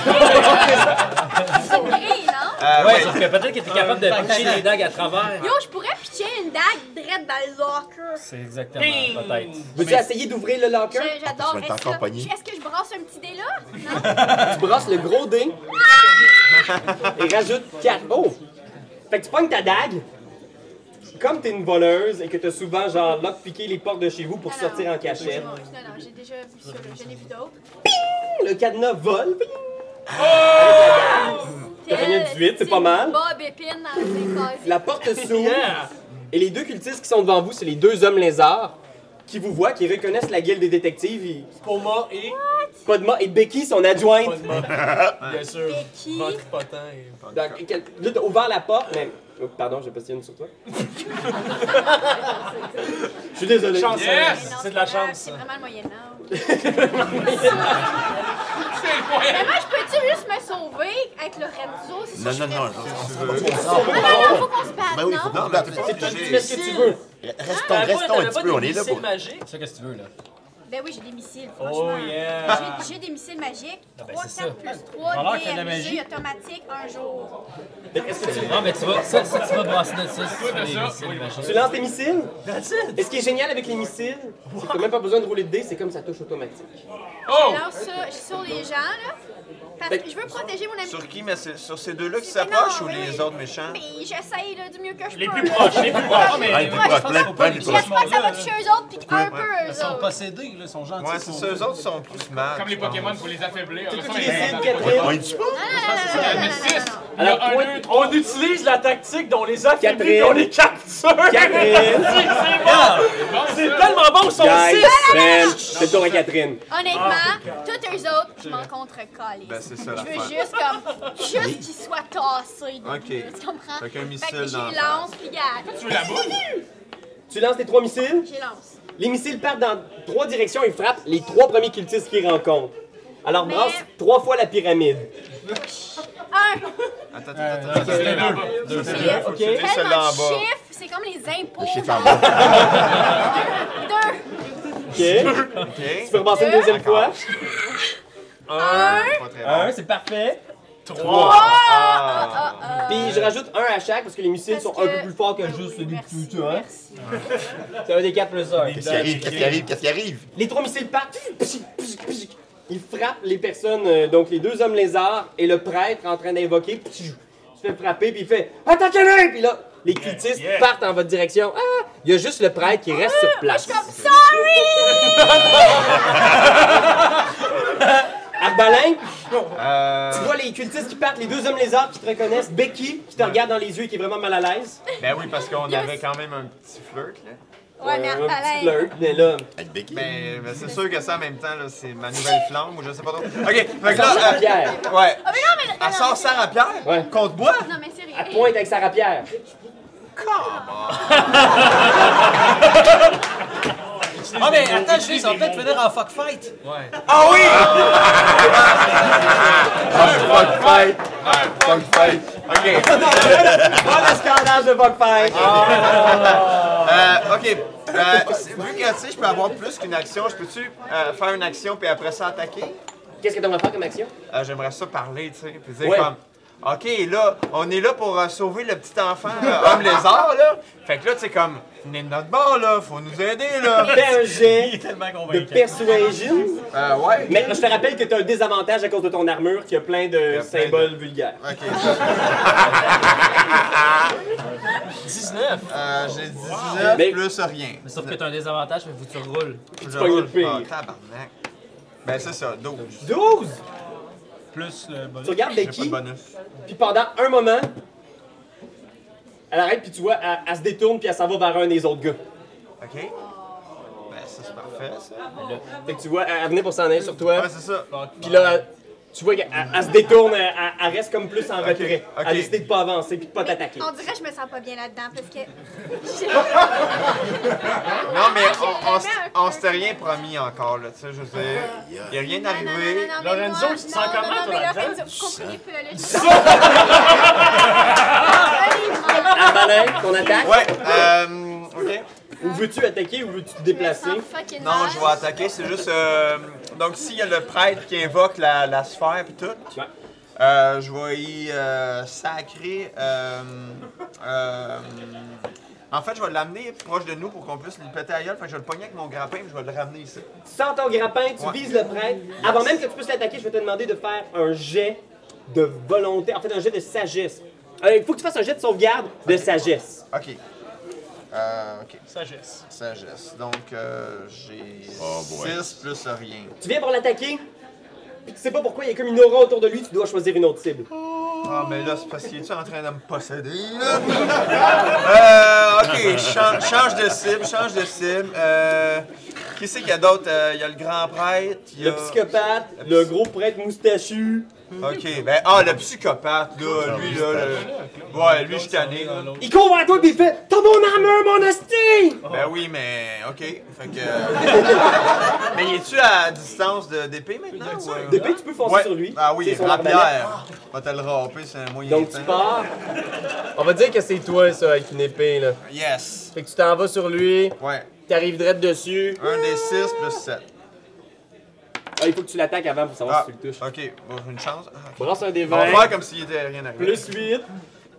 C'est une grille, non?
Euh,
Ouais, sauf que peut-être qu'il était capable de
Un
pitcher
dague.
des dagues à travers.
Yo, je pourrais pitcher une dague drette dans le locker.
C'est exactement, peut-être.
Veux-tu essayer d'ouvrir le locker?
Je- J'adore.
vas être
Est-ce
encore
que-
pogné.
est-ce que je brasse un petit dé là? Non?
Tu brosses le gros dé. et rajoute 4. Oh! Fait que tu pognes ta dague. Comme t'es une voleuse et que t'as souvent, genre, lock-piqué les portes de chez vous pour
Non,
sortir
non,
en cachette,
Non, non, j'ai déjà vu ça, là. J'en ai vu d'autres.
le cadenas vole.
T'as
gagné 18, c'est pas mal.
Bob épine dans les casiers.
La porte s'ouvre et les deux cultistes qui sont devant vous, c'est les deux hommes lézards qui vous voient, qui reconnaissent la guilde des détectives. Ils...
Poma et.
Podma et Becky, son adjointe.
Podma. Bien sûr.
Becky.
Votre potin. et-
Donc, quel- Là, t'as ouvert la porte, mais. Oh, pardon, j'ai postillé une sur toi. Je suis désolé.
Chance.
Yes!
Mais non,
C'est de la
pas grave,
chance,
C'est
ça.
vraiment le Moyen-Âge.
C'est le moyen.
Moi, je peux-tu juste me sauver avec Lorenzo? C'est
Non,
ça
non,
que je
non,
fais.
non.
Non, non, non, faut qu'on se batte,
Ben oui, faut
non?
pas se battre.
C'est toi qui fais ce que tu veux.
Restons,
Ah,
restons un petit peu, on est là pour.
magique.
C'est ça, qu'est-ce que tu veux, là?
Ben oui, j'ai des missiles,
Oh
franchement.
yeah.
J'ai- J'ai des missiles magiques.
ben,
3,
c'est
4 plus
Alors
3,
qu'il y a de la magie.
DMG automatique, un jour.
Est-ce que tu...
Non, mais tu vas, ça, ça, tu vas brasser de ça. si tu fais
de
des
ça,
missiles,
oui,
machin.
tu lances tes missiles? Et ce qui est génial avec les missiles, c'est que t'as même pas besoin de rouler de dés, c'est comme ça touche automatique.
Oh!
Alors ça, je suis sur les gens, là. Parce
Ben-
que je veux protéger mon ami.
Sur qui, mais c'est- sur ces deux-là qui
C'est- mais
s'approchent
non,
ou
oui,
les
oui.
autres méchants?
Mais j'essaye là, du mieux que je peux.
Les plus proches, les plus proches.
Ah, mais
Ah, il est
moi, je
proche,
pense
plein-
qu'il faut
plein
pas
de
les
proches.
toucher,
J'espère que ça va
là.
toucher eux autres, puis un peu
Ils
eux
sont
autres.
possédés, là, ils sont gentils.
Ouais,
ils
c'est
sont-
ça, eux autres sont plus mal.
Comme les
je pense.
Pokémon, faut les affaiblir.
Toutes
Ça,
les
ça,
missiles,
ça, ça.
On
Catherine.
est-tu pas?
Il y en a six. Il y
Alors,
a un,
toi-
deux, trois.
On utilise la tactique dont les affaiblit
Catherine.
on les capture.
Catherine!
C'est bon. C'est tellement bon, ils sont
Guys,
six.
Ben, c'est le tour à Catherine.
Ah,
Honnêtement, tous eux autres, je m'en contre-calisse.
Ben, c'est ça,
Je veux
l'affaire.
juste comme juste qu'ils soient tassés.
Ok.
Tu comprends?
Fait qu'un
Fait que
missile
j'y
dans
lance, puis regarde,
Tu veux la boule?
Tu lances tes trois missiles.
j'y lance.
Les missiles partent dans trois directions et frappent les trois premiers cultistes qu'ils rencontrent. Alors,
Mais-
brasse trois fois la pyramide.
Un,
Attends, attends,
Euh,
attends.
c'est deux.
c'est
Faut que tu dises celle-là
tellement
en
de
bas.
chiffres, c'est comme les impôts.
chiffre
dans-
en bas.
Deux,
OK? tu
Ok.
peux repasser une deuxième fois.
un,
Pas très mal.
Un, c'est parfait.
Ah!
Puis je rajoute un à chaque parce que les missiles
parce
sont
que-
un peu plus forts que
Ben
juste
oui,
celui hein.
merci,
que tu as.
merci.
C'est un des quatre plus un.
Qu'est-ce qui arrive? Qu'est-ce qui arrive? Qu'est-ce qui arrive?
Les trois missiles partent. Pshik, pshik, pshik. Ils frappent les personnes, euh, donc les deux hommes lézards et le prêtre en train d'invoquer. Pshik. Il se fait frapper puis il fait Attaquez-le! Puis là, les cultistes partent en votre direction. Ah! Il y a juste le prêtre qui reste
Ah,
sur place.
Comme sorry!
Arbalin,
Euh,
tu vois les cultistes qui partent, les deux hommes lézards qui te reconnaissent, Becky qui te regarde dans les yeux et qui est vraiment mal à l'aise.
Ben oui, parce qu'on avait quand même un petit flirt, là.
Ouais, mais
Euh, un petit
Arbalin.
flirt, mais là,
Avec Becky?
Mm.
Mais, mais c'est sûr que ça, en même temps, là, c'est ma nouvelle flamme ou je sais pas trop. Ok, fait que là,
Sarah
euh,
Pierre.
ouais.
Ah, mais non, mais. non,
Elle sort
mais-
Sarah Pierre
Ouais.
contre moi?
Non, mais sérieux.
Elle te pointe avec Sarah Pierre.
Ah, mais attends, je ils vont peut-être venir en fuck fight.
Ah oui!
Fuck fight! Fuck fight!
Ok,
Pas le scandale de Buckfire!
euh, ok. Euh, c'est- vu que tu sais, je peux avoir plus qu'une action, je peux-tu euh, faire une action puis après ça attaquer?
Qu'est-ce que t'aimerais faire comme action?
Euh, J'aimerais ça parler, tu sais, puis dire
Ouais.
comme. Ok, là, on est là pour euh, sauver le petit enfant euh, homme lézard, là. Fait que là, tu sais, comme, venez de notre bord, là, faut nous aider, là.
Fais un jet
Tellement
de
convaincu.
persuasion.
Euh, ouais.
Mais je te rappelle que t'as un désavantage à cause de ton armure qui a plein de
a plein
symboles vulgaires.
Ok.
19.
Euh, j'ai 19
Mais-
plus rien.
Mais sauf que t'as un désavantage, mais faut que tu roules.
Je
pognes le
roule.
pire.
Ah, tabarnak. Ben, c'est ça, 12.
12!
Plus le
Tu
bonus.
regardes
J'ai pas de
Becky,
bonus.
puis pendant un moment, elle arrête, puis tu vois, elle, elle se détourne, puis elle s'en va vers un des autres gars.
Ok. Ben, ça, c'est parfait,
Ah,
ça.
Fait que tu vois, elle, elle venait pour s'en aller sur toi,
Ouais, c'est ça.
puis là, elle- tu vois qu'elle elle- elle se détourne, elle, elle- elle reste comme plus en retrait.
ok.
Elle a décidé de pas avancer, puis de pas t'attaquer.
On dirait que je me sens pas bien là-dedans parce que.
Non,
Ah,
mais
j'ai
on, on,
aimé un
s-
peu.
on s'était rien promis encore, là, tu sais, je veux dire.
Ah,
Il a rien
Non, non, non,
arrivé.
non, non, mais
Lorenzo,
moi,
tu te
non,
sens comment,
non, non,
toi,
mais
là-dedans?
Lorenzo, Vous comprenez plus, là, là, je Honnêtement,
Arbalin, ton attaque,
Ouais, euh. Ok.
ou veux-tu attaquer ou veux-tu te
je me sens
déplacer?
fucking
Non,
mal.
je vais attaquer, c'est juste. euh, donc, s'il y a le prêtre qui invoque la, la sphère et tout,
Ouais.
euh, je vais y euh, sacrer. euh, euh, en fait, je vais l'amener proche de nous pour qu'on puisse lui péter à gueule. Fait que je vais le pogner avec mon grappin et je vais le ramener ici.
Tu sens ton grappin, tu
Ouais.
vises le prêtre. Avant même que tu puisses l'attaquer, je vais te demander de faire un jet de volonté, en fait, un jet de sagesse. Euh, Il faut que tu fasses un jet de sauvegarde de sagesse.
Ok. Euh, ok.
Sagesse.
Sagesse. Donc, euh, j'ai
Oh boy.
6 plus rien.
Tu viens pour l'attaquer, puis tu sais pas pourquoi, il y a comme une aura autour de lui, tu dois choisir une autre cible.
Ah, mais là, c'est parce qu'il est en train de me posséder, là? euh, ok, change, change de cible, change de cible. Euh, qui c'est qu'il y a d'autre? Euh, Il y a le grand prêtre, il y a...
Le psychopathe, le gros prêtre moustachu.
Ok, ben, ah, le psychopathe, là, lui, là, le- Ouais, lui, je suis tanné, là.
Il court vers toi, puis il fait T'as mon armure, mon hostie
Ben oui, mais, ok, fait que... mais es-tu à distance de- d'épée, maintenant, ou, euh?
Depuis, tu peux foncer
Ouais.
sur lui.
Ah
C'est
oui,
son arbalète.
rapière. Va te le ramper, c'est un moyen
Donc,
temps.
tu pars.
On va dire que c'est toi, ça, avec une épée, là.
Yes.
Fait que tu t'en vas sur lui,
Ouais.
t'arrives direct dessus.
Un des 6 plus 7.
Ah, il faut que tu l'attaques avant pour savoir
Ah,
si tu le touches.
ok, bon, j'ai une chance. Ah, ok.
Brasse un des
On
20.
va faire comme s'il était rien arrivé.
Plus 8.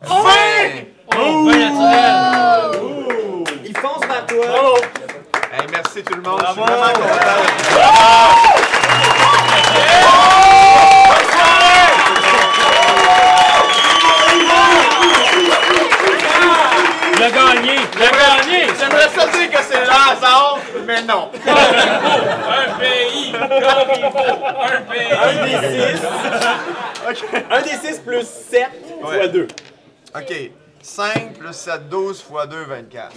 Ouais!
Oh, ben naturel!
Il fonce vers
Oh.
toi.
Hey, merci tout le monde, je suis vraiment content.
Il a gagné! Il a gagné!
J'aimerais ça dire que c'est le hasard, mais non.
Un pays comme il faut. Un pays.
Un des 6. Un des 6 plus 7
Ouais.
fois 2.
Ok, 5 plus 7, 12 fois 2, 24.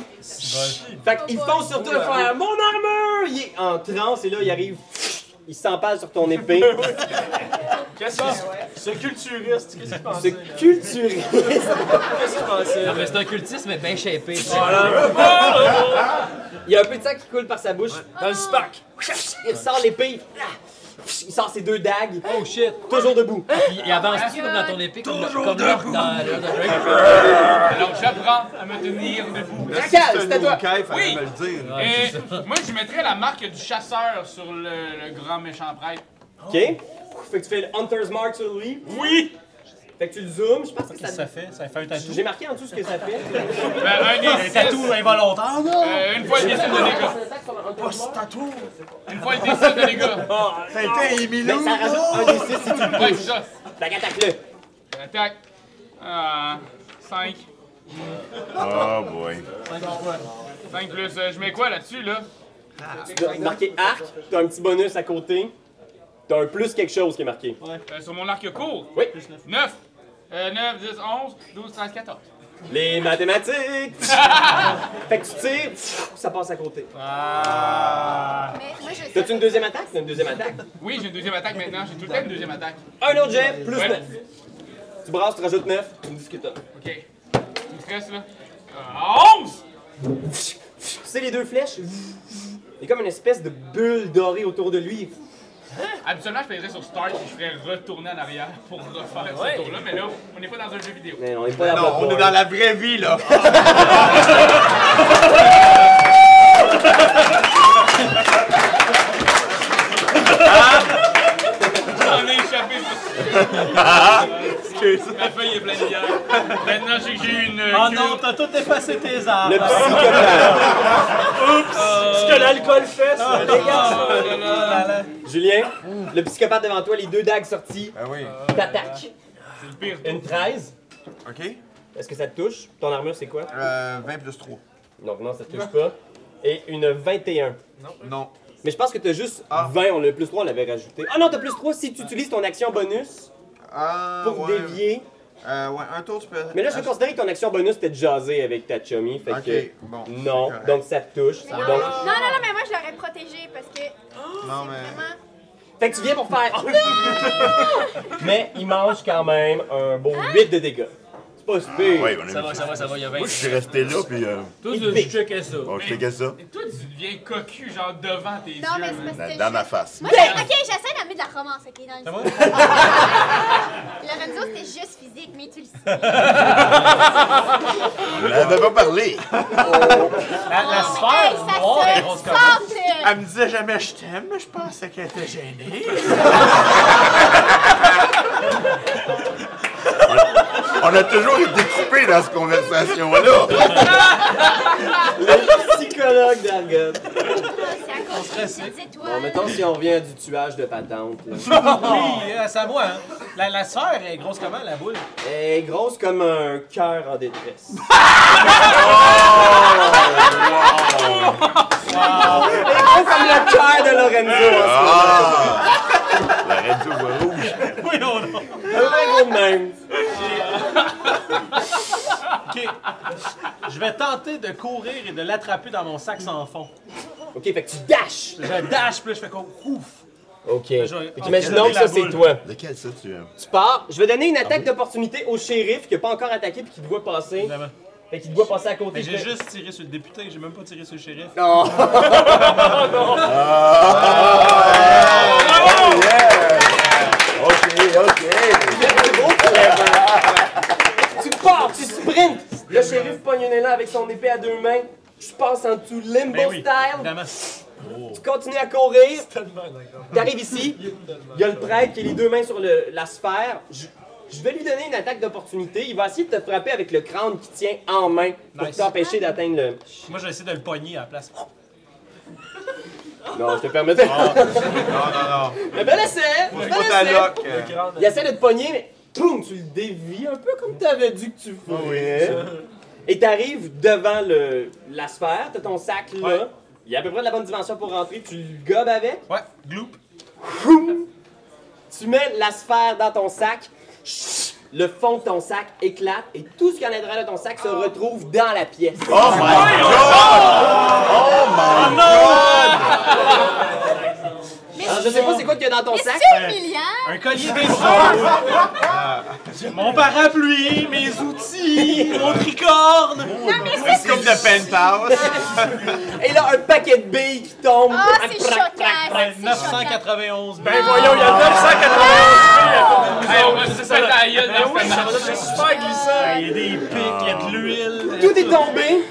Fait qu'il
Oh,
fonce sur toi, il fait Mon armure Il est en transe et là, il arrive. Il s'empale sur ton épée.
Qu'est-ce que Ce culturiste, qu'est-ce qu'il
Ce
pensait?
culturiste.
Qu'est-ce qu'il pensait?
Non, Ah, mais c'est un cultiste, mais bien shapé. tu sais.
Il y a un peu de sang qui coule par sa bouche.
Dans le SPAC!
Il sort l'épée. Il sort ses deux dagues.
Oh shit!
Toujours debout.
Il, il avance-tu comme dans ton épée? Comme, comme l'orc dans le
Alors j'apprends à me tenir debout.
Là, si
Cal,
c'est
c'est à
un
toi.
Urukai, fallait
Oui.
me le dire.
Et moi, je mettrais la marque du chasseur sur le, le grand méchant prêtre.
OK? Fait que tu fais le Hunter's Mark sur lui. Oui! Fait que tu le zoomes. Je pense que ça.
Ça fait, ça fait un tatou.
J'ai marqué en dessous ce que ça fait.
Ben, un des six,
Tatou involontaire, là!
euh, une fois le décès de dégâts. Une fois le décès de dégâts.
Mais Ben, ça rajoute un des six si tu le
Ouais,
touches.
c'est ça.
Fait qu'attaque-le.
Attaque. Ah, 5.
Oh boy.
5 plus. euh, je mets quoi là-dessus, là?
Tu dois marquer arc. T'as un petit bonus à côté. T'as un plus quelque chose qui est marqué.
Euh, sur mon arc court.
Oui.
9. Euh, 9, 10, 11, 12, 13, 14.
Les mathématiques! fait que tu tires, pff, ça passe à côté.
Mais moi, je
T'as-tu une deuxième attaque? T'as une deuxième attaque.
Oui, j'ai une deuxième attaque maintenant. J'ai tout le temps une deuxième attaque.
Un autre jet, plus
Ouais.
9. Tu brasses, tu rajoutes 9. Tu me dis ce que t'as.
Ok. Il me stresse, là. Euh, 11!
Tu sais, les deux flèches, il y a comme une espèce de bulle dorée autour de lui.
Habituellement, je pèserais sur Start et je ferais retourner en arrière pour refaire ce tour-là, mais là, on n'est pas dans un jeu vidéo.
Mais Ah, on est pas
Non,
là-bas.
on est dans la vraie vie, là.
J'en ai échappé. Ma feuille est pleine de bière. Maintenant, j'ai que j'ai une euh,
Oh
cure.
non, t'as tout effacé tes armes!
Le psychopathe. Oh,
Ce que l'alcool fait, c'est
Dégage. Julien, le psychopathe devant toi, les deux dagues sorties,
Ah
Ben oui.
t'attaques.
le pire.
Une 13.
Ok.
Est-ce que ça te touche? Ton armure, c'est quoi?
Euh, 20 plus 3.
Non, non, ça te touche pas. Et une 21.
Non.
Mais je pense que t'as juste
Ah.
20, on le plus 3, on l'avait rajouté. Ah non, t'as plus 3 si tu utilises ton action bonus
Ah,
pour
ouais.
dévier.
Euh, ouais, un tour, tu peux.
Mais là, je vais considérer que ton action bonus, t'es de jaser avec ta chummy. Fait
Ok,
que.
bon.
Non,
c'est correct.
donc ça te touche.
Non, non,
Donc,
non, non, mais moi, je l'aurais protégé parce que
Non, mais.
vraiment.
Fait que tu viens pour faire. Mais il mange quand même un beau 8 de dégâts. C'est pas super.
Ouais, on est...
Ça va, ça va, ça va, il y a 20.
Moi, je suis resté là, puis euh,
Tout je checkais ça.
bon, je fais que ça.
Et toi, tu deviens cocu, genre devant tes
Non, mais
yeux.
c'est parce que.
Dans-
je-
Dans ma face.
Moi, j'ai- ok, j'essaie d'amener de la romance, ok, dans le Lorenzo, c'était juste physique, mais tu le sais.
On n'avait pas parlé.
La, la
Non, mais, hey,
sphère
ça
noire est
se
grosse comme
porte, euh,
Elle me disait jamais je t'aime, mais je pensais qu'elle était gênée.
On a toujours été coupés dans cette conversation-là.
Le psychologue d'Argot.
C'est à cause
stressés.
Bon, mettons si on revient à du tuage de patente. là.
Oui, euh, c'est à moi, hein. La, la sphère est grosse comment, la boule?
Elle est grosse comme un cœur en détresse.
Oh,
Elle est grosse comme le cœur de Lorenzo. hein.
Ah! La radio voit rouge.
Oui, non, non.
Un vrai gros de même.
OK. Je vais tenter de courir et de l'attraper dans mon sac sans fond.
Ok, fait que tu dashes.
Je dash, puis là, je fais comme ouf.
Ok.
j'aurais-
Fait qu'imaginons
Ah,
que ça,
j'ai
c'est
la
toi.
Lequel ça tu aimes?
Tu pars. Je vais donner une attaque d'opportunité au shérif qui n'a pas encore attaqué puis qui te voit passer.
Évidemment.
Fait qu'il te voit passer à côté.
Mais j'ai
Fait-
juste tiré sur le député, j'ai même pas tiré sur le shérif.
Non.
Ok, ok.
Tu pars, tu sprints! Le shérif pogne un élan avec son épée à deux mains. Tu passes en dessous limbo
Ben oui,
style.
évidemment.
Tu continues à courir. T'arrives ici. Il y a le prêtre qui a les deux mains sur le- la sphère. Je, je vais lui donner une attaque d'opportunité. Il va essayer de te frapper avec le crâne qu'il tient en main pour
Nice.
t'empêcher d'atteindre le.
Moi, je vais essayer de le pogner à la place. Ah.
Non, je te permets de.
Non, non, non.
Mais ben l'essaie!
Faut
Ben
pas ta
l'essaie.
loque. euh.
Il essaie de te pogner, mais boum, tu le dévies un peu comme t'avais dit que tu ferais.
Ah
Et t'arrives devant le, la sphère, t'as ton sac là.
Ouais.
Il est à peu près de la bonne dimension pour rentrer, tu le gobes avec.
Ouais, gloop.
Tu mets la sphère dans ton sac. Chut! Le fond de ton sac éclate et tout ce qu'il y a à l'intérieur de ton sac se
Ah.
retrouve dans la pièce.
Oh my god! Oh my god!
Alors, je sais pas c'est quoi qu'il y a dans ton
Mais
sac.
c'est humiliant!
Un collier des soins. Mon parapluie, mes outils, mon tricorne.
Non, mais c'est
Coupe de penthouse.
Et là, un paquet de billes qui tombe.
Ah, c'est
Crac,
choquant!
crac,
ça,
Ouais,
c'est choquant.
991.
Ben voyons, il y a 991
Hey, on va se faire ta gueule dans ce match.
C'est super glissant.
Il y a des pics, il y a de l'huile.
Tout est tombé.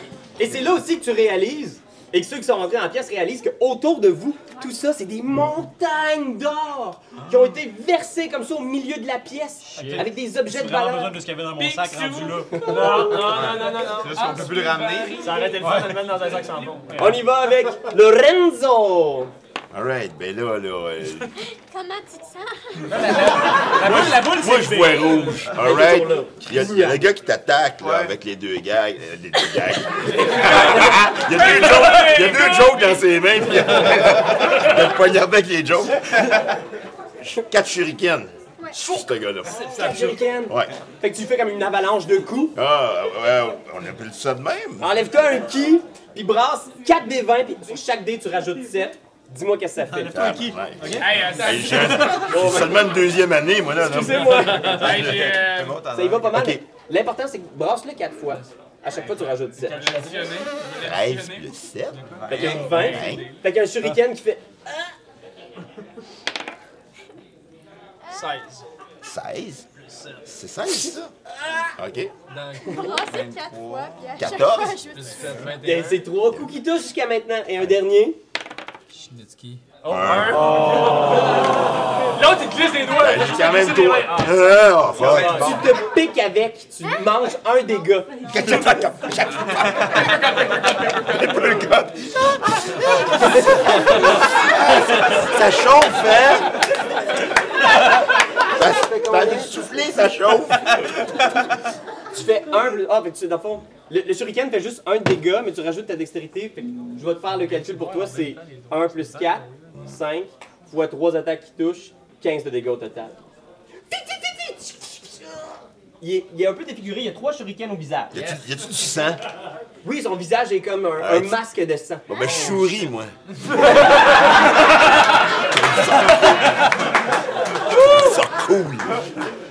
Et c'est là aussi que tu réalises, et que ceux qui sont rentrés dans la pièce réalisent que autour de vous, tout ça, c'est des montagnes d'or qui ont été versées comme ça au milieu de la pièce, avec des objets
J'ai
de
vraiment besoin
valeur.
de ce qu'il y avait dans mon sac
Picsou.
rendu là.
Non, non, non, non, non.
Là, si on peut plus le ramener.
Ça aurait été le fun de le mettre dans un sac sans fond.
On y va avec Lorenzo.
Alright, ben là, là. euh,
Comment tu te sens?
La boule, la boule,
Moi,
c'est
je vois rouge. Alright. Il y a- il y a le gars qui t'attaque, là,
Ouais.
avec les deux gars. euh, les deux gars. il y a deux jokes, il y a deux jokes dans ses mains, puis il y a il y a le poignardé avec les jokes. Quatre shurikens. Sur ce gars-là.
Shuriken.
Ouais.
Fait que tu fais comme une avalanche de coups.
Ah, ouais, on appelle ça de même.
Enlève-toi un ki, puis brasse 4 des 20, puis sur chaque dé, tu rajoutes 7. Dis-moi qu'est-ce que ça fait.
Toi, qui?
Ah, Ouais.
Hey, attends.
Hey, J'ai j'ai seulement une deuxième année, moi, là. là.
Excusez-moi.
Hey, j'ai. euh,
Bon, t'en
Ça y va pas mal.
Ok.
mais L'important, c'est que brasse-le 4 fois. À chaque fois, tu rajoutes 7.
Je l'ai visionné. Je l'ai
13
visionné.
plus 7.
Fait qu'il y a une 20. Fait qu'il y a un shuriken qui fait
16.
16? C'est 16, ça? OK.
Brasser quatre fois, puis à chaque
14.
fois, je me suis
Il y a ces Ben, trois coups qui touchent jusqu'à maintenant et un dernier.
Chinutski.
L'autre, il glisse des doigts.
Ben, J'ai quand même
des
toi. Ah, fuck.
Tu te piques avec, tu manges un dégât.
Ça chauffe, hein? Ça, t'as envie de souffler, ça chauffe.
Tu fais un. plus- Ah, fait que tu dans le fond. Le, le shuriken fait juste un dégât, mais tu rajoutes ta dextérité. Fait que je vais te faire le calcul pour toi c'est 1 plus 4, 5, fois 3 attaques qui touchent, 15 de dégâts au total. Il est, il est un peu défiguré, il y a trois shurikens au visage.
Y a-tu y a-tu du sang?
Oui, son visage est comme un,
Ah,
un
tu-
masque de sang.
Bon, ben, je souris, moi. Ça cool.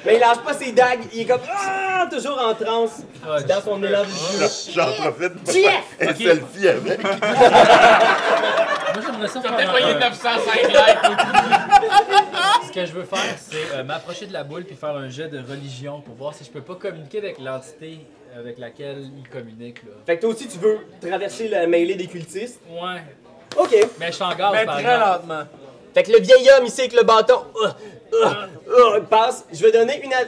Mais il lâche pas ses dagues, il est comme Ah! toujours en transe dans son élan de
J'en profite pour faire un selfie avec.
Moi, j'aimerais ça
Peut-être
faire.
voyez
un-
905 likes.
Ce que je veux faire, c'est euh, m'approcher de la boule puis faire un jet de religion pour voir si je peux pas communiquer avec l'entité avec laquelle il communique. Là.
Fait que toi aussi, tu veux traverser la mêlée des cultistes.
Ouais.
OK.
Mais je suis en garde,
Mais
par
très
exemple.
lentement.
Fait que le vieil homme ici avec le bâton ah, ah, ah, passe. Je vais donner une. a-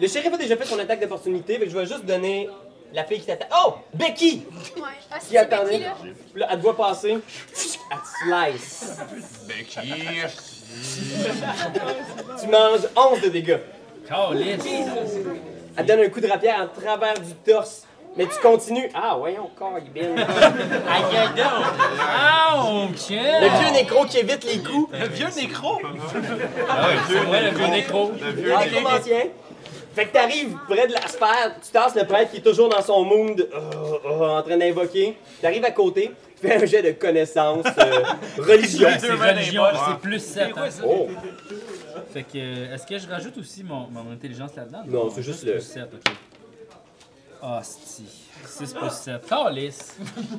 Le shérif a déjà fait son attaque d'opportunité, fait que je vais juste donner la fille qui t'attaque. Oh! Becky!
Ouais. Ah, si
Qui
c'est Becky,
attendait.
là.
Là, elle te voit passer. Elle te slice.
Becky.
Tu manges 11 de dégâts.
Calisse.
Elle te donne un coup de rapière en travers du torse. Mais tu continues. Ah, voyons, corps, il bille.
Aïe, donc! Ouch!
Le vieux nécro qui évite les coups.
Le vieux nécro!
Ah ouais, c'est vrai, le vieux nécro.
Ah, le commandien. Fait que t'arrives près de la sphère, tu tasses le prêtre qui est toujours dans son mood, euh, euh, en train d'invoquer. T'arrives à côté, tu fais un jet de connaissance euh, religion.
C'est religion,
mains des
c'est plus 7.
Oh,
Fait que, euh, est-ce que je rajoute aussi mon, mon intelligence là-dedans?
Non, c'est juste le-
Plus 7, ok. Hostie. 6 plus 7. Calisse.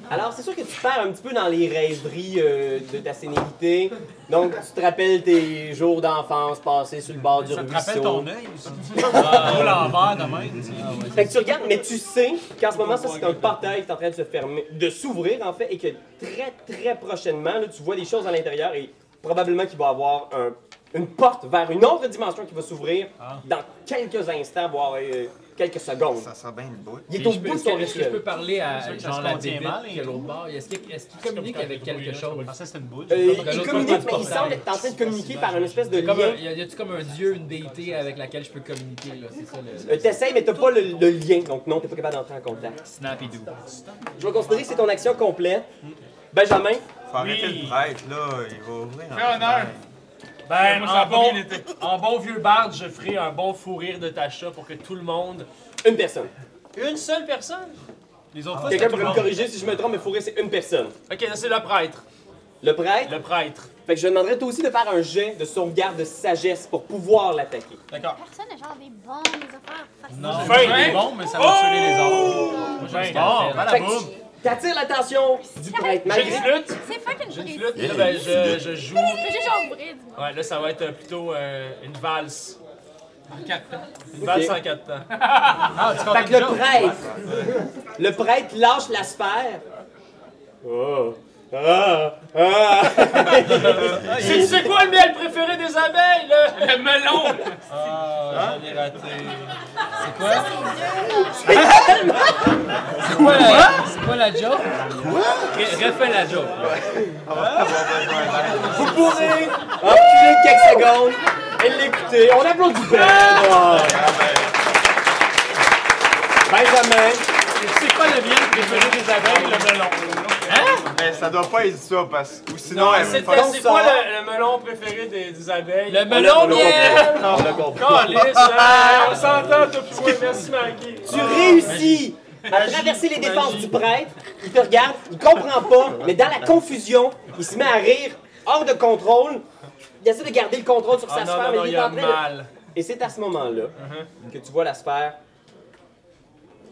Alors, c'est sûr que tu perds un petit peu dans les rêveries euh, de ta sénilité. Donc, tu te rappelles tes jours d'enfance passés sur le bord du
Ça te
ruisseau.
rappelle ton œil aussi. Gros l'envers de même. tu sais.
Fait que tu regardes, mais tu sais qu'en ce moment, ça, c'est un portail qui est en train de se fermer, de s'ouvrir, en fait, et que très, très prochainement, là, tu vois des choses à l'intérieur et probablement qu'il va y avoir un- une porte vers une autre dimension qui va s'ouvrir
Ah.
dans quelques instants, voire euh, quelques secondes.
Ça sent bien le bout.
Il est
Puis
au
je
bout
peux-
de
Est-ce que,
son
est-ce que je peux
rituel.
parler à
sûr que ça
genre
se
la
contient
débite
mal, hein.
qui
les
est à l'autre bord? Est-ce qu'il est-ce qu'il communique avec quelque chose?
Je pensais que c'était une boule.
Euh,
que
il communique,
l'autre porte
mais il
portail.
semble être en train de communiquer par une espèce de
Comme
lien.
un, y a- y a-tu comme un dieu, une déité avec laquelle je peux communiquer? là? C'est ça le
Euh, T'essayes, mais t'as pas le, le lien, donc non, t'es pas capable d'entrer en contact.
snap et doux.
Je vais considérer que c'est ton action complète. Benjamin,
Faut arrêter le prêtre, là. Il va ouvrir.
Fais honneur.
Ben,
Moi, ça a
en
pas
bon,
bien été.
en bon vieux barde, je ferai un bon fou rire de ta chat pour que tout le monde.
une personne.
Une seule personne
Les autres fois, c'était
Quelqu'un
tout
peut
le
me
monde.
corriger si je me trompe, mais Fourré, c'est une personne.
Ok, là, c'est le prêtre.
Le prêtre,
Le prêtre.
Fait que je demanderais toi aussi de faire un jet de sauvegarde de sagesse pour pouvoir l'attaquer.
D'accord.
Personne n'a genre des bombes, des affaires faciles.
Non,
Fin.
c'est bon, mais ça va tuer les autres.
Moi, j'ai
Ben,
un
Bon,
scarpel.
voilà,
Fait que
Ah, boum.
t'attires l'attention du prêtre.
J'ai une
Malgré,
flûte.
C'est fucking
J'ai une
crazy.
flûte. Là, ben, je, je joue.
Mais J'ai genre bride, moi.
Ouais, là, ça va être euh, plutôt euh, une valse.
Quatre ans.
Une valse en quatre temps.
Ah, tu
fait
comptes
que
une
le
joke?
prêtre, le prêtre lâche la sphère. Oh. Ah. Ah.
C'est c'est quoi le miel préféré des abeilles, là?
Le melon!
Ah, j'en ai raté.
Quoi, la- C'est quoi la joke? Re- Refais la joke. là.
Vous pourrez reculer quelques secondes et l'écouter. On applaudit le prêtre. Benjamin,
C'est quoi le miel préféré des abeilles, le melon?
Mais ça doit pas être ça, parce que. Ou sinon, elle
Ah, C'est
me fait.
c'est quoi le, le melon préféré des, des abeilles?
Le melon
le
miel!
on l'a compris.
Calisse, euh, on s'entend, tout point. Merci, Maggie.
Tu réussis à traverser les défenses du prêtre. Il te regarde, il comprend pas, mais dans la confusion, il se met à rire, hors de contrôle. Il essaie de garder le contrôle sur sa
Ah non,
sphère,
non, non,
mais
il
il est
a
en train de-
mal. Uh-huh.
Et c'est à ce moment-là que tu vois la sphère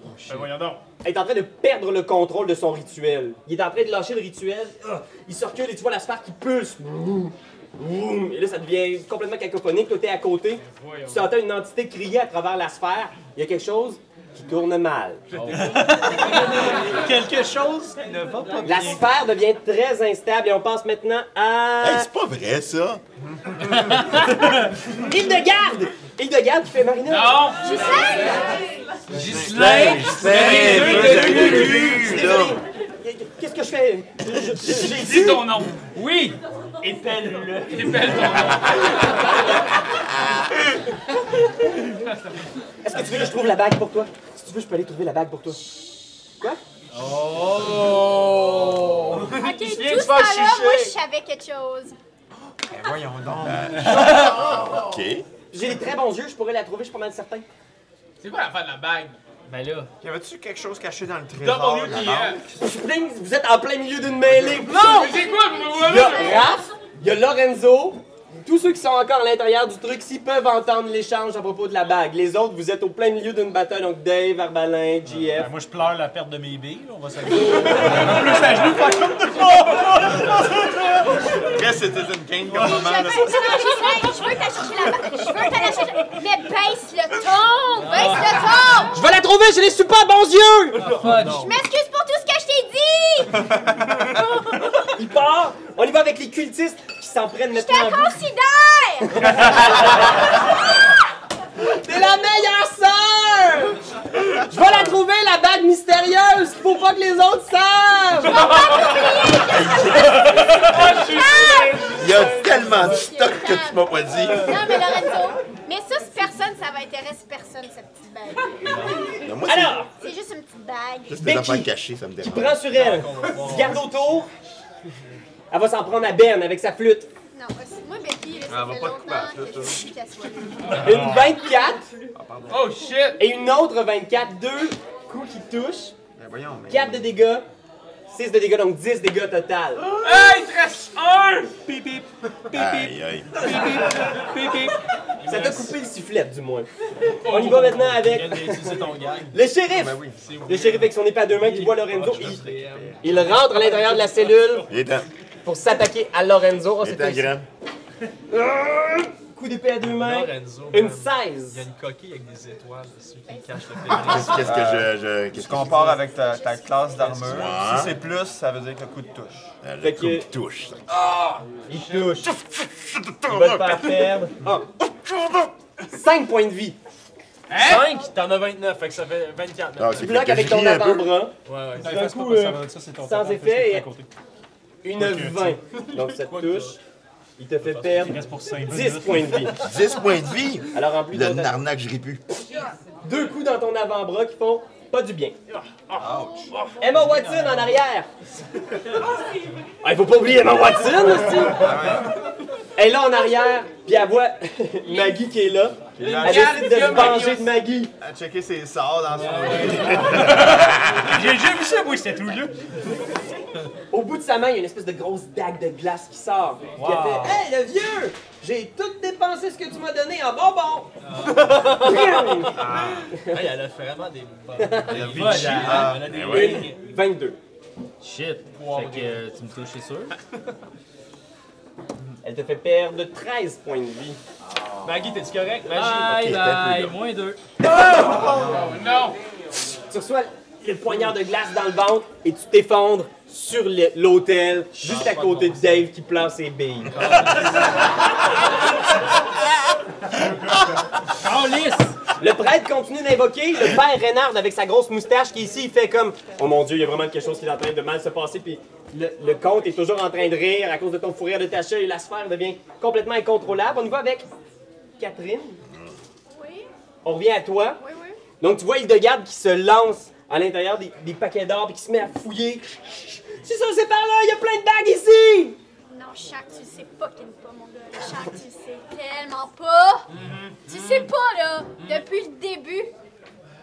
Ben, voyons donc.
elle est en train de perdre le contrôle de son rituel. Il est en train de lâcher le rituel. Ah! Il se recule et tu vois la sphère qui pulse. Vroom, vroom. Et là, ça devient complètement cacophonique. Toi, t'es à côté. Tu entends une entité crier à travers la sphère. Il y a quelque chose qui tourne mal.
Quelque chose ne va pas
La sphère devient très instable et on passe maintenant
Hey,
à.
c'est pas vrai, ça.
Île de garde! Île de garde qui fait Marina.
Non!
Ghislain!
Hey,
Ghislain!
peu de cul, là.
Désolé. Qu'est-ce que je fais? Je- je- J'ai
Dis
dit.
ton nom!
Oui!
Épelle ton nom!
Est-ce que tu veux que je trouve la bague pour toi? Si tu veux, je peux aller trouver la bague pour toi. Quoi?
Ok, tout
viens de
ce
faire
temps-là,
chicher.
moi, je savais quelque chose.
Mais voyons donc.
OK.
J'ai des très bons yeux, je pourrais la trouver, je suis pas mal certain.
C'est quoi l'affaire de la bague?
Ben là,
Y avait-tu quelque chose caché dans le trésor? de la banque?
WTF!
Pling, Vous êtes en plein milieu d'une mêlée.
Non! euh, C'est quoi? vous me
Il y a
voilà?
Raph, il y a Lorenzo. Tous ceux qui sont encore à l'intérieur du truc, s'ils peuvent entendre l'échange à propos de la bague. Les autres, vous êtes au plein milieu d'une bataille, donc Dave, Arbalin, JF.
Ben, moi, je pleure la perte de mes billes, là, on va s'amuser. En plus, ça joue pas comme tout le monde.
Après, c'était une game comme
Je veux,
moment. là.
je veux, je veux que t'as cherché la bague. Je veux que t'as la cherché. Mais baisse le
Ah.
ton! Baisse le ton!
Je vais la trouver, j'ai les super bons yeux!
Je m'excuse pour tout ce que je t'ai dit!
Il part, on y va avec les cultistes qui s'en prennent
Je
maintenant.
te considère!
T'es la meilleure sœur! Je vais la trouver, la bague mystérieuse! Faut pas que les autres savent!
Il y a tellement de stock que tu m'as pas dit.
Non, mais Lorenzo, mais ça, c'est personne, ça va intéresser personne, cette petite
Non,
bague.
moi, c'est- Alors!
C'est juste une petite bague.
Juste des
Becky,
affaires cachées, ça me
qui
dérange.
prend sur elle, qui garde autour. Elle va s'en prendre à Ben avec sa flûte.
Non, moi, c'est- moi, Becky, là,
Ah,
ça
va
fait
pas te
longtemps
couper la
que je
flûte,
suis qu'elle soit là.
Une 24.
Oh shit!
Et une autre 24. Deux coups qui touchent. 4 de dégâts. 6 de dégâts, donc 10 dégâts total.
Hey, il te reste un! Pip, pip, pip, pip.
Aïe,
aïe.
Pip, pip, pip.
Ça t'a coupé le sifflet, du moins. On y va maintenant avec le shérif. Le shérif avec son épée à deux mains qui voit Lorenzo. Il, il rentre à l'intérieur de la cellule
Il est temps.
pour s'attaquer à Lorenzo. Oh,
Il est
c'était
temps, grand.
Ah! Coup d'épée à deux mains. Une 16.
Ah, Il y a une coquille avec des étoiles dessus qui cache le
Qu'est-ce qu'est-ce que
Euh,
je. je
Tu
qu'est-ce que
compares avec ta, ta classe d'armure.
Ouais.
Si c'est plus, ça veut dire que le coup de touche.
je- Ah, Le
Fait
coup
que-
qui touche. ça.
Ah!
Il touche. Il va te faire perdre. 5 points de vie.
5, t'en as 29, fait que ça fait 24.
Ah, c'est Tu bloques fait que avec je ton ris un peu. avant-bras.
Ouais, ouais.
D'un Fais pas coup, parce que ça va- euh, ça, c'est ton sans patin, je effet, l'ai fait à côté. Une 20. Donc ça te touche. Il te fait perdre 10 points de vie.
10 points de vie?
Alors en plus,
Le
t'as-
narnac, je ris plus.
deux coups dans ton avant-bras qui font pas du bien. Emma Watson en arrière. Ah, il faut pas oublier Emma Watson aussi. Elle est là en arrière, puis elle voit Maggie qui est là. Elle décide de se venger de Maggie.
À checker ses sorts dans son
J'ai déjà vu ça, moi, c'était tout vieux.
Au bout de sa main, il y a une espèce de grosse dague de glace qui sort. Puis
Wow.
elle fait Hey, le vieux, j'ai tout dépensé ce que tu m'as donné en bonbons.
Ah. Hey, elle a vraiment des bonnes. Elle a
des vols,
Vichy,
elle-
hein.
elle a des
Eh
lignes.
ouais.
22.
Shit. Fait que euh, tu me touches, c'est sûr.
Elle te fait perdre 13 points de vie.
Maggie, t'es-tu correct?
Bye
Magie.
bye, moins deux.
non!
Tu reçois le poignard de glace dans le ventre et tu t'effondres sur le- l'autel, juste à côté de Dave qui plante ses billes. Le prêtre continue d'invoquer, le père Reynard avec sa grosse moustache qui ici, il fait comme « Oh mon Dieu, il y a vraiment quelque chose qui est en train de mal se passer. » Puis le, le comte est toujours en train de rire à cause de ton fou rire de ta et la sphère devient complètement incontrôlable. On y va avec Catherine.
Oui,
On revient à toi.
oui, oui.
Donc tu vois Hildegarde qui se lance à l'intérieur des, des paquets d'or puis qui se met à fouiller. C'est ça, c'est par là, il y a plein de bagues ici!
Non, Shaq, tu le sais fucking pas, mon gars. Shaq, tu le sais tellement pas.
Mm-hmm.
Tu sais pas, là, depuis le début.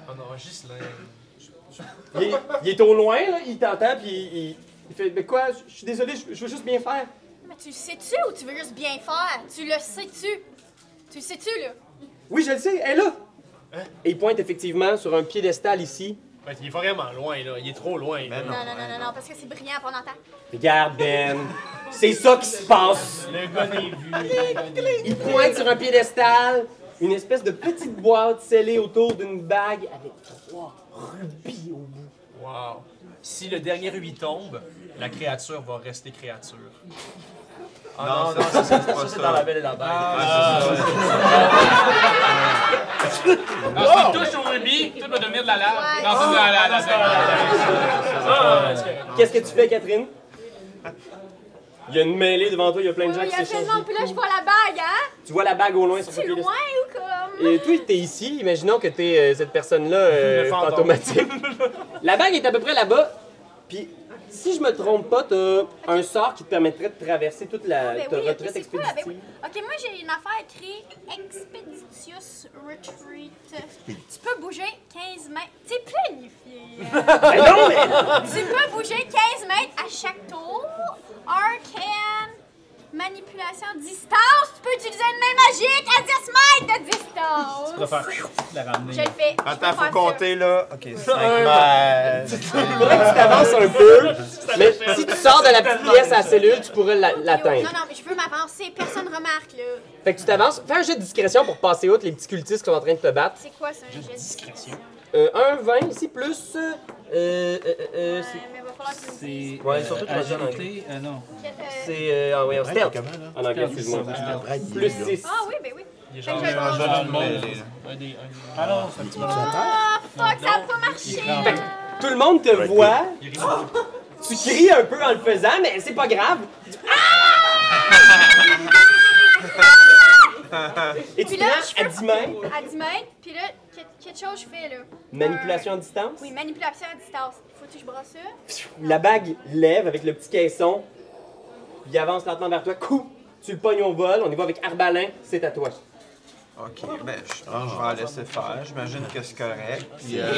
On enregistre là.
Il est, il est au loin, là, il t'entend puis il, il- il fait Mais quoi, je- je suis désolé, je, je veux juste bien faire.
Mais tu le sais-tu ou tu veux juste bien faire? Tu le sais-tu? Tu le sais-tu, là?
Oui, je le sais, elle est là! Et il pointe effectivement sur un piédestal ici.
Ben, il est vraiment loin, là. Il est trop loin. là.
Non, non, non, non, non, parce que c'est brillant pendant temps.
Regarde, Ben, c'est ça qui se passe!
Le gars n'est vu.
Il pointe sur un piédestal une espèce de petite boîte scellée autour d'une bague avec trois rubis au bout.
Wow. Si le dernier rubis tombe, la créature va rester créature. Ah
Non, non, ça, c'est pas
ça, c'est
ça.
dans la belle et la bête.
Ah, c'est ça,
Non, si tu touches au rubis, tout va devenir de la
Ah,
lave. Non,
Oh,
c'est de la lave. non, c'est de la lave.
Qu'est-ce que tu fais, Catherine? Il y a une mêlée devant toi, il y a plein de gens
Il y
qui
a
s'échangent.
tellement. Puis là, je vois la bague, hein?
Tu vois la bague au loin sur
Tu
le
loin
piédestal.
ou comme?
Et toi, t'es ici, imaginons que t'es euh, cette personne-là euh,
Le fantôme.
fantomatique. la bague est à peu près là-bas. Puis, si je me trompe pas, t'as un sort qui te permettrait de traverser toute la
Ben
ta
oui, ok,
Ah, retraite
c'est cool. ben
expéditive.
oui. Ok, moi j'ai une affaire écrite Expeditious Retreat. Tu peux bouger 15 mètres. T'es planifié. hein?
Ben non, mais-
Tu peux bouger 15 mètres à chaque tour. Arcane. Manipulation distance. Tu peux utiliser une main magique à 10 mètres de distance.
Tu préfères la ramener.
Je le fais. Je peux
Attends, faut
faire
compter là. Ok, 5
faudrait que tu t'avances un peu. mais si tu sors de la petite pièce à la cellule, tu pourrais la-
ça. Yo, Non,
l'atteindre.
Ben non, mais je veux m'avancer. Personne remarque, là.
Fait que tu t'avances. Fais un jeu de discrétion pour passer outre les petits cultistes qui sont en train de te battre.
C'est quoi ça, un geste discrétion?
Euh, un 20 ici, plus. Euh, euh, euh, euh,
Ouais, mais va falloir que tu me dises.
C'est.
Ouais,
euh,
surtout que tu vas dire en
agilité. euh, non.
Quel- euh,
C'est. Euh, ah oui, en
Brad,
stealth.
comment, là? Ah,
En anglais,
Stealth,
excuse-moi.
c'est ça.
Brad, il est
Plus
là.
6.
Ah oui, ben oui.
Il est
Fait que
genre
je vais
un
le
jeune
manger.
monde. Un des.
Ah non, c'est un petit peu de
Ah, fuck, ça a pas marché!
Tout le monde te voit. Tu cries un peu en le faisant, mais c'est pas grave. Tu- Ah! Et tu
Puis
te
là,
lâches
je
à
peux-
10 mètres.
À 10 mètres, puis là, que- quelque chose je fais, là. Euh,
Manipulation à distance.
Oui, manipulation à distance. Faut-tu que je brosse ça?
La bague lève avec le petit caisson. Il avance lentement vers toi. Coup! Tu le pognes au vol. On y va avec Arbalin. C'est à toi.
Ok, ben je, je vais la laisser faire. J'imagine que c'est correct. Puis, euh,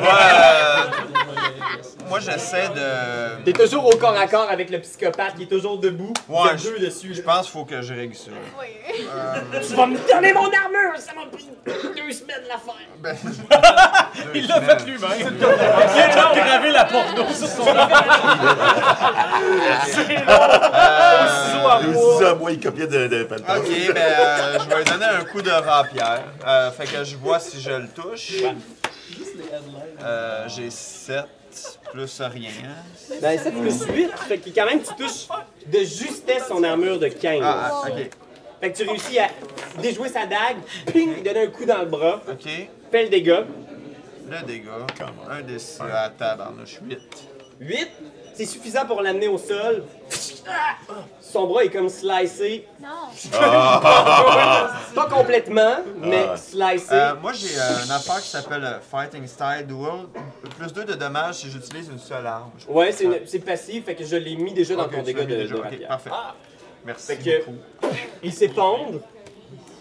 moi, euh, moi, j'essaie de.
T'es toujours au corps à corps avec le psychopathe qui est toujours debout. Vous
Ouais,
êtes deux dessus.
Je pense qu'il faut que je règle ça.
Oui.
Tu vas me donner mon armure! Ça m'a pris deux semaines de la faire.
Il l'a fait
lui-même. Il vient de graver la porno sur son
Ah,
Le ciseau à moi, il copiait de, de Phantom.
Ok, ben euh, je vais lui donner un coup de rapière. Euh, fait que je vois si je le touche. Euh, J'ai 7 plus rien.
Ben, 7 plus 8, fait que quand même, tu touches de justesse son armure de 15.
Ah, ah, ok.
Fait que tu réussis à déjouer sa dague, ping, donner un coup dans le bras,
Ok,
fais le dégât.
le dégât. Un des six. Ah, tabarnouche, 8.
8, c'est suffisant pour l'amener au sol. Son bras est comme slicé.
Non.
Pas complètement, mais slicé.
Ah. Euh, moi, j'ai euh, une affaire qui s'appelle euh, Fighting Style Duel. Plus 2 de dommages si j'utilise une seule arme. Je
Ouais, c'est une- c'est passif, fait que je l'ai mis déjà Oh, dans
Ok,
ton
tu
dégât
l'as mis
de,
déjà.
de
Ok,
rapière. Ah!
parfait.
Fait
Merci
que-
beaucoup.
Ils s'effondrent.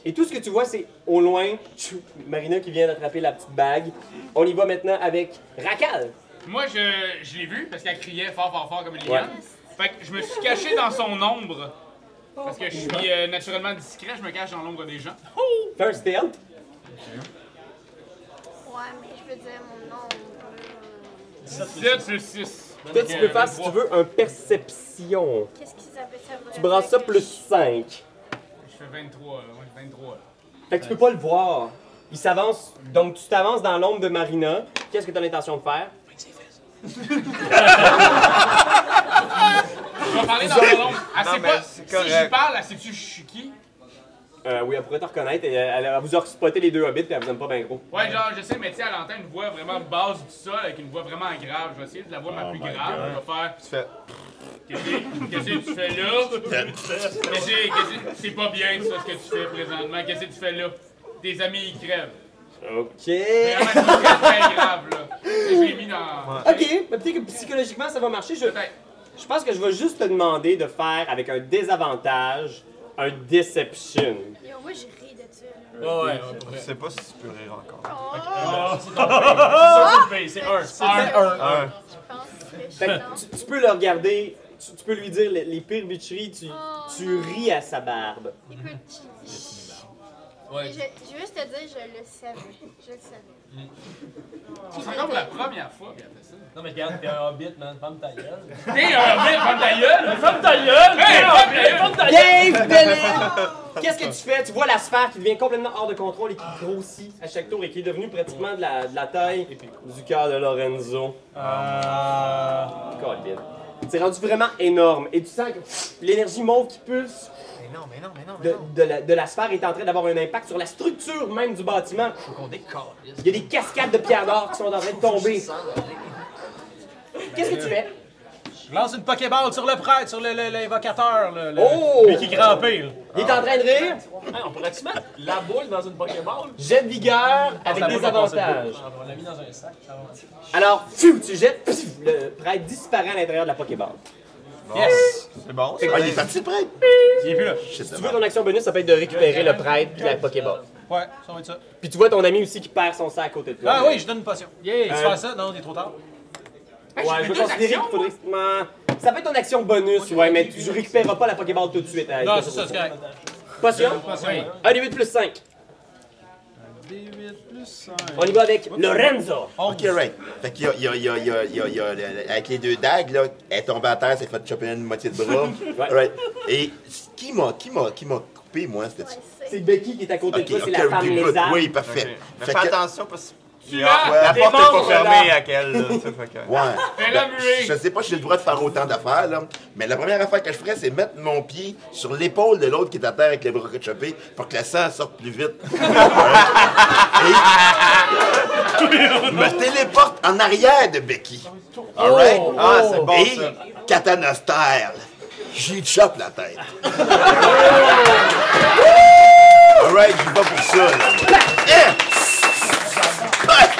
Et tout ce que tu vois, c'est au loin, tchou, Marina qui vient d'attraper la petite bague. On y va maintenant avec Rakal.
Moi, je, je l'ai vu parce qu'elle criait fort, fort, fort comme une liane. Fait que je me suis caché dans son ombre. Parce que je suis euh, naturellement discret, je me cache dans l'ombre des gens.
First stealth.
Ouais, mais je veux dire mon nom. euh,
17 plus euh, 6.
Toi, tu peux faire, si tu veux, un perception.
Qu'est-ce qu'ils appellent ça?
Tu brasses ça plus 5.
Je fais 23, là. Ouais, 23. là.
Fait que tu peux pas le voir. Il s'avance. Donc, tu t'avances dans l'ombre de Marina. Qu'est-ce que tu as l'intention de faire?
Je vais parler dans son ombre. Elle
Non,
sait
mais
pas.
c'est
Si
correct.
j'y parle, ah, elle sait-tu je suis qui?
Euh, oui, elle pourrait te reconnaître. Et, euh, elle va vous a spoté les deux hobbits, puis elle vous aime pas bien gros.
Ouais, genre, je sais, mais tu sais, elle entend une voix vraiment basse du sol avec une voix vraiment grave. Je vais essayer de la voix ma
Oh
plus
my
grave. Je vais faire.
Tu fais.
Qu'est-ce que tu fais là? Qu'est-ce que- qu'est-ce que- C'est pas bien, ça, ce que tu fais présentement. Qu'est-ce que tu fais là? Tes amis, ils crèvent.
OK.
Vraiment, c'est très, très grave, là. Je l'ai mis dans.
OK. mais Peut-être que psychologiquement, ça va marcher. Je,
Peut-être.
je pense que je vais juste te demander de faire, avec un désavantage, un deception.
Yo, moi, je ris de ça. là.
Ouais, ouais, ouais, pour
Je
vrai.
sais pas si tu peux rire encore.
C'est un.
Un.
Je pense que je
Fait que
non.
tu, tu peux le regarder. Tu, tu peux lui dire les, les pires bitcheries. Tu, tu ris à sa barbe.
Écoute, je-
Ouais.
je je veux juste te dire, je le savais. Je le savais.
C'est comme la première fois qu'elle fait ça.
Non, mais regarde, t'es un hobbit, man. Femme ta gueule.
T'es un mec, ferme Ah, ta gueule!
Ferme ta gueule!
Hey,
ferme
ferme ta gueule!
ferme ta gueule!
Dave Bellin! Qu'est-ce que tu fais? Tu vois la sphère qui devient complètement hors de contrôle et qui grossit à chaque tour et qui est devenue pratiquement de la, de la
Ah,
taille du cœur de Lorenzo.
Euh,
Colin. C'est rendu vraiment énorme et tu sens que pff, l'énergie mauve qui pulse
Mais non, mais non, mais non, mais
de,
non.
de la, de la sphère est en train d'avoir un impact sur la structure même du bâtiment.
Faut qu'on décolle.
Il y a des cascades de pierres d'or qui sont en train de tomber. Qu'est-ce que tu fais?
Je lance une Pokéball sur le prêtre, sur le- le- l'invocateur. Le, le,
Oh!
Lui qui grimpait, là.
Il est en train de rire.
Hey, on pourrait-tu mettre la boule dans une Pokéball?
Jet de vigueur avec
Ah, Ça
des
va pas passer de
avantages.
boule. On l'a mis dans un sac. ça va.
Alors, pfiou, tu jettes, pfiou, le prêtre disparaît à l'intérieur de la Pokéball.
Yes!
C'est bon, ça.
Ah, il est parti, le prêtre?
Il est plus là.
Shit,
Tu veux ton action bonus, ça peut être de récupérer le prêtre puis la Pokéball.
Ouais, ça va être ça.
Puis tu vois ton ami aussi qui perd son sac à côté de toi.
Ah oui, je donne une potion. Yeah! Tu
Euh,
fais ça? Non, il est trop tard.
Ouais, je veux considérer qu'il faudrait. Ah, Ça peut être ton action bonus, ouais, mais tu récupéreras pas la Pokéball tout de suite. hein.
Non, c'est ça, c'est correct.
Potion? Un des 8 plus 5.
D8 plus 5.
On y va avec Lorenzo.
Ok, right. Fait qu'il y a, il y a, il y a, il y a, il y a, il y a- la- la- avec les deux dagues, là, elle est tombée à terre, s'est fait choper une moitié de bras. right. Et qui m'a, qui m'a, qui m'a coupé, moi, c'était
Ouais, c'est-
C'est Becky qui est à côté de toi, c'est la
ok,
femme
good.
lézard.
Oui, parfait.
Mais
Fait
fais
que-
attention parce que Ah,
Fuyant!
ouais,
La
des
porte est pas
membres,
fermée
là.
à quelle, là. ça fait que-
Ouais.
Fais-la
Ben,
muer.
Je sais pas si j'ai le droit de faire autant d'affaires, là. Mais la première affaire que je ferais, c'est mettre mon pied sur l'épaule de l'autre qui est à terre avec les bras chopés pour que le sang sorte plus vite. Et me téléporte en arrière de Becky. Alright?
Oh. Ah, c'est bon,
Et
ça.
katana style. J'y chope la tête.
Oh.
Alright, j'y vais pour ça, là. Eh! Pac!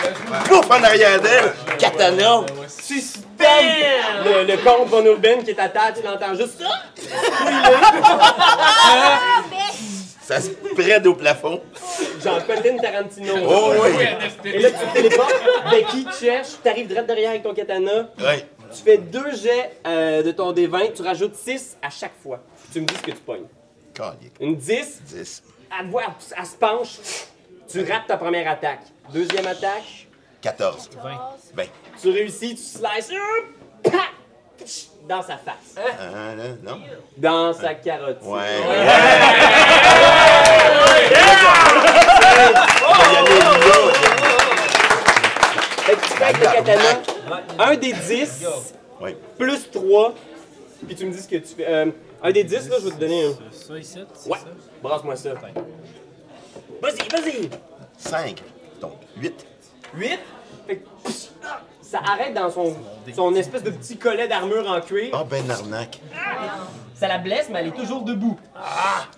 Pouf en arrière d'elle, katana.
Le, le comte Von Urbain qui est à terre, tu l'entends juste ça?
Ah, bitch!
Ça se prête au plafond.
Genre Quentin Tarantino.
Oh oui!
Et là, tu te téléportes, Becky, tu cherches, t'arrives direct derrière avec ton katana,
Ouais.
tu fais deux jets euh, de ton D20, tu rajoutes 6 à chaque fois. Puis Tu me dis ce que tu pognes.
Calique.
Une 10,
10.
elle, te voit, elle- elle se penche, tu rates ta première attaque. Deuxième attaque,
14. 20.
tu réussis, tu slices, euh, pa! Tch! dans sa face,
Ah, là, non?
dans sa carotte.
Ouais. Il y a des vidéos.
Fait que tu fais avec le katana, un des 10
Oui.
plus 3, puis tu me dis ce que tu fais. Euh, un des 10, là, je vais te donner un.
Ça ici, c'est
Ouais,
ça?
brasse-moi ça. Vas-y, vas-y!
5. Donc 8.
8. Fait que, psh, ah, ça arrête dans son, son espèce de petit collet d'armure en cuir.
Ah ben arnaque.
Ça la blesse, mais elle est toujours debout.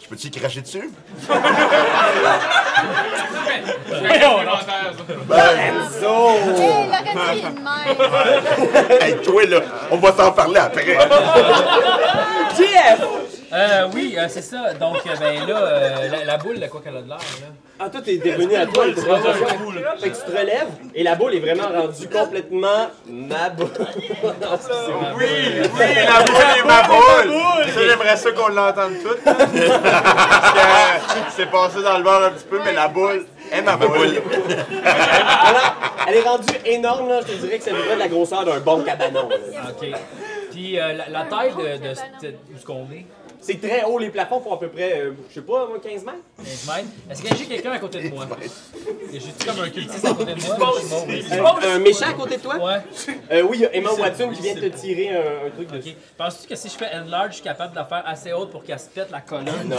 Je peux-tu y cracher dessus?
Elle aurait dit une mère.
Hey, toi là, on va s'en parler après.
Jeff!
Euh, oui, euh, c'est ça. Donc, euh, ben là, euh, la, la boule, de quoi qu'elle a de l'air, là.
Ah, toi, t'es devenu à toi, t'es pas Fait que tu te relèves et la boule est vraiment rendue complètement ma boule.
Oui, oui, la boule et ma boule! Ça, j'aimerais ça qu'on l'entende toute. là. Parce que, euh, c'est passé dans le bar un petit peu, mais la boule est ma boule.
Alors, elle est rendue énorme, là. Je te dirais que ça devrait de la grosseur d'un bon cabanon. là.
OK. Puis euh, la, la taille de, de, cette- où ce qu'on est,
C'est très haut, les plafonds font à peu près, euh, je sais pas, moi, 15 mètres.
15 mètres, est-ce que j'ai quelqu'un à côté de moi? Et J'ai-tu comme un cultiste à côté de moi? Je suis mort, oui.
Un, Euh, un méchant à côté de toi?
Ouais.
Euh, oui, il y a Emma Watson qui vient de te tirer un, un truc dessus.
OK. Penses-tu que si je fais enlarge, je suis capable de la faire assez haute pour qu'elle se pète la colonne? Non.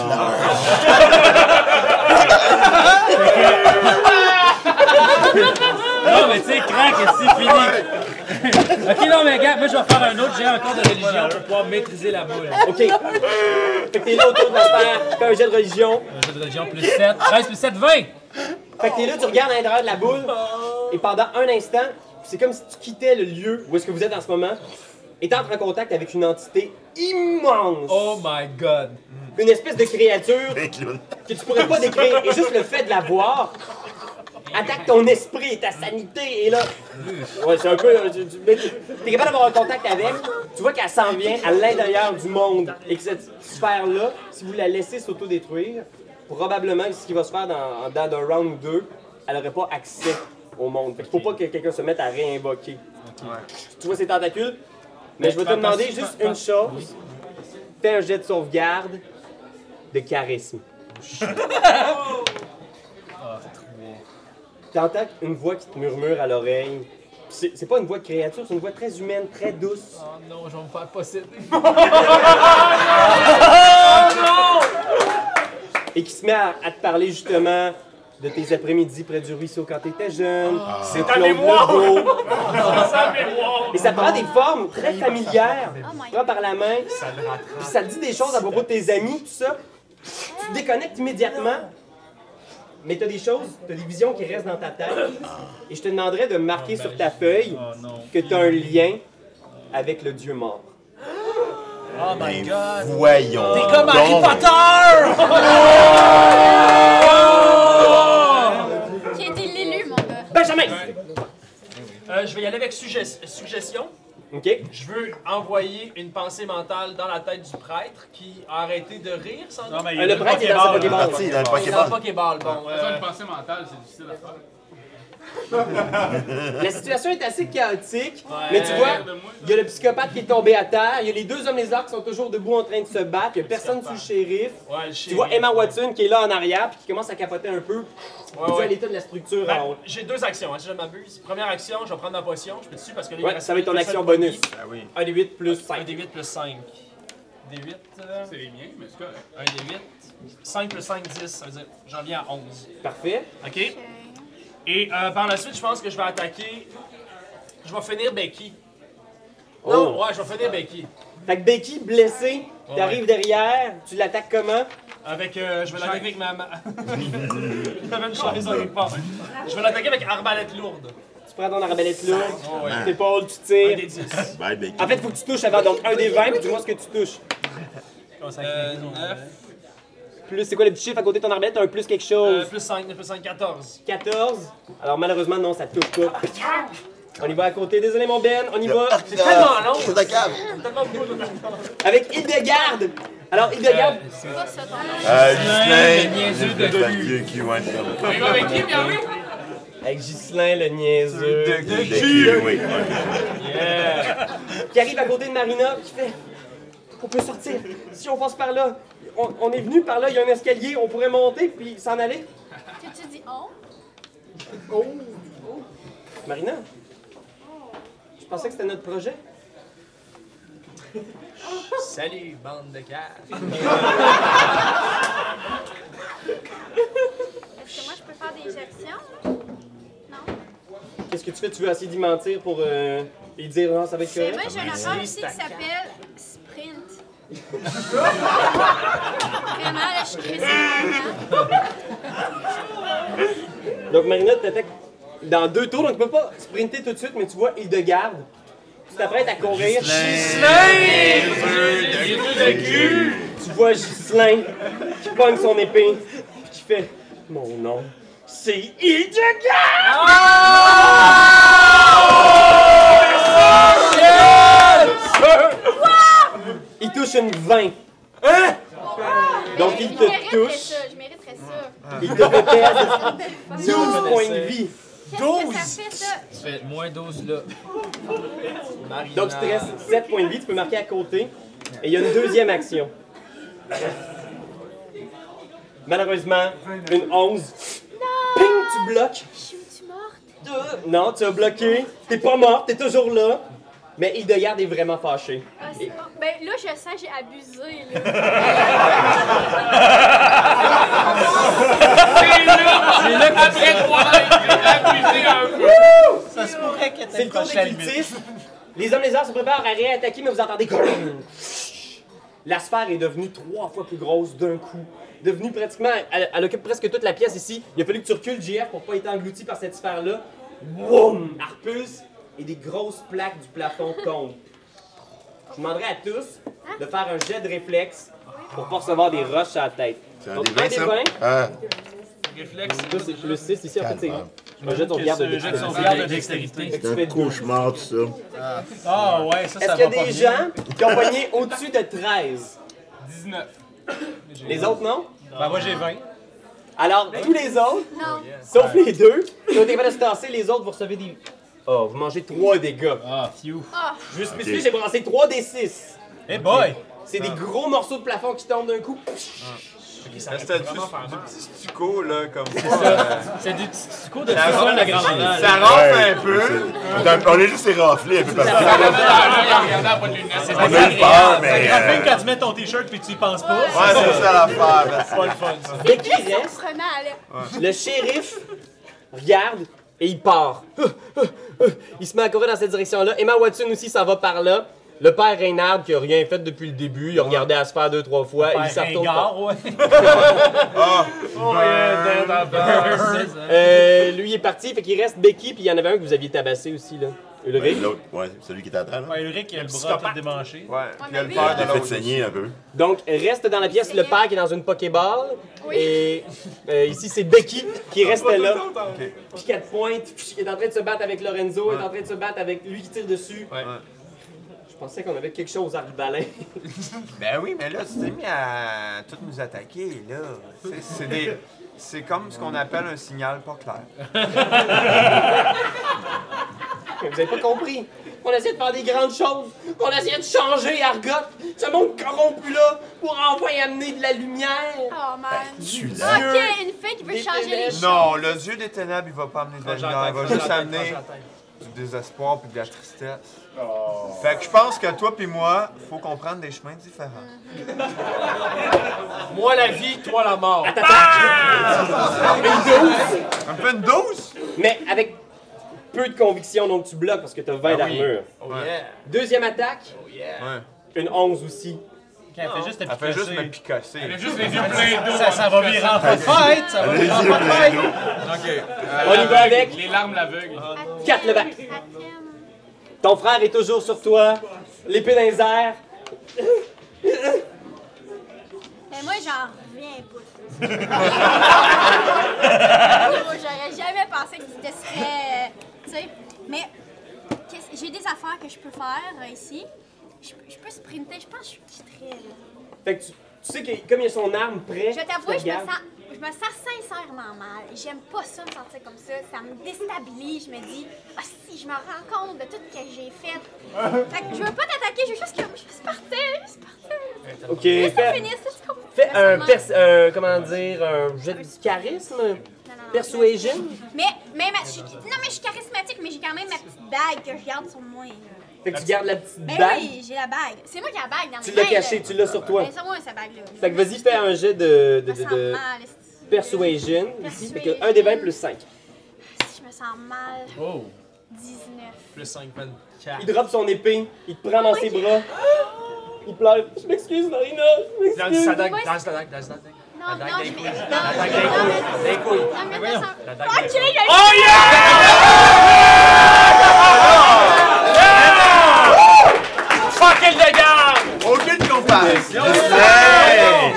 non, mais tu sais, craque, c'est fini. OK, non, mais regarde, moi, je vais faire un autre géant encore de religion pour pouvoir maîtriser la boule.
Ok. Fait que t'es là autour de la sphère, fais un jet de religion.
Un jeu de religion plus 7. 13 plus 7, 20!
Fait que t'es là, tu regardes à l'intérieur de la boule, et pendant un instant, c'est comme si tu quittais le lieu où est-ce que vous êtes en ce moment, et t'entres en contact avec une entité immense.
Oh my god!
Une espèce de créature
Hey, clown.
que tu pourrais pas décrire, et juste le fait de la voir attaque ton esprit et ta sanité, et là... Ouais, c'est un peu... euh, tu- tu- mais tu- T'es capable d'avoir un contact avec, tu vois qu'elle s'en vient à l'intérieur du monde, et que cette sphère-là, si vous la laissez s'autodétruire, probablement ce qui va se faire dans, dans un round ou deux, elle n'aurait pas accès au monde. Fait qu'il faut pas que quelqu'un se mette à réinvoquer. Tu vois ces tentacules? Mais je vais te demander juste une chose. Fais un jet de sauvegarde de charisme. T'entends une voix qui te murmure à l'oreille. C'est c'est pas une voix de créature, c'est une voix très humaine, très douce.
Oh non, je vais me faire posséder. Ah
Et qui se met à, à te parler justement de tes après-midi près du ruisseau quand t'étais jeune.
Ah.
C'est ta mémoire! Et ça prend des formes très familières.
Oh my
Tu prends par la main. Puis ça te dit des choses à propos de tes amis, tout ça. Tu te déconnectes immédiatement. Mais t'as des choses, t'as des visions qui restent dans ta tête. Et je te demanderais de marquer sur ta feuille que t'as un lien avec le dieu mort.
Oh my god!
Voyons. T'es
Comme Harry Potter!
God. J'ai été l'élu, mon gars.
Benjamin!
Euh, je vais y aller avec sugges- suggestion.
OK?
Je veux envoyer une pensée mentale dans la tête du prêtre qui a arrêté de rire sans doute.
mais
Euh, le prêtre est dans sa
Pokéball.
Pokémon.
Parti dans le
C'est dans le
Pokémon.
Pokéball, bon.
Ça,
euh,
une pensée mentale, c'est difficile à faire.
La situation est assez chaotique,
Ouais.
mais tu vois, il y a le psychopathe qui est tombé à terre, il y a les deux hommes lézards qui sont toujours debout en train de se battre, il y a personne sur le shérif.
Ouais, le
Tu
shérif.
vois Emma Watson qui est là en arrière puis qui commence à capoter un peu.
Ouais,
tu vois
ouais.
l'état de la structure.
Ben,
alors-
j'ai deux actions, hein, si je ne m'abuse. Première action, je vais prendre ma potion. Je peux dessus parce que là, il
Ouais,
reste
ça va être ton
une seule
action bonus.
poignée.
Ah oui.
Un des 8 plus
Un
5.
des 8 plus 5. Des 8.
C'est les miens, mais c'est correct.
Un des 8. 5 plus 5, 10. Ça veut dire j'en viens à 11.
Parfait.
OK? Et euh, par la suite, je pense que je vais attaquer. Je vais finir Becky. Non,
Oh.
ouais, je vais finir Becky.
Fait que Becky, blessée, t'arrives derrière, tu l'attaques comment?
Avec. euh, je vais l'attaquer avec ma. ma- Il y avait une chaise dans quelque part. Je vais l'attaquer avec arbalète lourde.
Tu prends ton arbalète lourde,
Oh, ouais.
t'épaules, tu
Un
tires.
des 10.
Bye, Becky.
En fait, faut que tu touches avant, donc un des 20, puis dis-moi ce que tu touches.
Euh, 9.
Plus, c'est quoi le petit chiffre à côté de ton arbalète? T'as un plus quelque chose.
Euh, plus 5, plus 5, 14.
14. Alors malheureusement, non, ça touche pas.
Ah.
On y va à côté. Désolé, mon Ben. On y va.
Ah,
C'est tellement long.
C'est ta cave.
Tellement beau de
Avec Hildegarde. Alors, Hildegarde,
C'est pas ça ton nom.
Euh,
le
Justin,
niaiseux
le
de
fatigué qui va être comme-
Il va avec qui, bien oui?
avec Ghislain le niaiseux,
De qui, oui.
qui arrive à côté de Marina, qui fait On peut sortir. Si on passe par là, on, on est venu par là, il y a un escalier, on pourrait monter puis s'en aller.
Tu dis on?
Marina, je pensais que c'était notre projet.
Salut, bande de caves.
Est-ce que moi je peux faire des actions? Non?
Qu'est-ce que tu fais Tu veux essayer d'y mentir pour euh, lui dire non, ça va être
Mais moi
correct?
j'ai un affaire aussi qui s'appelle Sprint. Vraiment, là, je crie ça.
Donc Marina, tu t'attaques dans deux tours, donc tu peux pas sprinter tout de suite, mais tu vois Hildegarde. Tu t'apprêtes à courir. Tu vois Ghislain qui pogne son épée et qui fait Mon nom, c'est Hildegard! Il touche une 20. Donc il te
Je mériterais
touche, Ah.
ça, je mériterais ça.
il te fait perdre 12 points de vie.
Qu'est-ce que ça fait ça?
Tu fais moins 12 là.
Donc il te reste 7 points de vie, tu peux marquer à côté. Et il y a une deuxième action. Malheureusement, une 11. Ping, tu bloques.
Je suis morte?
Non, tu as bloqué. T'es pas mort, t'es toujours là. Mais Hildegarde est vraiment fâché.
Ah, c'est pas- Ben là, je sens que j'ai abusé. Là.
C'est là! C'est là Après trois abusé un peu.
Ça se pourrait que
C'est
t'aies
le tour
proche
des cultistes. Les hommes lézards se préparent à réattaquer, mais vous entendez. La sphère est devenue trois fois plus grosse d'un coup. Devenue pratiquement. Elle, elle occupe presque toute la pièce ici. Il a fallu que tu recules, JF, pour pas être englouti par cette sphère-là. Boum! Elle repulse et des grosses plaques du plafond tombent. Je vous demanderai à tous de faire un jet de réflexe pour pas recevoir des rushs à la tête.
C'est un
Donc,
des 20, ça?
vingt.
Ah,
Réflexe.
Là, c'est le 6 ici, en fait, c'est.
Calme.
Un jet de sauvegarde de dextérité.
sauvegarde de dextérité.
Tu
c'est
fais
un
de
cauchemar, tout ça.
Ah ouais, ça,
Est-ce
ça
qu'il y a
va pas
des
bien.
gens qui ont pogné au-dessus de 13?
19.
Les autres, non?
Ben moi j'ai 20.
Alors, tous les autres,
Non.
sauf les deux, qui ont été capables de se tasser, les autres, vous recevez des... Oh, vous mangez 3 dégâts.
Ah, fiou.
Je veux spécifier, j'ai brassé 3 des 6.
Hey boy!
C'est des gros morceaux de plafond qui tombent d'un coup.
La statue du petit stucco, là, comme ça.
C'est des petits sucos de
Ça
sol de
ronfle-
grand
ça ronfle un
Ouais,
peu.
c'est un- On est juste éraflé un peu parce qu'on
Ah, là, il a regardé à pas de lunettes. C'est pas
a eu peur, mais.
Enfin,
euh,
quand tu mets ton t-shirt puis tu y penses pas,
Ouais, c'est ça l'affaire. C'est pas le fun.
Dès qu'il reste,
Surprenant, là.
le shérif regarde et il part. Il se met à courir dans cette direction-là. Emma Watson aussi s'en va par là. Le père Reynard qui a rien fait depuis le début, il a regardé à se faire deux, trois fois, il s'en retourne pas.
ringard, ben, ouais.
Euh, lui il est parti, fait qu'il reste Becky, puis il y en avait un que vous aviez tabassé aussi, là. Ulrich.
L'autre, ouais, celui qui est à terre, là.
Ouais, Ben, Ulrich, il a le bras tout démanché.
Ouais, puis il y a le
mais
père
Il a
de
fait
l'autre.
saigner un peu.
Donc, reste dans la pièce le père qui est dans une Pokéball. Et euh, ici, c'est Becky qui reste là. Puis qu'elle pointe, puis qui est en train de se battre avec Lorenzo, est en train de se battre avec lui qui tire dessus.
Ouais.
Je pensais qu'on avait quelque chose à reballer.
Ben oui, mais là, tu t'es mis à tout nous attaquer, là. C'est- C'est des- c'est comme ce qu'on appelle un signal pas clair.
Vous avez pas compris. On essayait de faire des grandes choses. On essayait de changer Argot. Ce monde corrompu-là pour enfin amener de la lumière.
Oh man.
Ah. Tu
Ok, une fille qui veut changer les choses.
Non, le dieu des ténèbres, il va pas amener de la
Quand
lumière, il
j'entends,
va
quand
juste
j'entends,
amener
quand
du désespoir puis de la tristesse. Fait que je pense que toi puis moi, faut qu'on prenne des chemins différents.
Moi la vie, toi la mort.
Une douce.
Un peu une douce.
Mais avec peu de conviction, donc tu bloques parce que t'as 20
Ah oui.
d'armure.
Oh yeah.
Deuxième attaque. Une 11 aussi.
Elle fait juste,
Elle fait juste me picasser.
Elle a juste les yeux pleins d'eau.
Ben, Ça, ça va virer en pas de fête! Ça va virer en pas de fête!
Ok.
On y va avec
Les larmes l'aveuglent.
4 le bac. Ton frère est toujours sur toi. L'épée dans les airs.
Mais moi, j'en reviens pas. Moi, J'aurais jamais pensé que tu te serais. euh, Tu sais, mais qu'est-ce- j'ai des affaires que je peux faire euh, ici. Je, peux- je peux sprinter, je pense que je suis quitterai. là.
Fait que tu, tu sais que comme il a son arme prête.
Je vais t'avouer,
tu
je
te
me
regardes.
sens. Je me sens sincèrement mal. J'aime pas ça me sentir comme ça. Ça me déstabilise. Je me dis, ah si, je me rends compte de tout ce que j'ai fait. Fait que je veux pas t'attaquer, je veux juste que je puisse partir, juste partir.
Ok,
Juste que ça
fais,
finisse, juste qu'on-
fais un,
Seulement-
pers- un- Comment dire Un jet de charisme
Non, non, non.
Persuasion
Mais, mais ma- je suis- non, mais je suis charismatique, mais j'ai quand même ma petite bague que je garde sur moi. là.
Fait que tu gardes la petite
Ben
bague.
oui, j'ai la bague. C'est moi qui ai la bague dans
Tu
mes
l'as
mains,
cachée,
là.
tu l'as sur toi.
Ben, c'est moi, cette bague-là.
Fait que vas-y, fais un jet de, de, de,
Je me sens
de
mal. est-ce que-
persuasion. Ici, fait que 1 des 20 plus 5.
Si je me sens mal.
Oh.
19.
Plus 5 man.
Il drop son épée, il te prend dans ses bras. Il pleure. Je m'excuse, Marina. Je
Dans sa
m'excuse.
dague, dans sa dague, dans sa dague.
Non, non,
dague
je
des
me.
couilles. La
Non,
dague
je-
des
non, mais- Oh,
couilles. Des couilles.
non, mais je me sens-
La dague
Ok,
des
j'ai-
Oh!
Fuck it, les gars!
Aucune compassion.
Hey!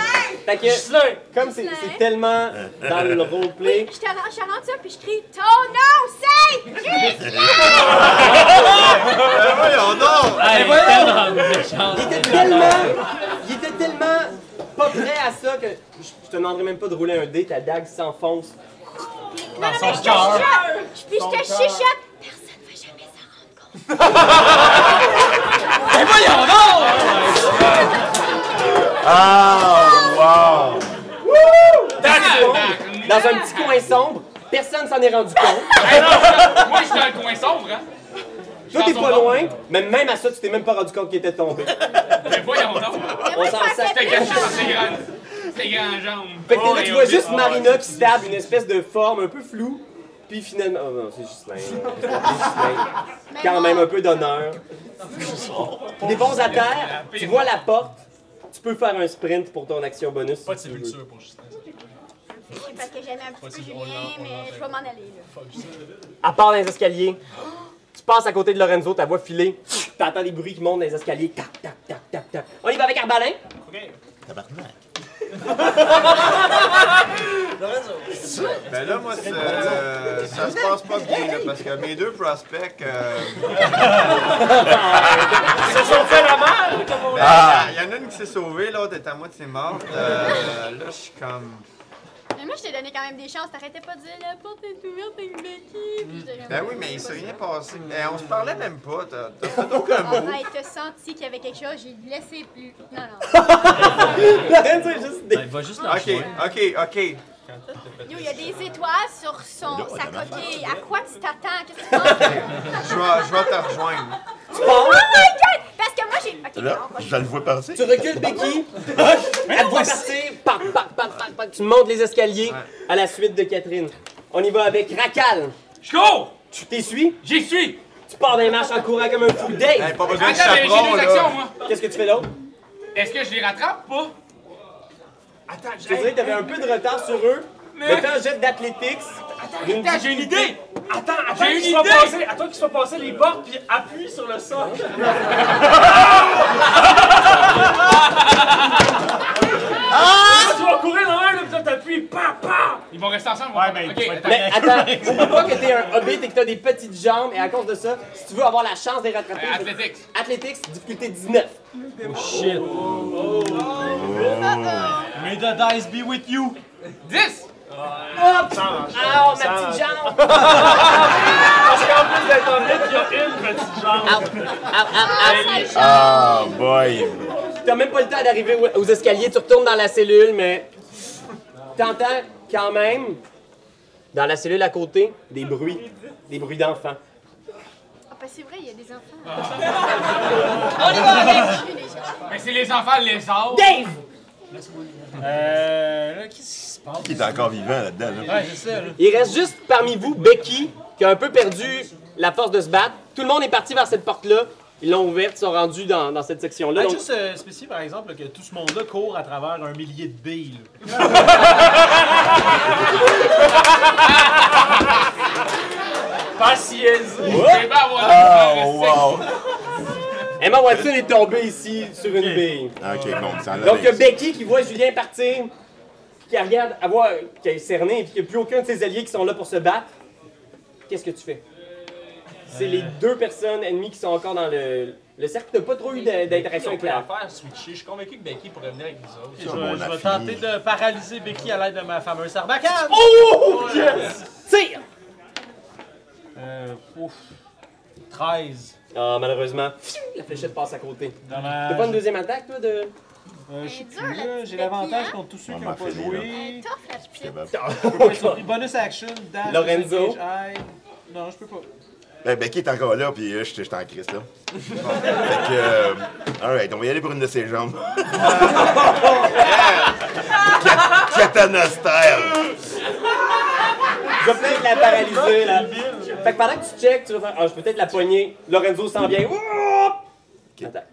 Fait que, comme c'est c'est tellement dans le roleplay,
Je te rends- je te rends ça, puis je crie Ton nom, c'est Christian!
Ben voyons donc!
Elle est tellement méchante.
il était tellement, il était tellement pas prêt à ça que je je te demanderais même pas de rouler un dé, ta dague s'enfonce.
Non, non, mais je te chuchote! Puis je te chuchote! Personne ne va jamais s'en rendre compte.
Ah, wow!
Dans un petit coin sombre, personne s'en est rendu compte.
Hey, non, ça- Moi, je suis dans le coin sombre, hein.
Toi, t'es pas loin, mais même à ça, tu t'es même pas rendu compte qu'il était tombé.
Oh,
Mais voyons donc.
Mais moi,
On
je
s'en
pensais
sac-
T'es
plus-
caché dans tes grandes, tes grandes jambes.
Fait que t'es là,
Oh,
tu vois
et
juste
Ah,
oh,
Marina qui stable une espèce de forme un peu floue. Puis finalement. Oh non, c'est Ghislain. là. C'est Ghislain.
Mais
Quand
non.
même un peu d'honneur. Des bons à terre, tu vois la porte. Tu peux faire un sprint pour ton action bonus.
Pas de
si tu veux.
sépulture pour Justin.
Oui, Parce que j'aimais un petit peu Julien, mais je vais m'en aller, là.
À part dans les escaliers, tu passes à côté de Lorenzo, ta voix filée. T'entends des bruits qui montent dans les escaliers. Tac, tac, tac, tac, tac. On y va avec Arbalin.
Tabarnak.
Ben là, moi, c'est, euh, ça se passe pas bien, là, parce que mes deux prospects. euh,
Ils se sont fait la malle! Comme on...
ben,
Ah!
Il y en a une qui s'est sauvée, l'autre est à moitié morte. Euh, là, je suis comme.
Mais moi, je t'ai donné quand même des chances. T'arrêtais pas de dire la porte est ouverte avec Becky. Puis j'étais comme,
Ben oui, mais il s'est rien passé. Eh, on se parlait même pas. T'as t'as fait aucun
Ah,
mot.
ouais, t'as senti qu'il y avait quelque chose, j'ai laissé plus. Non, non.
Lorenzo est juste des-
Il va juste la
Ok, ok, ok.
Yo, il y a des étoiles sur son, sa
la
coquille. À quoi tu t'attends? Qu'est-ce que tu penses?
Je vais, je vais te rejoindre.
Tu passes,
Oh my god! Parce que moi, j'ai. Ok,
Là,
non, pas-
je le vois passer.
tu recules Becky. Elle te voit partir. Pac, pac, pac, pac, pac. Tu montes les escaliers à la suite de Catherine. On y va avec Racal.
Je cours!
Tu t'essuies,
J'y suis!
tu pars dans les marches en courant comme un fou.
Eh,
Dave,
pas besoin de
Attends, mais j'ai
chaperon,
deux actions,
là.
moi.
qu'est-ce que tu fais d'autre?
Est-ce que je les rattrape ou pas? Attends,
Je te dirais que t'avais un peu de retard sur eux. Mais fais un jet d'athlétiques.
Attends, j'ai une idée!
Attends, attends
J'ai
qu'il
une
soit
idée.
passé, attends qu'il soit passé les portes puis appuie sur le sol. Ah! Tu vas courir dans un là, puis toi, t'appuies
suis papa! Ils vont rester ensemble. Ouais, mais
Mais attends, oublie pas que t'es un hobbit et que t'as des petites jambes, et à cause de ça, si tu veux avoir la chance d'être rattrapé.
Euh, athletics.
Athletics, difficulté 19.
Oh shit. May the dice be with you.
10!
Hop! Ah, ma petite jambe!
Parce qu'en plus d'être en tête, il y a une petite jambe.
Ah, ah, ah.
Ah, boy.
T'as même pas le temps d'arriver au- aux escaliers, tu retournes dans la cellule, mais t'entends quand même, dans la cellule à côté, des bruits, des bruits d'enfants.
Ah, ben c'est vrai, il y a des enfants.
Mais c'est les enfants lézards.
Dave!
Euh. Là, qu'est-ce qui se passe?
Qui est encore vivant là-dedans, là?
Ouais, c'est ça, là.
Il reste juste parmi vous Becky, qui a un peu perdu la force de se battre. Tout le monde est parti vers cette porte-là. Ils l'ont ouverte, ils sont rendus dans, dans cette section-là.
Hey,
Donc,
juste euh, spécifier, par exemple, que tout ce monde-là court à travers un millier de billes. là.
Pas si aisé.
C'est pas avoir
Oh, wow.
Emma Watson est tombée ici sur une bille.
Ah, Ok, bon, ça
Donc, il y a
l'a
Becky qui voit Julien partir, puis qui la regarde avoir, qui est cerné, et puis qu'il n'y a plus aucun de ses alliés qui sont là pour se battre. Qu'est-ce que tu fais? C'est les deux personnes ennemies qui sont encore dans le, le cercle. T'as pas trop eu de- d'interaction
On
avec
peut la
la
faire switcher. Je suis convaincu que Becky pourrait venir avec nous autres.
Je,
bon, on
vais- je
a
vais
fini.
tenter de paralyser Becky à l'aide de ma fameuse sarbacane.
Oh! Yes! Tire!
Euh, ouf. 13.
Ah, malheureusement, la fléchette passe à côté. T'as
Dommage.
pas une deuxième attaque, toi, de...
Euh, je sais
Elle est dure,
plus, là.
la
J'ai
petite
l'avantage
Becky, hein?
contre tous ceux
On
qui
m'a
n'ont pas
fini,
Elle est
joué.
tough, la petite.
Ouais, j'ai pris bonus action. dash,
Lorenzo.
disengage, hide. Non, je peux pas.
Ben, Becky est encore là, puis euh, je je suis en crise, là. Bon. fait que, euh, alright, on va y aller pour une de ses jambes. Kat- Katana style.
Je vais peut-être la paralyser, là. Fait que pendant que tu checkes, tu vas faire... Ah, je peux peut-être la poignée. Lorenzo s'en vient. Ouh! Attaque.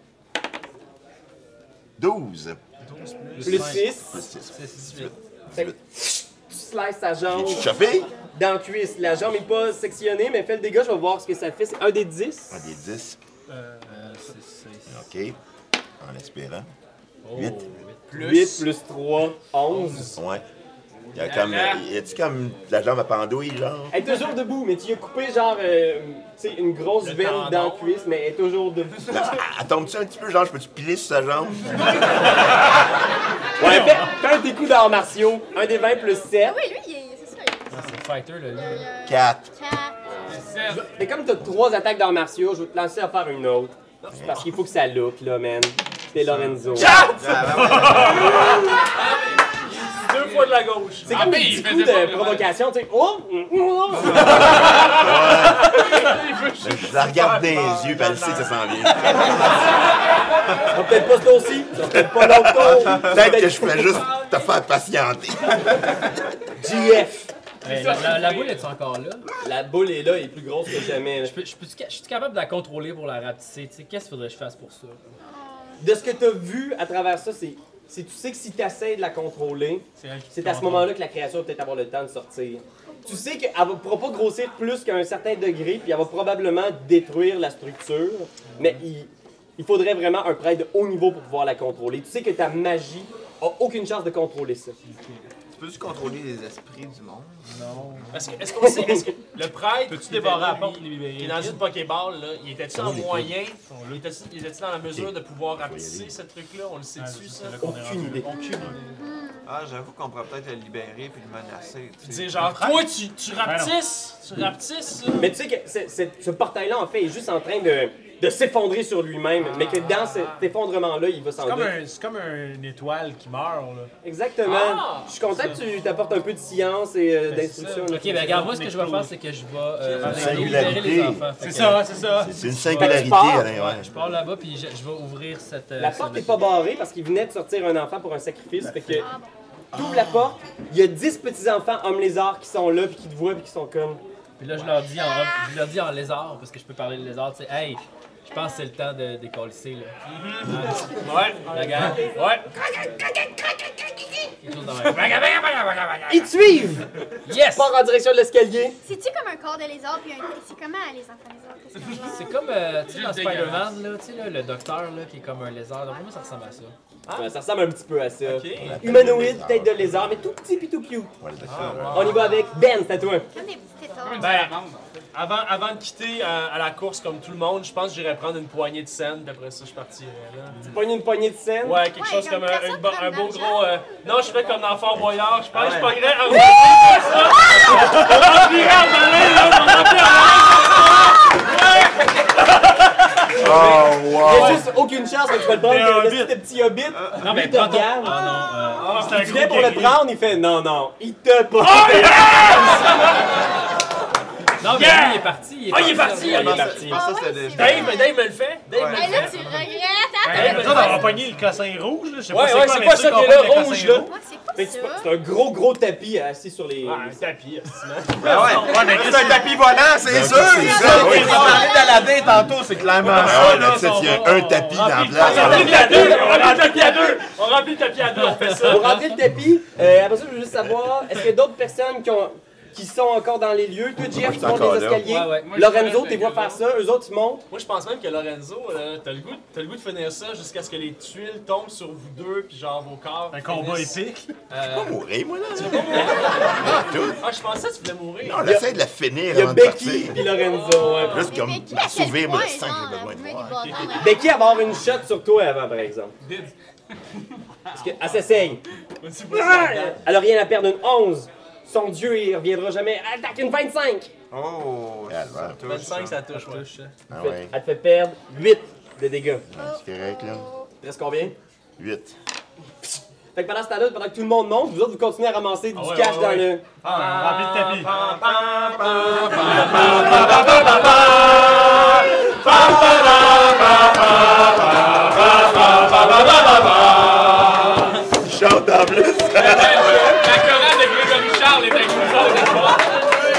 12.
Plus 6.
Plus 6.
Fait que tu slices sa jambe.
Es-tu chopé?
dans la cuisse. La jambe est pas sectionnée, mais fais le dégât, je vais voir ce que ça fait. C'est un des 10.
Un Ah, des 10. OK. En espérant. 8.
8 plus 3, 11.
Ouais. Il y a comme. Y a-tu comme la jambe à pendouille, genre?
Elle est toujours debout, mais tu lui as coupé genre euh, tu sais, une grosse veine dans la cuisse, mais elle est toujours debout.
Ben, elle tombe-tu un petit peu, genre, je peux-tu piler sur sa jambe?
Ouais, fais, fais un des coups d'arts martiaux, un des 20 plus 7.
Ah oui, lui, il est- c'est ça. il-
C'est le fighter, là. lui.
4.
Quatre.
Mais comme t'as 3 attaques d'arts martiaux, je vais te lancer à faire une autre. C'est Parce qu'il faut que ça look, là, man. C'est Lorenzo.
Deux fois de la gauche.
C'est comme
Ah, mais
des
il
petits
faisait
coups
pas
de
vraiment.
provocation, tu sais. Oh! mm, oh.
Je la regarde dans les yeux, puis elle sait que ça s'en vient.
Ça va peut-être pas ce tour-ci, ça va peut-être pas l'autre tour.
Peut-être que je fais juste te faire patienter.
GF!
Mais la, la- la boule est encore là?
La boule est là, elle est plus grosse que jamais. là.
Je peux- je peux- je suis capable de la contrôler pour la rapetisser. tu sais? Qu'est-ce qu'il faudrait que je fasse pour ça?
De ce que tu as vu à travers ça, c'est. c'est- tu sais que si tu essaies de la contrôler, c'est à ce moment-là que la créature va peut-être avoir le temps de sortir. Tu sais qu'elle ne pourra pas grossir plus qu'à un certain degré, puis elle va probablement détruire la structure, mais il, il faudrait vraiment un prêtre de haut niveau pour pouvoir la contrôler. Tu sais que ta magie a aucune chance de contrôler ça.
Tu peux-tu contrôler les esprits du monde?
Est-ce que- est-ce qu'on sait, est-ce que le prêtre
Peux-tu
qui
débarrer
était
la
lui,
porte?
qui est dans une Pokéball, là, il était-tu en moyen? Il était-tu il était-tu dans la mesure de pouvoir rapetisser ce truc-là? On le
Ah,
sait-tu, ça?
Aucune idée.
Ah, j'avoue qu'on pourrait peut-être le libérer puis le menacer. tu
Tu
sais.
dis genre, toi, tu,
Ben
tu rapetisses! Tu rapetisses, ça?
Mais tu sais que c'est- c'est- ce portail-là, en fait, est juste en train de, de s'effondrer sur lui-même, mais que dans cet effondrement-là, il va s'en
Ah. C'est comme,
doute.
un- c'est comme une étoile qui meurt, là.
Exactement.
Ah!
je suis content que tu t'apportes un peu de science et euh,
c'est
d'instruction.
ça.
là.
Ok, ben regarde, moi ce que je vais faire, c'est que je vais euh, libérer
Singularité.
les enfants. Fait
C'est
que,
ça, c'est ça.
C'est une singularité, Alain, ouais.
Ouais, je pars là-bas puis je, je vais ouvrir cette. euh,
La
cette
porte n'est
machine.
pas barrée parce qu'il venait de sortir un enfant pour un sacrifice. Fait que t'ouvres la porte, il y a 10 petits-enfants hommes lézards qui sont là, puis qui te voient, puis qui sont comme...
Puis là, je leur dis en robe- je leur dis en lézard parce que je peux parler de lézard. Tu sais, hey, je pense que c'est le temps de décoller là.
Ouais.
La gang.
Ouais.
Quelque chose travers.
Ils te suivent!
Yes!
Tu pars en direction de l'escalier.
C'est-tu comme un corps de lézard puis un. C'est comment les enfants lézards? Qu'est-ce qu'ils ont l'air?
C'est comme euh, tu sais, dans
Juste dégueulasse.
Spider-Man, là, tu sais, là, le docteur là, qui est comme un lézard. Donc, moi, ça ressemble à ça.
Ouais, Ben, ça ressemble un petit peu à ça.
l'appelle
Humanoïde,
le lézard.
tête de lézard, mais tout petit puis tout cute.
Ouais, c'est ça, ouais.
On y va avec Ben, c'est à toi.
Comme des petits tétards.
Une
Ben,
salamandre.
avant, avant de quitter euh, à la course comme tout le monde, je pense que j'irai prendre une poignée de scène, puis après ça, je partirai. Là.
Mm-hmm.
Tu pognes une poignée de scène.
Ouais, quelque
Ouais,
chose comme,
comme
un,
personne
une bo-
prend
un
de
beau
l'argent.
gros. euh, non, je fais comme dans Fort Boyard. Je pense que je
Ah
Ouais.
pognerais un.
ben,
On remplirait en baleine, là, on remplirait en baleine.
Oh,
Il y
wow!
a juste aucune chance que tu vas le prendre.
un
que Le
hobbit.
petit, petit hobbit,
Non,
il te regarde.
Ah, c'est un
tu
gros
viens pour le
guerrier.
prendre, il fait non, non, il te porte.
Non, mais
Yeah!
lui, il est parti. Il est
Ah, il est
parti,
parti!
là.
il
Je
est
pense
parti.
je pense que
Ah ouais,
c'était des.
c'est vrai.
Dave, Dave me le fait. Dave me le
Hey,
fait.
là, tu regrettes, hein?
Ben,
t'avais
ben,
Nous autres, on
pas-
va pogner le cossin rouge, là. Je sais
Ouais,
pas
ouais,
quoi,
c'est
mais
quoi
ceux
ça
qui ont
qui est là,
pogné le
rouge,
cossin
là?
rouge.
Ouais, c'est quoi
Fait que
ça?
C'est c'est un gros, gros tapis assis sur les.
Ah, un tapis.
Ah ouais, ouais, mais c'est un tapis volant, Ben, c'est sûr!
c'est
Ah,
ça, oui.
Ils ont parlé d'Aladin tantôt, c'est clairement
Ah,
ça,
là,
là!
tu sais, il y a un tapis dans la
On
place.
remplit le tapis à deux! On remplit le tapis à deux! On remplit le tapis à deux, on fait ça!
Pour rentrer le tapis, euh, après ça, je veux juste savoir, est-ce qu'il y a d'autres personnes qui, ont, qui sont encore dans les lieux? Toi,
Moi,
Jeff,
je
tu
suis
montes
encore
les
là.
escaliers.
Ouais, ouais.
Moi, je
Lorenzo,
reste
t'es voir
avec
faire
eux
ça. Eux autres, ils montent.
Moi, je pense même que Lorenzo, là, t'as le goût, t'as le goût de finir ça jusqu'à ce que les tuiles tombent sur vous deux, puis genre vos corps.
Un combat
finissent.
épique.
Je vais mourir, moi, là.
Ah, je pensais que tu voulais mourir.
On essaie de la finir
Il y a
avant de
Becky
partir.
puis Lorenzo. ouais.
Juste
Mais
comme
qui, à quel
s'ouvrir
point,
le sang que j'ai
genre,
besoin de
vous
voir.
mettez des bâtons dans-
Becky, elle va avoir une shot sur toi avant, par exemple.
Bid.
Parce que, elle s'essaye.
Mais c'est pas ça.
Ah! Elle a rien à perdre, une 11. Son dieu, il reviendra jamais. Elle attaque une 25.
Oh,
Ah,
ça
ouais.
touche,
25,
ça.
ça touche, ouais.
Ah ouais,
Elle te fait perdre 8 de dégâts.
c'est correct, là.
Il reste combien?
8.
Fait que pendant ce temps-là, pendant que tout le monde monte, vous autres, vous continuez à ramasser du
ouais,
cash
ouais,
dans
ouais.
le...
Ah, rempli de tapis.
Chante en plus!
Ben, La chorale de Grégory Charles est avec nous autres.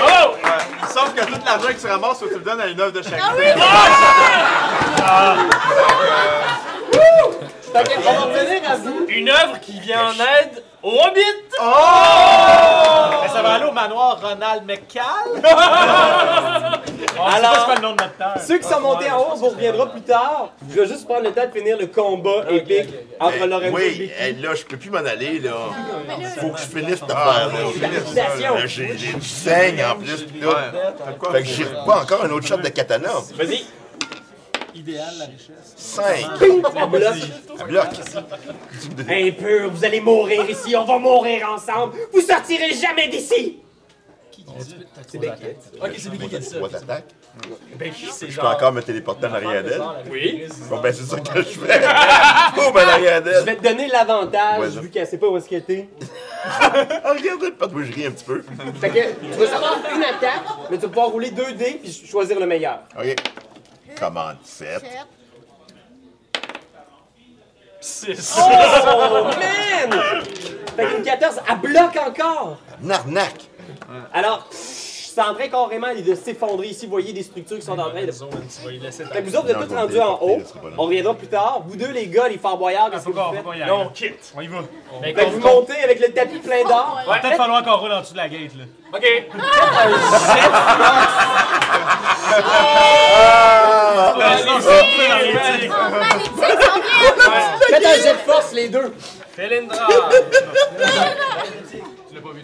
Ouais. Sauf que tout l'argent que tu ramasses, faut que tu le donnes à une œuvre de charité.
Ah oui!
Fait que, on va revenir à vous.
Une œuvre qui vient en aide au Hobbit!
Mais ça va aller au manoir Ronald McCall.
Alors-
Alors, Ah, c'est pas le nom de notre terre.
Ceux qui sont montés en haut, on vous reviendra plus tard. Je vais juste prendre le temps de finir le combat épique entre Lorenzo et
Oui,
Becky.
hey, là, je peux plus m'en aller, là.
Mais là,
Faut que je finisse cette affaire-là.
Félicitations!
Là, j'ai j'ai du saigne en plus. pis tout. Fait que j'y pas encore un autre shot de katana.
Vas-y,
5.
ping! On bloque.
À bloc.
Impur, vous allez mourir ici, on va mourir ensemble. Vous sortirez jamais d'ici!
C'est Becky.
Ok, c'est lui qui dit ça.
Trois attaques.
Ben,
Becky, c'est
Je peux encore me téléporter en arrière d'elle.
Oui.
Bon, ben, c'est ça que je fais. Oh, ben, en arrière
Je
d'elle.
vais te donner l'avantage,
Ouais, ça-
vu qu'elle sait pas où est-ce qu'elle était.
En arrière d'elle, Ah, pas de moi, je ris un petit peu.
Fait que, tu vas savoir une attaque, mais tu vas pouvoir rouler deux dés puis ch- choisir le meilleur.
OK. Commande 7.
Shit.
Oh, man! Fait qu'une 14, elle bloque encore!
Narnac.
Alors, pff, c'est en train carrément de s'effondrer ici. Vous voyez des structures qui sont en train de.
Zone, tu vas y laisser ta-
Fait que vous autres, vous êtes
Non,
tous
je vais
rendus en
déporter,
haut.
là, c'est pas long.
On reviendra plus tard. Vous deux, les gars, les fort
Ah,
boyards, qu'est-ce que
Faut
vous
qu'on faut
faites?
qu'on y
Non,
aille.
on quitte.
On y va.
Mais
Fait que vous
contre-
montez avec le tapis plein d'or.
Va peut-être falloir qu'on roule en dessous de la gate, là.
Ok.
Ah, non, c'est pas dans les tics.
Oh, man, les tics sont bien!
Faites un jet de force, les deux.
Felindra!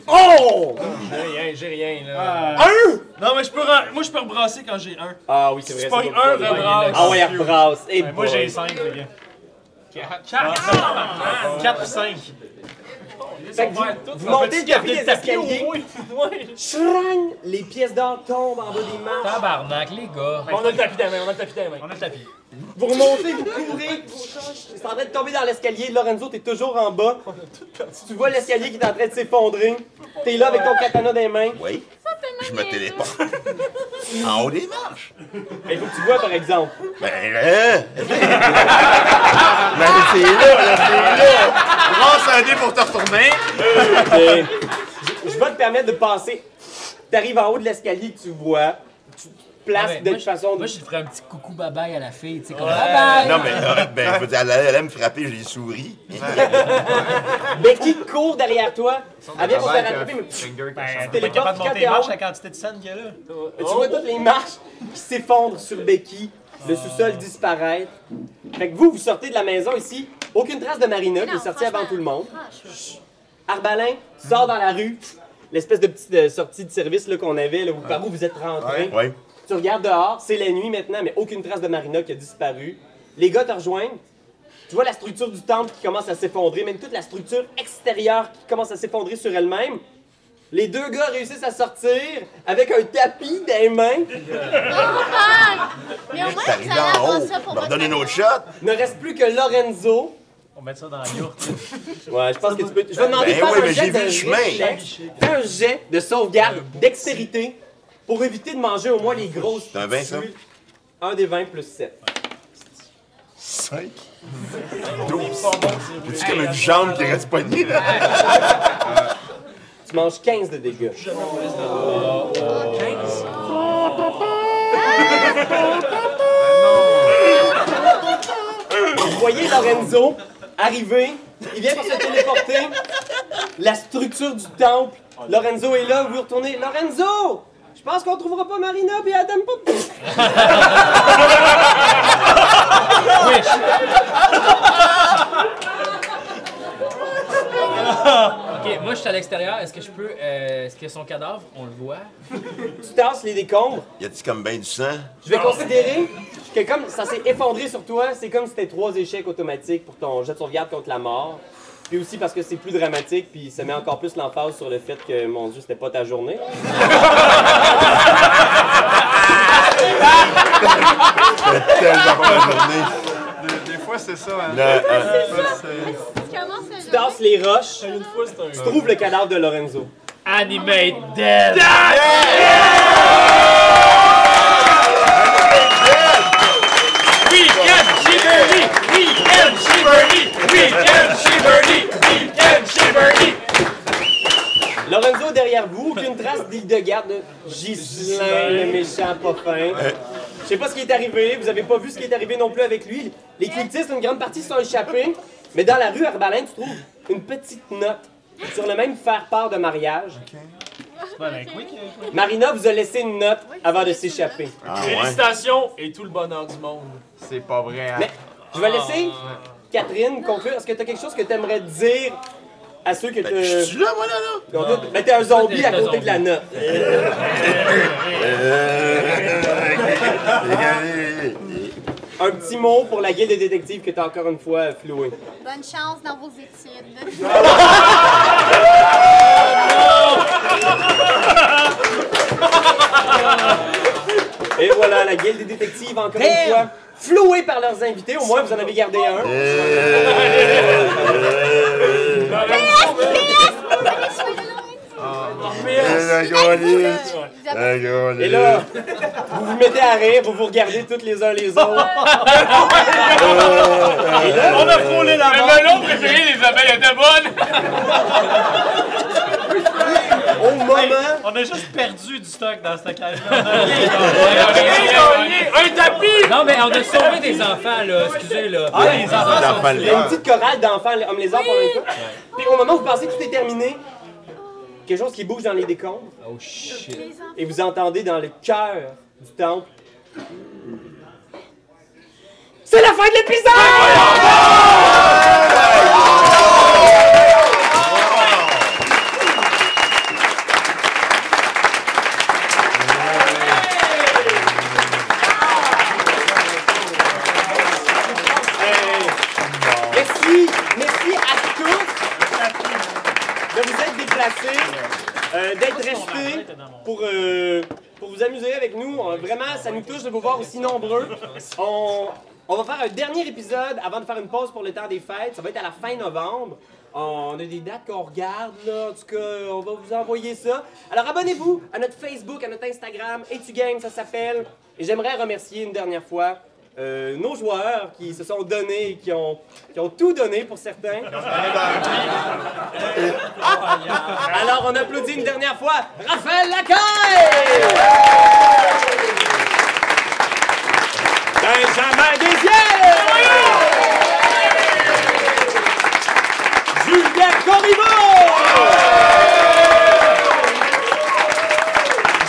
Oh! Euh,
J'ai rien, j'ai rien, là.
Un!
Non, mais je peux, re- moi, je peux rebrasser quand j'ai un.
Ah oui, c'est vrai. c'est
Tu pognes
pas
un,
le problème.
rebrasse.
Ah ouais, elle rebrasse. Et
Ben, Moi, j'ai 5, les gars.
Quatre.
4 ou 5.
Fait que vous, vous montez le tapis des escaliers. Shrang! Les pièces d'or tombent en bas des marches.
Tabarnak, les gars.
On a le tapis dans la main, on a le tapis dans la main.
On a le tapis.
Vous remontez, vous courez. C'est en train de tomber dans l'escalier. Lorenzo, t'es toujours en bas. Tu vois l'escalier qui est en train de s'effondrer. T'es là avec ton katana dans les mains.
Oui. Je me téléporte. En haut des marches.
Mais faut que tu vois, par exemple.
Ben là! ben c'est là, là, c'est là!
Lance un dé pour te retourner.
Euh, je, je vais te permettre de passer. T'arrives en haut de l'escalier que tu vois. Tu, place
Ouais,
de
moi,
toute
je-
façon.
Moi, je lui ferais un petit coucou bye-bye à la fille, tu sais, comme
Ouais.
bye-bye!
Non, mais euh, ben, je veux dire, elle allait, elle allait me frapper, j'ai souri.
Becky court derrière toi. Elle vient pour te
Avec un
rattraper, mais pff,
finger qui a
tu
changé.
téléportes
capable de
quand
monter
t'es
les marches,
hors.
la quantité de scène qu'il y a là.
Tu vois toutes les marches qui s'effondrent sur Becky,
Ah.
le sous-sol disparaître. Fait que vous, vous sortez de la maison ici, aucune trace de Marina, qui est sortie avant tout le monde.
Ah,
Arbalin, tu sors dans la rue, l'espèce de petite euh, sortie de service là, qu'on avait, là, où, par où vous êtes rentrés.
Ouais.
Tu regardes dehors, c'est la nuit maintenant, mais aucune trace de Marina qui a disparu. Les gars te rejoignent. Tu vois la structure du temple qui commence à s'effondrer, même toute la structure extérieure qui commence à s'effondrer sur elle-même. Les deux gars réussissent à sortir avec un tapis dans les mains.
Mais au moins,
T'es
vous
arrivé
allez
en
avoir
haut,
ça pour
m'a
votre
redonné une autre
maison.
shot.
Ne reste plus que Lorenzo.
On met ça dans la yourte.
Ouais, je pense que tu peux. Je vais demander
Ben
de faire
oui,
un
mais
jet
j'ai vu
de
le chemin.
réflexe. Fais un jet de sauvegarde dextérité pour éviter de manger au moins les grosses.
C'est un vin, ça?
tuiles. Un des 20 plus 7.
5, 12. J'ai-tu comme une jambe qui reste poignée, là?
Tu manges 15 de dégâts. Vous voyez Lorenzo arriver, il vient pour se téléporter. La structure du temple. Lorenzo est là, vous retournez. Lorenzo! Je pense qu'on trouvera pas Marina puis Adam pas.
Ok, moi, je suis à l'extérieur. Est-ce que je peux. euh, Est-ce que son cadavre, on le voit?
Tu tasses les décombres.
Y a-tu comme ben du sang?
Je vais considérer que comme ça s'est effondré sur toi, c'est comme si c'était trois échecs automatiques pour ton jet de sauvegarde contre la mort. Puis aussi parce que c'est plus dramatique, puis ça met encore plus l'emphase sur le fait que, mon Dieu, c'était pas ta journée.
Tellement pas la journée.
Des, des fois, c'est ça. Hein.
Le, euh,
Tu commences la
Tu
journée.
tasses les roches, tu trouves le cadavre de Lorenzo.
Animate dead!
Weekend Shiberly! Weekend Shiberly! Weekend Shiberly! Weekend Shiberly!
Lorenzo derrière vous, aucune trace d'île de garde de Ghislain, le méchant pas fin. Je sais pas ce qui est arrivé, vous avez pas vu ce qui est arrivé non plus avec lui. Les cultistes, une grande partie se sont échappés, mais dans la rue Arbalin, tu trouves une petite note sur le même faire-part de mariage. Marina vous a laissé une note avant de s'échapper.
ah ouais.
Félicitations et tout le bonheur du monde.
C'est pas vrai. Hein.
Mais je vais laisser Catherine conclure. Est-ce que t'as quelque chose que t'aimerais dire à ceux que
Ben, je
te...
suis là, moi, là, là?
qu'on doute- Ben, t'es un zombie à côté de la note.
Euh,
Un petit mot pour la guilde des détectives que t'as encore une fois floué.
Bonne chance dans vos études.
Et voilà, la guilde des détectives, encore une fois, flouée par leurs invités. Au moins, vous en avez gardé un.
La gaulliste! La gaulliste!
Et là, vous vous mettez à rire, vous vous regardez toutes les uns les autres.
On a frôlé la
Le melon préféré des abeilles ben, était bonne!
Au moment,
On a juste perdu du stock dans cette cage-là.
Un tapis!
Non, mais on a sauvé des enfants, là. Excusez, là.
Ah, les enfants
Les
sont
enfants de
il y a une
l'air.
petite chorale d'enfants, les hommes lézards pour l'instant. Puis au moment où vous pensez que tout est terminé, quelque chose qui bouge dans les décombres.
Oh shit.
Et vous entendez dans le cœur du temple. C'est la fin de l'épisode! Merci, merci à tous de vous être déplacés, euh, d'être restés pour, euh, pour vous amuser avec nous. On- vraiment, ça nous touche de vous voir aussi nombreux. On, on va faire un dernier épisode avant de faire une pause pour le temps des fêtes. Ça va être à la fin novembre. On a des dates qu'on regarde, là. En tout cas, on va vous envoyer ça. Alors, abonnez-vous à notre Facebook, à notre Instagram. Et tu games, ça s'appelle. Et j'aimerais remercier une dernière fois euh, nos joueurs qui se sont donnés, et qui ont, qui ont tout donné pour certains. Alors on applaudit une dernière fois Raphaël Lacaille! Benjamin Desiel! Julien Corriveau!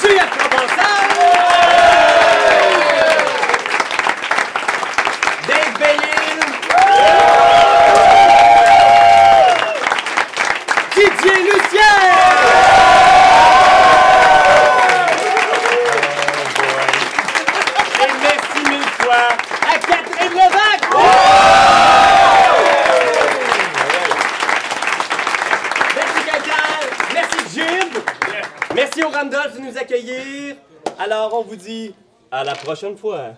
Juliette Provençal! Dave Bellil! Didier Lucien! Et merci mille fois à Catherine Levac! Merci Gagal! Merci Jib! Merci au Randolph de nous accueillir! Alors, on vous dit à la prochaine fois!